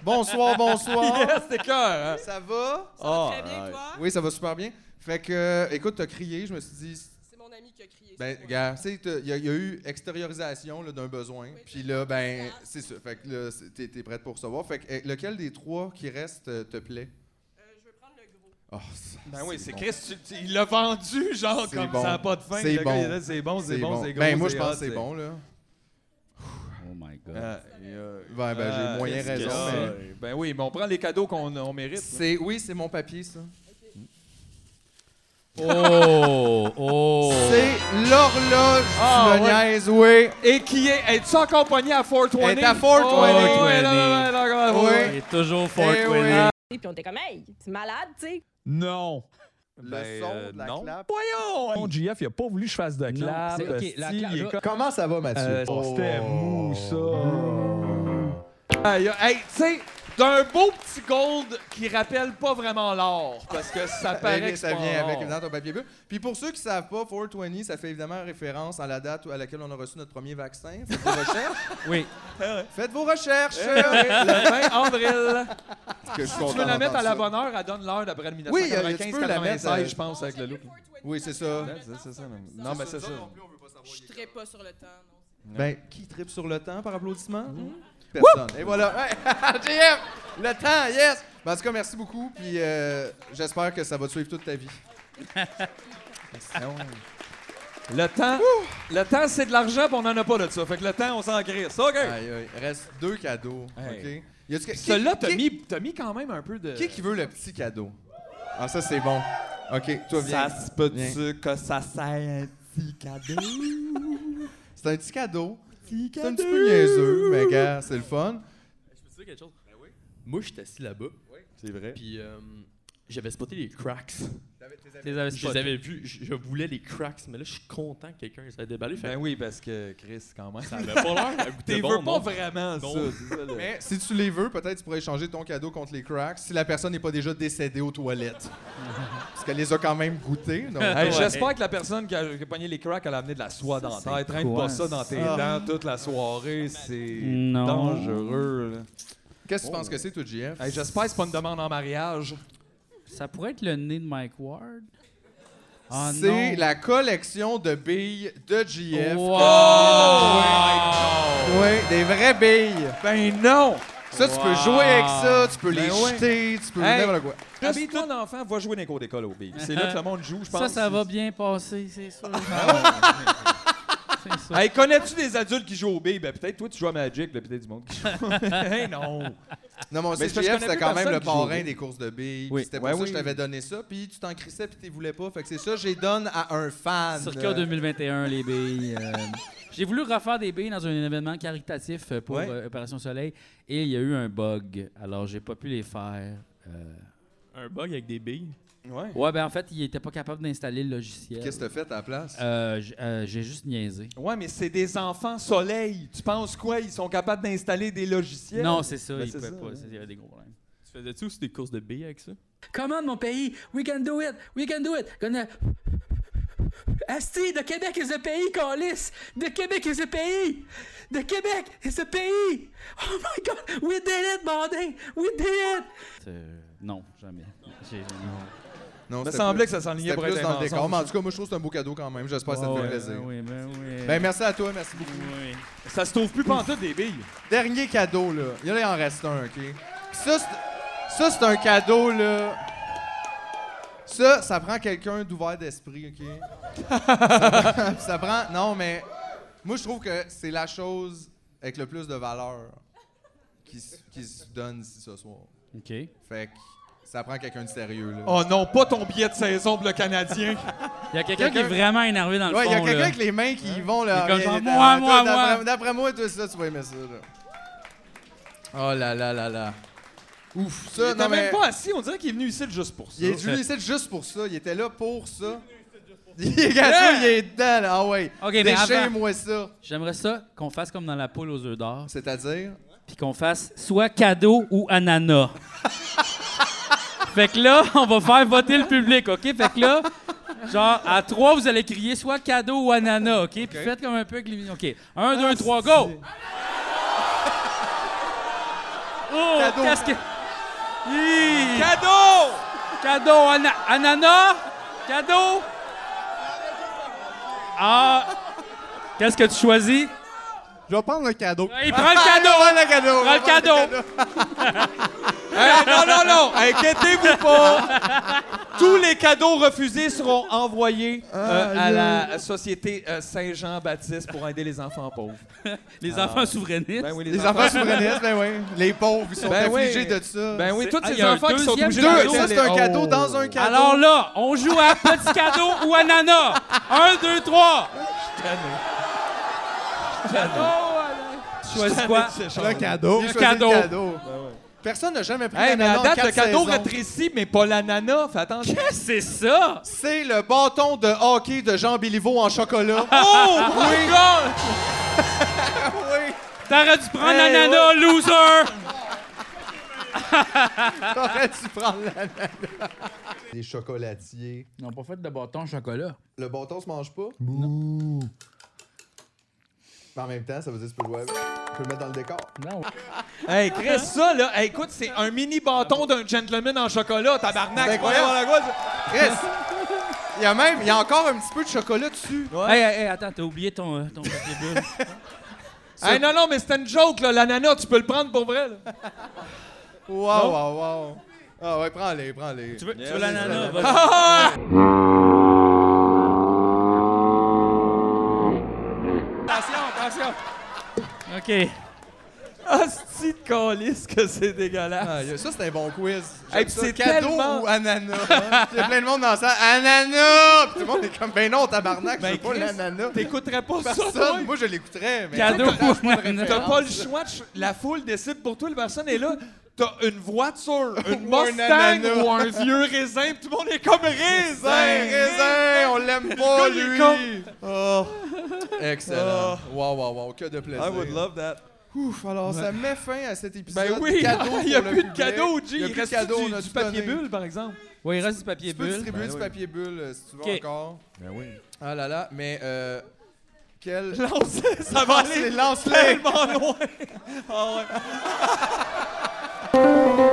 Bonsoir, bonsoir.
Yes, c'est cœur. hein?
Ça va?
Ça va
Oh,
très bien,
ouais.
toi?
Oui, ça va super bien. Fait que, euh, écoute, t'as crié, je me suis dit,
C'est mon ami qui a crié.
ben,
c'est
gars, tu sais, t'as- il y, a- il y a eu extériorisation là, d'un besoin. Puis là, ben,
Exact.
c'est ça. Fait que là, c'est- t'es, t'es prête pour recevoir. Fait que, euh, lequel des trois qui reste euh, te plaît?
moi. Euh, je veux prendre le gros.
Oh, ça,
Ben oui, c'est
bon.
Chris, tu- tu- il l'a vendu, genre,
C'est
comme
bon.
ça n'a pas de fin.
C'est
Le gars, il
bon.
a dit, C'est bon, c'est bon, c'est gros.
Ben, moi, je pense
hot,
que c'est bon, là.
Oh my god.
Ah,
Euh, Ben, ben, j'ai
ah,
moyen
qu'est-ce que
raison,
ça,
mais-
euh, Ben oui, mais on prend les cadeaux qu'on on mérite.
C'est, oui, c'est mon papier, ça.
Oh, oh.
C'est l'horloge
Ah,
ah, oui.
Et qui est. Es-tu encore pogné à 420?
Elle est à 420.
Oh, ouais, là, là, là, là, là,
Oui.
Il est toujours
Eh
420.
oui.
Et puis on était comme, hey, t'es malade, tu sais.
Non.
Le
Ben,
son
euh,
de la
non.
clap.
Voyons! Mon GF, il a pas voulu que je fasse de clap.
c'est- ok,
esti,
la
il est Oh,
clap-
Comment ça va, Mathieu?
Euh, C'était mou, ça. Aïe, aïe, hey, tu sais, D'un beau petit gold qui rappelle pas vraiment l'or, parce que ça paraît
Eh bien,
que c'est
ça
pas Ben,
vient
en
avec
or.
évidemment ton papier bleu. Puis pour ceux qui savent pas, 420, ça fait évidemment référence à la date à laquelle on a reçu notre premier vaccin. Faites vos recherches.
Oui.
Faites vos recherches.
Eh oui, le 20 avril.
Que je suis
si tu
content
veux la mettre à
d'entendre
la
ça.
bonne heure, elle donne l'heure d'après le
Oui, euh, tu
1995
peux la mettre, euh,
96, je pense, avec le look.
Oui, c'est ça.
C'est- c'est ça, même. Non, mais c'est ça.
Je serais pas sur le temps, non.
Ben, qui tripe sur le temps par applaudissement?
Mhm.
Personne. Et voilà. Ouais. JF, le temps, yes! Ben, en tout cas, merci beaucoup. Puis euh, j'espère que ça va te suivre toute ta vie.
Ah Le temps, le temps c'est de l'argent, puis on en a pas de ça. Fait que le temps, on s'en crisse. OK.
Aïe, aïe. Reste deux cadeaux. OK? Y a-tu que-
Celui-là,
qui-
t'as
qui-
mis, euh, t'as mis quand même un peu de.
Qui qui veut le petit cadeau? Ah, ça, c'est bon. OK, toi, viens.
Ça se peut-tu
que ça sert un petit cadeau? c'est un petit cadeau. C'est un petit
cadeau.
peu niaiseux, mais gars, c'est le fun.
Je peux te dire quelque chose? Ben oui. Moi, j'étais assis là-bas.
C'est vrai.
Puis euh, j'avais spoté les cracks.
t'es avais
Je les
spoté.
avais vus. Je je voulais les cracks, mais là, je suis content que quelqu'un les ait déballés. Fait
Ben
que
oui, parce que Chris, quand même.
Ça avait pas l'air. Elle goûtait
T'es
bon,
veux
non?
pas vraiment
Non.
ça. c'est ça, le-
Mais si tu les veux, peut-être tu pourrais échanger ton cadeau contre les cracks si la personne n'est pas déjà décédée aux toilettes. Parce qu'elle les a quand même goûtés. donc-
Hey, J'espère que la personne qui a, qui a pogné les cracks, elle a amené de la soie dentaire. Traîne
quoi,
pas ça dans tes
ça?
dents toute la soirée. C'est
Non.
dangereux. là.
Qu'est-ce que tu penses que c'est, toi, JF?
Oh. Hey, J'espère que c'est pas une demande en mariage.
Ça pourrait être le nez de Mike Ward. Ah,
c'est
non.
la collection de billes de JF.
Wow!
Oui, oui, des vraies billes.
Ben non!
Ça, tu peux
Wow!
jouer avec ça, tu peux les
Ben ouais.
jeter, tu peux
Hey,
n'importe quoi.
Habille ton enfant, va jouer dans les cours d'école au billes. C'est là que le monde joue, je pense.
Euh, Ça, ça va bien passer, c'est sûr.
Ah
c'est sûr.
Hey, connais-tu des adultes qui jouent au billes? Ben peut-être toi, tu joues à Magic, là, peut-être du monde qui joue. hey, non!
Non, mais on
Mais
sait
Ben, c'est parce
que
que je
JF,
connais
c'était
plus
quand même
personne
le
qui joue au
parrain
billes.
des courses de billes.
Oui.
puis C'était pour
Ouais,
ça que
oui.
je t'avais donné ça. Puis tu t'en crissais, puis tu voulais pas. Fait que c'est ça, j'ai donne à un fan.
Circa 2021, les billes. euh, J'ai voulu refaire des billes dans un événement caritatif euh, pour
Ouais.
euh, Opération Soleil et il y a eu un bug. Alors, j'ai pas pu les faire. euh.
Un bug avec des billes.
Ouais.
Ouais, ben en fait, il était pas capable d'installer le logiciel.
Qu'est-ce que t'as fait à la place?
Euh, j- euh, J'ai juste niaisé.
Ouais, mais c'est des enfants soleil. Tu penses quoi? Ils sont capables d'installer des logiciels?
Non, c'est ça,
Ben,
il
c'est
pouvait
ça,
pas.
ouais.
c'est- Il y avait des gros problèmes.
Tu faisais-tu aussi des courses de billes avec ça?
Come on, mon pays. We can do it. We can do it. Gonna... Asti, the Québec is a pays, Colis. The Québec is a pays. The Québec is a pays. Oh my God. We did it, Bonding. We did it.
Euh, non, jamais. J'ai-
Non,
me
c'était
semblait que
plus-
ça s'enlignait
c'était
pour
plus
être un
dans le décor.
mensonge.
Mais en tout cas, moi, je trouve que c'est un beau cadeau quand même. J'espère que ça te
Ouais,
fait
ouais,
plaisir.
oui, ben oui.
Ben, merci à toi, merci beaucoup.
Ça se trouve plus pantoute des billes.
Dernier cadeau, là. Il y en a, il en reste un, OK? Ça, c'est- ça, c'est un cadeau, là. Ça, ça prend quelqu'un d'ouvert d'esprit, OK? ça, prend, ça prend- Non, mais moi, je trouve que c'est la chose avec le plus de valeur qui, s- qui se donne ici ce soir.
OK.
Fait que ça prend quelqu'un de sérieux, là.
Oh non, pas ton billet de saison pour le Canadien.
Il y a quelqu'un qui est vraiment énervé dans le
Ouais, il y a
fond.
quelqu'un
là.
avec les mains qui y vont,
Il
là.
est comme
Rien,
genre,
il est-
moi,
ah,
moi,
toi, d'après-
moi.
D'après moi, toi, ça, tu vas aimer ça, là. Oh là là là là. Ouf,
Il
ça,
était
non, mais...
même pas assis, on dirait qu'il est venu ici juste pour ça.
Il est venu ici juste pour ça. Il était là pour ça. Il est gâteau, il est dedans, là. Ah ouais.
Hein? OK, mais avant-
Déchire-moi ça.
J'aimerais ça qu'on fasse comme dans la poule aux œufs d'or.
C'est-à-dire?
Puis qu'on fasse soit cadeau ou ananas. fait que là, on va faire voter le public, OK? Fait que là, genre, à trois, vous allez crier soit cadeau ou ananas, OK? Puis faites comme un peu avec les... OK. Un, deux, trois, go! Oh,
Cadeau.
qu'est-ce que... Hi!
Cadeau!
Cadeau, ana- ananas! Cadeau! Ah! Qu'est-ce que tu choisis?
Je vais prendre le cadeau.
Il prend le cadeau!
le cadeau.
Prends le cadeau!
Hey, non, non, non, inquiétez-vous pas. Tous les cadeaux refusés seront envoyés euh, à la Société euh, Saint-Jean-Baptiste pour aider les enfants pauvres.
Les
Ah.
enfants souverainistes.
Ben oui, les,
Les enfants souverainistes, ben oui. Les pauvres, ils sont
Ben oui.
affligés de ça.
Ben oui, tous
Ah, il
ces
y a un
enfants qui sont
deuxième
obligés
cadeau.
d'aller
Deux, ça, c'est un
à
cadeau dans un cadeau.
Alors là, on joue à petit cadeau ou ananas. Un, deux, trois. Tu choisis quoi?
le cadeau.
Le
Ben J'ai choisi
cadeau.
Le cadeau. Personne n'a jamais pris
Hey, mais
l'ananas
à
en
date,
quatre
le cadeau
saisons.
rétrécit, mais pas l'ananas. Fais attention.
C'est ça!
C'est le bâton de hockey de Jean Béliveau en chocolat.
Oh my God!
oui.
T'aurais dû prendre
Hey,
l'ananas, loser!
T'aurais-tu prendre la Des chocolatiers.
Ils n'ont pas fait de bâton chocolat.
Le bâton se mange pas?
Non.
Mais en même temps, ça veut dire que tu peux le, tu peux le mettre dans le décor.
Non.
Hey, Chris, ça, là, hey, écoute, c'est un mini bâton d'un gentleman en chocolat, tabarnak.
C'est incroyable.
Voyons, la gauche.
Chris! Il y a même, il y a encore un petit peu de chocolat dessus.
Hey, hey, hey, attends, t'as oublié ton, euh, ton papier bulle.
Hey, non, non, mais c'était une joke, là. L'ananas, tu peux le prendre pour vrai, là.
Wow, wow, wow. Ah ouais, prends-les, prends-les.
Tu veux, tu veux l'ananas?
vas-y.
vas-y.
Attention, attention.
OK.
Hostie de calice que c'est dégueulasse.
Ah, ça, c'est un bon quiz.
Hey,
J'aime
puis
ça.
c'est
cadeau
tellement-
ou ananas. hein? Il y a plein de monde dans la salle. Ananas! Puis tout le monde est comme, ben non, tabarnak,
Ben,
je veux pas
Chris,
l'ananas.
T'écouterais pas ça, toi?
Personne, moi, je l'écouterais. Mais
Cadeau
T'as-
ou ananas?
T'as pas le choix. de ch- La foule décide pour toi. La personne est là. T'as une voiture, une
Ou un
Mustang
ananas.
ou un vieux raisin. puis Tout le monde est comme raisin.
Raisin, raisin, on l'aime pas,
Le gars, il est
lui.
comme-
Oh, excellent. Wow, wow, wow, que de plaisir.
I would love that.
Ouf, alors ça met fin à cet épisode.
Ben oui,
cadeau
il y a
pour le
plus de
public.
cadeaux, G.
Il y
Il
a plus de
reste
cadeaux, on
du,
a
du
tout
papier
donné.
bulle, par exemple.
Oui, il reste du papier
Tu peux
bulle.
distribuer
Ben
du
oui.
papier bulle euh, si tu veux
Ok.
encore.
Ben oui.
Ah là là, mais euh, quel.
Lance-
Ah,
ça va aller
Lance-les, lance-les.
tellement loin. Ah ouais.